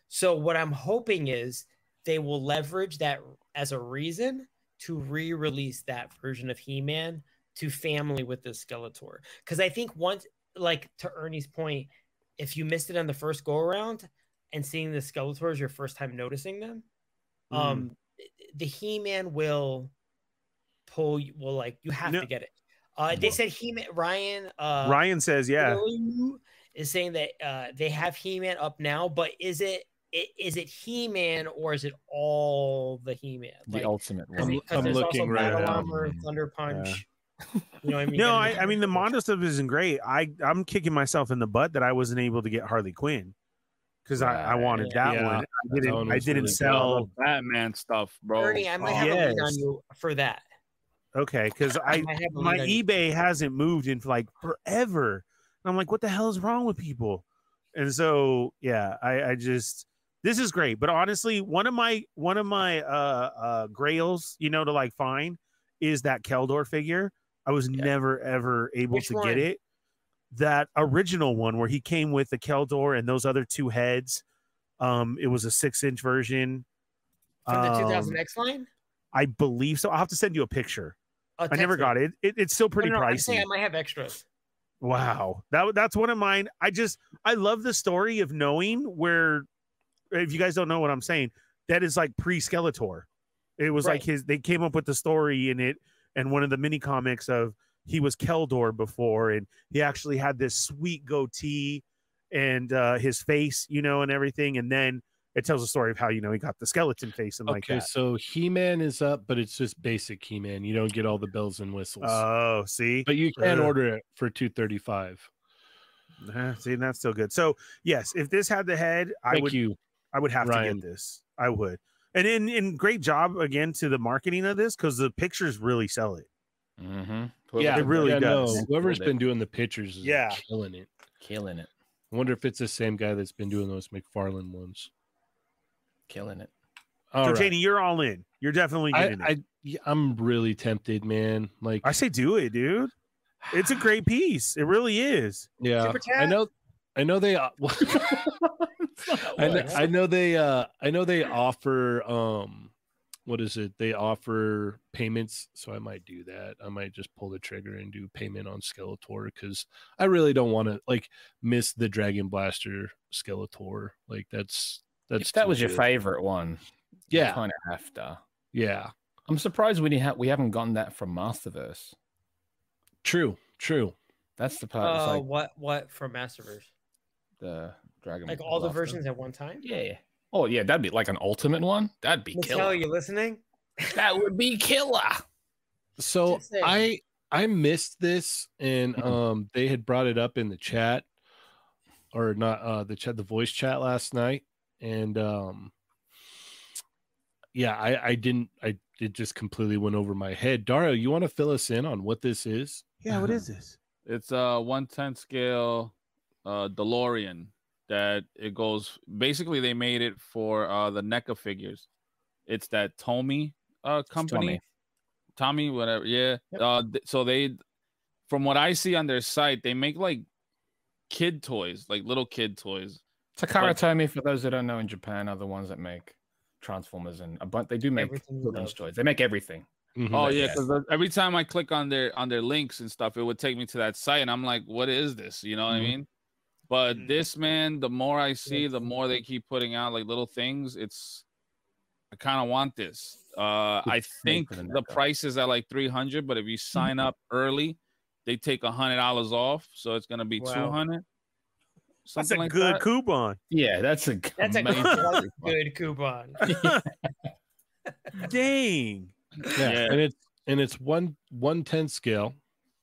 So, what I'm hoping is they will leverage that as a reason to re-release that version of He-Man to family with the Skeletor. Because I think once, like to Ernie's point, if you missed it on the first go around and seeing the Skeletor is your first time noticing them, Mm. um, the He-Man will pull. you Will like you have No. to get it. Uh, they Well. said He-Man Ryan. Uh, Mm. Ryan says, yeah. Blue is saying that uh, they have He-Man up now, but is it i- is it He-Man or is it all the He-Man? The ultimate because one. I'm- I'm there's looking also right Battle now. Armor, Thunder Punch. You know what I mean? No, And- I, I mean the Mondo stuff isn't great. I I'm kicking myself in the butt that I wasn't able to get Harley Quinn because I, I wanted that Yeah. one. I one didn't. I was didn't really good. sell. the Batman stuff, bro. Oh, Ernie, I might have a lead on Yes. you for that. Okay, because I might have a my E lead on you. eBay hasn't moved in like forever. And I'm like, what the hell is wrong with people? And so yeah, I, I just this is great. But honestly, one of my one of my uh uh grails, you know, to like find is that Keldor figure. I was never ever able Which to one? get it. That original one where he came with the Keldor and those other two heads. Um, it was a six inch version. from the Um, 2000X line. I believe so. I'll have to send you a picture. Oh, I never got it. it it's still pretty I'm pricey. saying I might have extras. Wow. That that's one of mine. I just I love the story of knowing where if you guys don't know what I'm saying, that is like pre-Skeletor. It was like Right. his they came up with the story in it and one of the mini comics of he was Keldor before and he actually had this sweet goatee and uh his face, you know, and everything. And then it tells the story of how you know he got the skeleton face and like okay, that. so He Man is up, but it's just basic He Man. You don't get all the bells and whistles. Oh, see. but you can uh, order it for two thirty five. Uh, see, that's still good. So yes, if this had the head, I Thank would you. I would have Ryan. to get this. I would. And in and great job again to the marketing of this because the pictures really sell it. Mm-hmm. it really does. No, whoever's been doing the pictures is Yeah. killing it. killing it, I wonder if it's the same guy that's been doing those McFarlane ones. killing it. All so right. Janie, you're all in. You're definitely I, getting it. I yeah, I'm really tempted, man. Like I, say do it, dude. It's a great piece. It really is. yeah, Super I chat? know I know they uh, I know, I know they uh I know they offer um what is it? They offer payments, so I might do that. I might just pull the trigger and do payment on Skeletor because I really don't want to like miss the Dragon Blaster Skeletor. Like that's that's if that too was your good. favorite one, you Yeah, kind of have to. yeah. I'm surprised we ha- we haven't gotten that from Masterverse. True, true. That's the Oh, part. that's Uh, like what what from Masterverse? the Dragon. Like all the Blaster. versions at one time? Yeah. Oh yeah, that'd be like an ultimate one. That'd be Mattel, killer. you listening? That would be killer. So Just saying. I I missed this and Mhm. um they had brought it up in the chat or not uh the chat the voice chat last night and um yeah I I didn't I it just completely went over my head. Dario, you want to fill us in on what this is? Yeah, what is this? It's a one ten scale uh DeLorean that it goes basically they made it for uh the NECA figures. It's that Tomy uh company. Tommy, whatever. Yeah. Uh th- so they from what I see on their site, they make like kid toys, like little kid toys. Takara Like- Tomy, for those that don't know, in Japan are the ones that make Transformers and a bunch. They do make Everything you children's love. toys. They make everything. Oh yeah, Yeah. because every time I click on their on their links and stuff, it would take me to that site, and I'm like, "What is this?" You know what I Mhm. mean? But Mhm. this man, the more I see, Yes. the more they keep putting out like little things. It's I kind of want this. Uh, I It's made think for the the Necro. price is at like 300, but if you sign up early, they take a hundred dollars off, so it's gonna be Wow. 200. That's a Something like good that. coupon. Yeah, that's a g- That's a amazing good, one. good coupon. Dang. yeah. Yeah. And it's and it's one one tenth scale.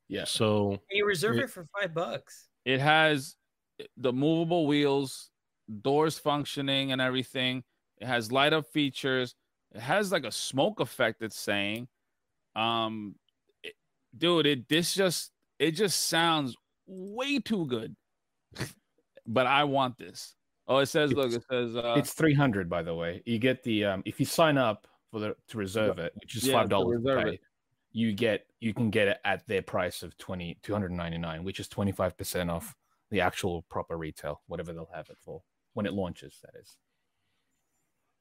Yeah. So You reserve Yeah. it for five bucks. It has the movable wheels, doors functioning and everything. It has light up features. It has like a smoke effect. It's saying, um, it- dude, it this just it just sounds way too good. but I want this. Oh, it says, look, it says, uh, It's three hundred, by the way. You get the um, if you sign up for the to reserve it, which is Yeah, five to dollars to reserve pay, it. you get you can get it at their price of twenty two hundred ninety nine, which is twenty five percent off the actual proper retail, whatever they'll have it for when it launches. That is.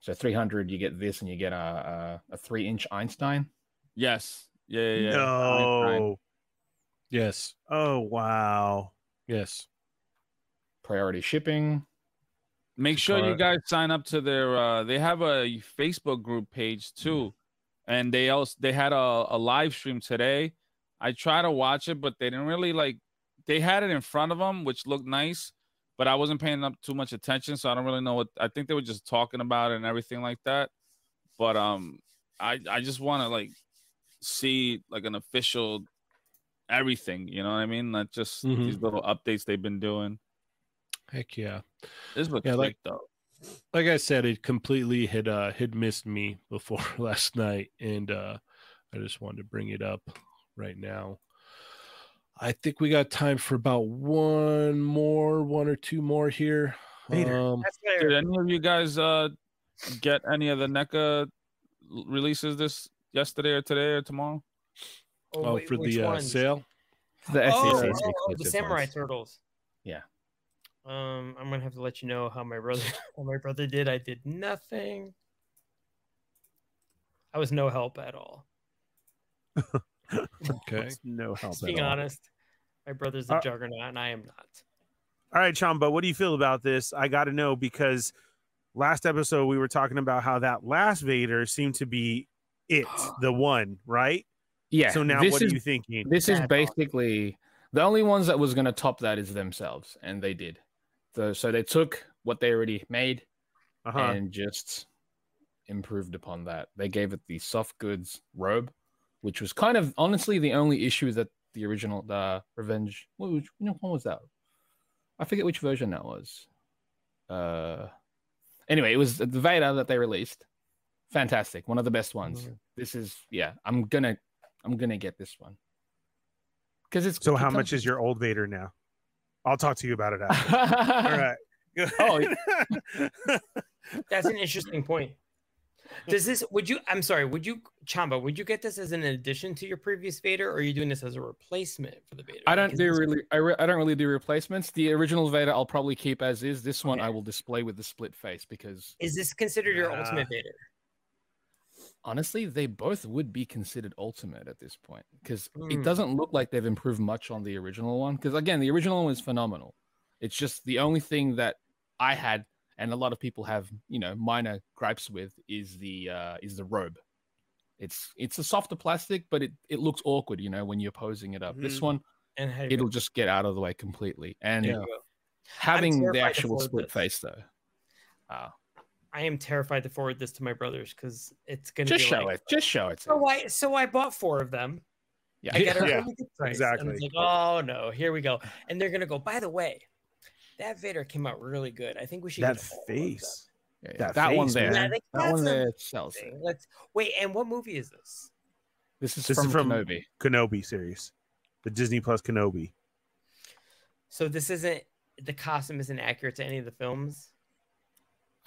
So three hundred, you get this, and you get a a, a three inch Einstein. yes, yeah, yeah, yeah. Einstein. No. yes, Oh wow. yes. Priority shipping. Make sure you Alright. guys sign up to their. Uh, they have a Facebook group page too, and they also they had a, a live stream today. I tried to watch it, but they didn't really like. They had it in front of them, which looked nice, but I wasn't paying up too much attention, so I don't really know what. I think they were just talking about it and everything like that. But um, I I just want to like see like an official everything. You know what I mean? Not just Mhm. these little updates they've been doing. Heck yeah. This looks Yeah, like like- though. like I said, it completely had uh had missed me before last night, and uh I just wanted to bring it up right now. I think we got time for about one more, one or two more here. Vader. Um, That's Did fair. any of you guys uh get any of the NECA l- releases this yesterday or today or tomorrow? oh, wait, for which the uh, ones? sale. The Oh, SEC oh, 's E oh, the exclusive Samurai ones. Turtles. Yeah. Um, I'm gonna have to let you know how my brother how my brother did. I did nothing. I was no help at all. Okay. No help Just being honest, my brother's the Uh, juggernaut, and I am not. All right, Chamba, what do you feel about this? I got to know because last episode we were talking about how that last Vader seemed to be it, the one, right? Yeah. So now this what is are you thinking? This is Bad dog. basically the only ones that was going to top that is themselves, and they did. So, so they took what they already made Uh-huh. and just improved upon that. They gave it the soft goods robe, which was kind of honestly the only issue that the original the Revenge. What was, which one was that? I forget which version that was. Uh, anyway, it was the Vader that they released. Fantastic, one of the best ones. This is yeah. I'm gonna I'm gonna get this one because it's so it how comes- much is your old Vader now? I'll talk to you about it after. All right. right. Go Oh, ahead. That's an interesting point. Does this? Would you? I'm sorry. Would you, Chamba? Would you get this as an addition to your previous Vader, or are you doing this as a replacement for the Vader? I don't Because do this- really. I, re- I don't really do replacements. The original Vader I'll probably keep as is. This one I will display with the split face because Is this considered your Nah. ultimate Vader? honestly, they both would be considered ultimate at this point because Hmm. it doesn't look like they've improved much on the original one. Because again, the original one was phenomenal. It's just the only thing that I had, and a lot of people have, you know, minor gripes with is the uh, is the robe. It's it's a softer plastic, but it it looks awkward, you know, when you're posing it up. This Mhm. one, And hey, it'll just get out of the way completely. And Yeah. having the terrified to actual forward split this. face though, I am terrified to forward this to my brothers because it's gonna just be show like, it. Just show it. to So them. I so I bought four of them. Yeah. I get her Yeah, really good price. And it's exactly. like, oh no, here we go. And they're gonna go. By the way, that Vader came out really good. I think we should That get all of them." face. Yeah, yeah. That That, one face, there. man. Yeah, I That think one that's a there sells it. Thing. Let's wait. And what movie is this? This is This is from- from, Kenobi. Kenobi series, the Disney Plus Kenobi. So this isn't the costume isn't accurate to any of the films.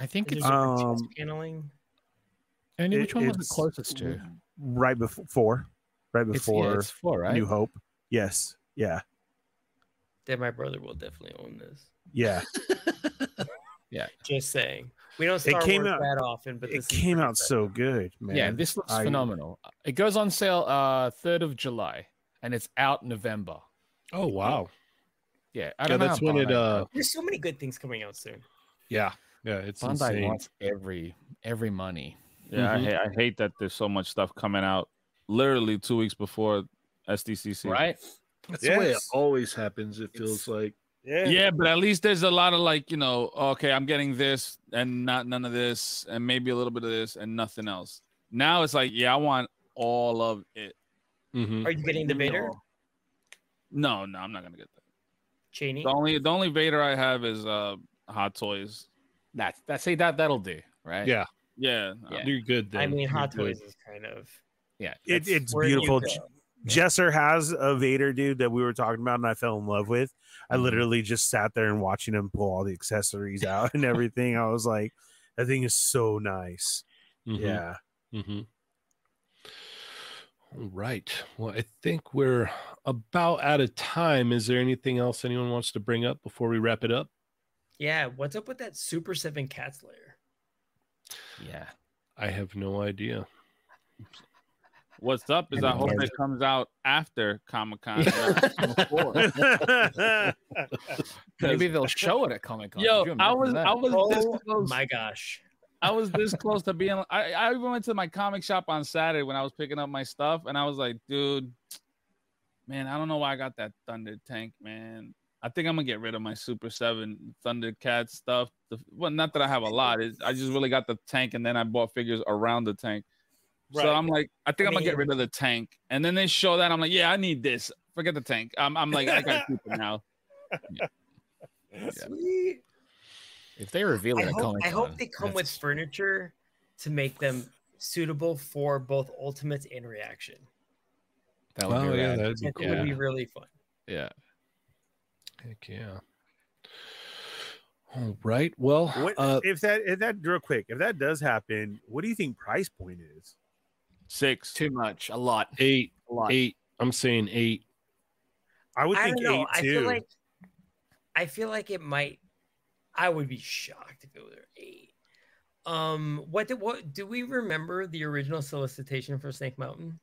I think Is it's there Uh, some chest um, paneling. only It- which one was the it's closest to? w- Right before four, right It's, yeah, before it's four, right? New Hope. Yes, yeah, Then my brother will definitely own this. yeah. Just saying, we don't Star came Wars out- that often, but this it is came pretty out so good, man. yeah, this looks I- phenomenal. It goes on sale uh third of July, and it's out November. Oh wow. Yeah, Yeah, I don't know. that's how when it, Bandai- uh, There's so many good things coming out soon. Yeah. Yeah. It's Bandai insane. wants every every money. Yeah, Mhm. Mm-hmm. I, hate, I hate that there's so much stuff coming out literally two weeks before SDCC. Right? That's the way it Yes. always happens. It feels It's- like Yeah, Yeah, but at least there's a lot of like, you know, okay, I'm getting this and not none of this and maybe a little bit of this and nothing else. Now it's like, yeah, I want all of it. Mm-hmm. Are you getting the Vader? No, no, I'm not gonna get that. Cheney? The only the only Vader I have is uh Hot Toys. That's that see that that'll do, right? Yeah. Yeah. Yeah. You're good then. I mean, You're Hot good. Toys is kind of Yeah. It, that's- it's where do you beautiful. go? J- Jesser has a Vader dude that we were talking about, and I fell in love with. I Mm-hmm. Mhm. literally just sat there and watching him pull all the accessories out and everything. I was like, that thing is so nice. Mhm. Yeah. Mm-hmm. All right. Well, I think we're about out of time. Is there anything else anyone wants to bring up before we wrap it up? yeah. What's up with that Super Seven Cat Slayer? yeah. I have no idea. What's up is I hope it comes out after Comic Con. Maybe they'll show it at Comic Con. Yo, I was I was this Oh close. my gosh! I was this close to being. I, I even went to my comic shop on Saturday when I was picking up my stuff, and I was like, dude, man, I don't know why I got that Thunder Tank, man. I think I'm gonna get rid of my Super Seven Thundercat stuff. The- well, not that I have a lot. It's, I just really got the tank, and then I bought figures around the tank. So I'm like, I think I I am gonna get mean- rid of the tank, and then they show that I'm like, yeah, I need this. Forget the tank. I'm, I'm like, I gotta keep it now. Sweet. if they reveal I it at hope, Comic I Con. hope they come with that's- furniture to make them suitable for both Ultimates and Reaction. that would be rad. that'd I think it would be Yeah. really fun. yeah. Heck yeah. All right. Well, What- uh, if that if that real quick, if that does happen, what do you think price point is? Six. Too much. A lot. eight, A lot. eight. I'm saying eight. I would I think don't know. I eight too. feel like I feel like it might. I would be shocked if it was eight. Um, what did what do we remember the original solicitation for Snake Mountain?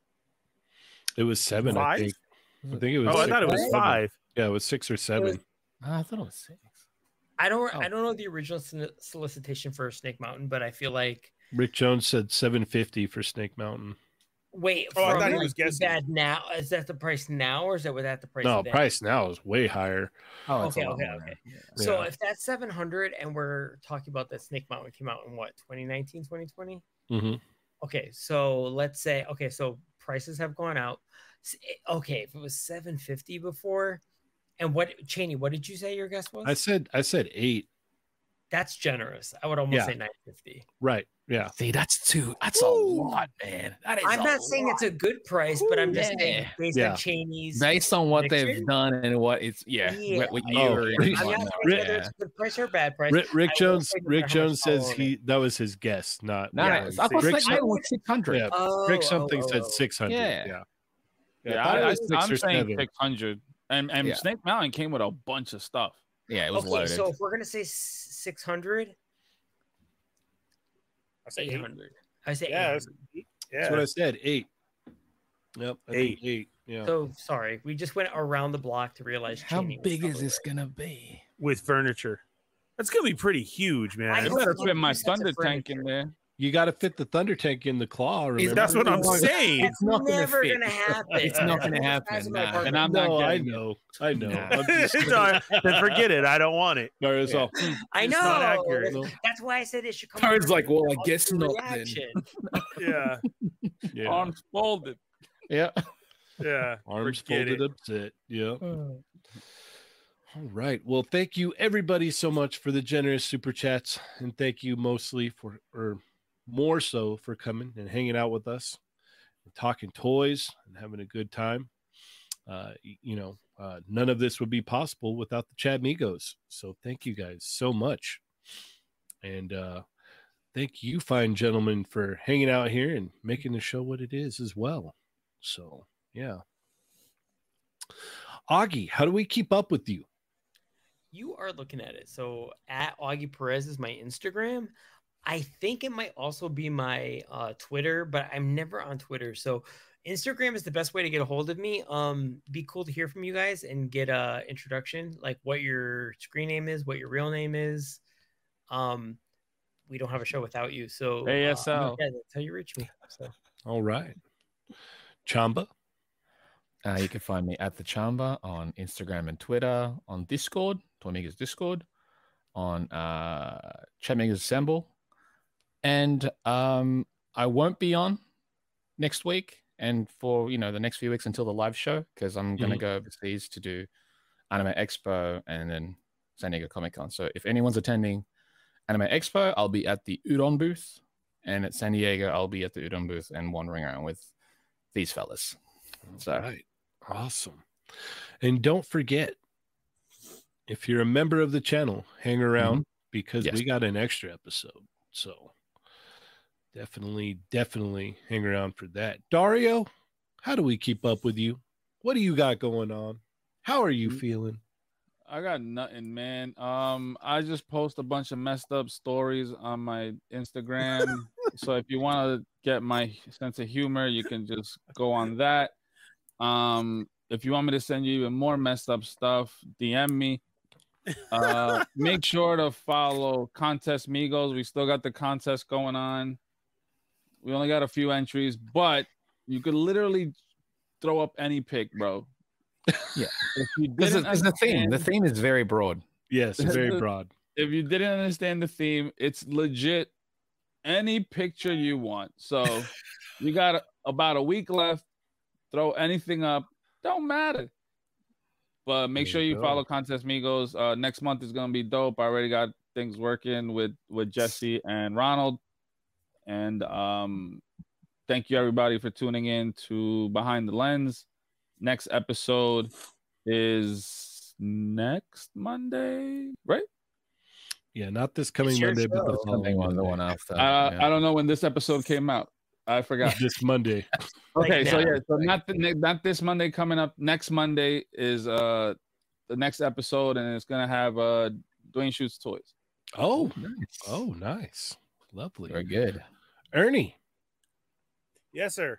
It was seven. Five? I think. I think it was. oh, I six thought it or was seven. five. Yeah, it was six or seven. Ah, I thought it was six. I don't Oh. I don't know the original sn- solicitation for Snake Mountain, but I feel like Rick Jones said seven fifty for Snake Mountain. wait. Oh, I from, thought he like, was the guessing. bad now is that the price now or is that without the price? No, then? price now is way higher. Oh, it's a Okay, lot okay, more, okay. yeah. So Yeah. if that's 700 and we're talking about that Snake Mountain came out in what 2019, 2020? hmm Okay, so let's say okay, so prices have gone out. S- eh, Okay, if it was 750 before, and what Cheney, what did you say your guess was? I said. I said eight. That's generous. I would almost Yeah. say 950. Right. Yeah. See, that's two. That's Ooh. a lot, man. That is I'm a not saying it's a good price, but I'm just saying Yeah. based Yeah. on Cheney's. lot. based on what Picture? they've done and what it's yeah. Yeah. What, what Oh, year it is I'm I'm right not saying now. Rick- whether it's a good price or a bad price. Rick, Rick I will Jones. say no matter Rick how much Jones says follow it. he that was his guess, not No, Yeah, no, it's you I thought see. Snake Mountain was six hundred. Yeah, Oh, Rick oh, something oh, said oh. six hundred. Yeah. Yeah. Yeah, Yeah, thought it I, was six am or saying seven. 600. And, and Yeah. Snake Mountain came with a bunch of stuff. Yeah, it was Okay, loaded. so if we're gonna say 600, I said eight. 800. I say Yeah, 800. that's- That's Yeah. what I said. Eight. Yep. I think Eight. Yeah. So sorry, we just went around the block to realize How Cheney was big is probably this gonna be? With furniture. That's gonna be pretty huge, man. I- I better love fit my these sets of thunder tank in there. You got to fit the thunder tank in the claw. Remember? That's what I'm It's saying. It's not gonna never fit. gonna happen. It's not That's gonna the happen, size of my nah. apartment. And I'm no, not I getting know. I know. Nah. I'm just It's all right. then forget it. I don't want it. Mario's all, "Hmm, I It's know. not accurate. That's why I said it should come. Tara's from like, well, I a guess not then. reaction. Yeah. yeah. Arms folded. Yeah. Yeah. Arms forget folded, upset. Yeah. All right. Well, thank you everybody so much for the generous super chats, and thank you mostly for, or more so, for coming and hanging out with us, and talking toys and having a good time. Uh, y- you know, uh, none of this would be possible without the Chad Migos. So thank you guys so much, and uh, thank you, fine gentlemen, for hanging out here and making the show what it is as well. So yeah. Augie, how do we keep up with you? You are looking at it. So at Augie Perez is my Instagram. I think it might also be my uh, Twitter, but I'm never on Twitter. So Instagram is the best way to get a hold of me. Um, be cool to hear from you guys and get a introduction, like what your screen name is, what your real name is. Um, we don't have a show without you, so uh, ASL. yeah, that's how you reach me. So All right. Chamba. Uh, you can find me at the Chamba on Instagram and Twitter, on Discord, Tormigas Discord, on uh, Chatmigas Assemble, and um, I won't be on next week and for you know the next few weeks until the live show because I'm gonna Mhm. go overseas to do Anime Expo and then San Diego Comic Con. So if anyone's attending Anime Expo, I'll be at the Udon booth, and at San Diego, I'll be at the Udon booth and wandering around with these fellas. So. All right. Awesome. And don't forget, if you're a member of the channel, hang around because Yes. we got an extra episode. So definitely, definitely hang around for that. Dario, how do we keep up with you? What do you got going on? How are you feeling? I got nothing, man. Um, I just post a bunch of messed up stories on my Instagram. so if you want to get my sense of humor, you can just go on that. Um, if you want me to send you even more messed up stuff, DM me. Uh, make sure to follow Contest Migos. We still got the contest going on. We only got a few entries, but you could literally throw up any pick, bro. Yeah. If you Because didn't the theme, the understand- theme is very broad. Yes, very broad. if you didn't understand the theme, it's legit any picture you want. So you got about a week left. Throw anything up. Don't matter. But make There sure you you go. follow Contest Migos. Uh, next month is gonna be dope. I already got things working with with Jesse and Ronald. And um, thank you everybody for tuning in to Behind the Lens. Next episode is next Monday, right? Yeah, not this coming your Monday, but the show. following Something on the Monday. one after. Uh, yeah. I don't know when this episode came out. I forgot. This Monday. Like okay, so now. yeah, so not the, not this Monday coming up. Next Monday is uh the next episode, and it's gonna have uh Dwayne shoots toys. Oh, nice. oh, nice. Lovely. very good. Ernie, Yes, sir.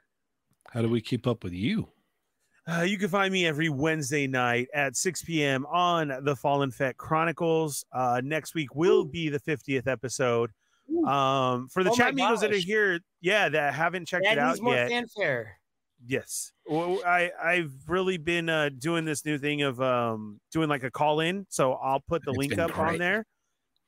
how do we keep up with you? Uh, you can find me every Wednesday night at 6 p.m. on the Fallen Fet Chronicles. Uh, next week will be the 50th episode. Um, for the Oh my chat amigos that are gosh. here, yeah, that haven't checked that it out needs more yet. fanfare. yes, well, I I've really been uh, doing this new thing of um, doing like a call in, so I'll put the It's link been up on great. there,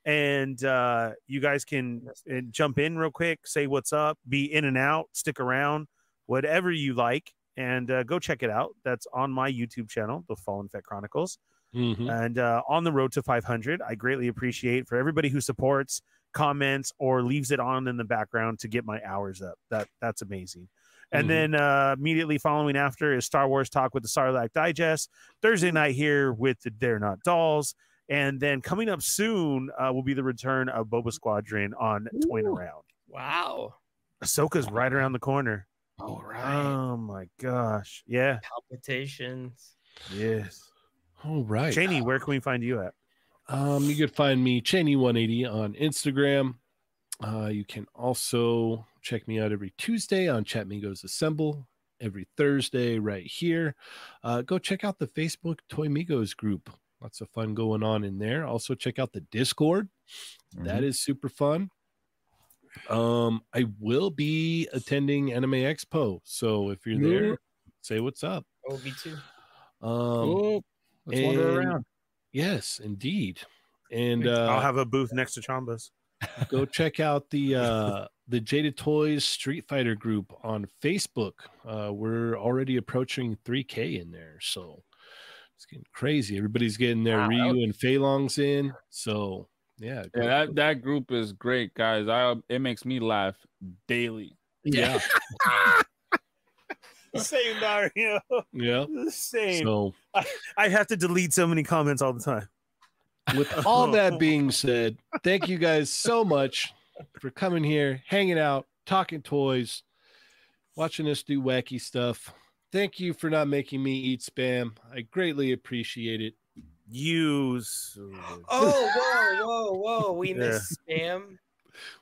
and uh, you guys can uh, jump in real quick, say what's up, be in and out, stick around, whatever you like, and uh, go check it out. That's on my YouTube channel, The Fallen Fet Chronicles Mm-hmm. and uh, on the road to 500 i greatly appreciate for everybody who supports comments or leaves it on in the background to get my hours up that that's amazing and Mhm. then uh, immediately following after is star wars talk with the sarlacc digest thursday night here with the they're not dolls and then coming up soon uh, will be the return of boba squadron on toying around Wow, ahsoka's right around the corner All right. oh my gosh yeah palpitations. yes All right. Cheney, where can we find you at Um, you could find me Cheney180 on Instagram, Uh, you can also check me out every Tuesday on Chatmigos Assemble, every Thursday right here. Uh, go check out the Facebook Toy Migos group. Lots of fun going on in there. Also, check out the Discord. Mm-hmm. That is super fun. Um, I will be attending Anime Expo. So if you're there, say what's up. OV2. Um, Oh, let's and- wander around. Yes, indeed. And uh, I'll have a booth next to Chambas. go check out the uh the jaded toys street fighter group on facebook uh we're already approaching 3k in there so it's getting crazy everybody's getting their Wow, that ryu and Phalong's in so yeah go- Yeah, that, that group is great, guys. I it makes me laugh daily. yeah Same, Dario. yeah Same. so I have to delete so many comments all the time. with all that being said thank you guys so much for coming here hanging out talking toys watching us do wacky stuff thank you for not making me eat spam i greatly appreciate it Use. Oh, whoa, whoa, whoa. We Yeah. missed spam.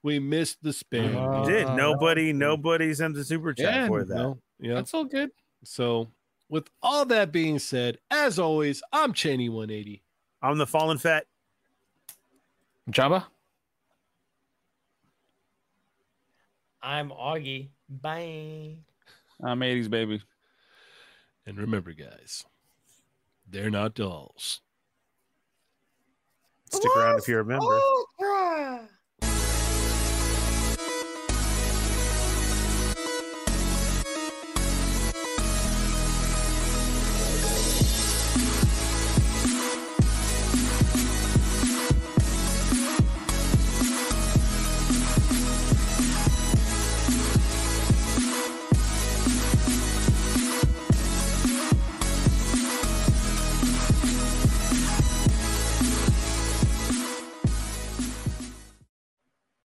We missed the spam. Uh, Did Uh, nobody? Nobody sent a super chat yeah, for that. No, yeah. That's all good. So, with all that being said, as always, I'm Cheney 180. I'm the fallen fat. Jabba. I'm Augie. Bye. I'm 80s baby. And remember, guys, they're not dolls. Stick around if you're a member. Oh,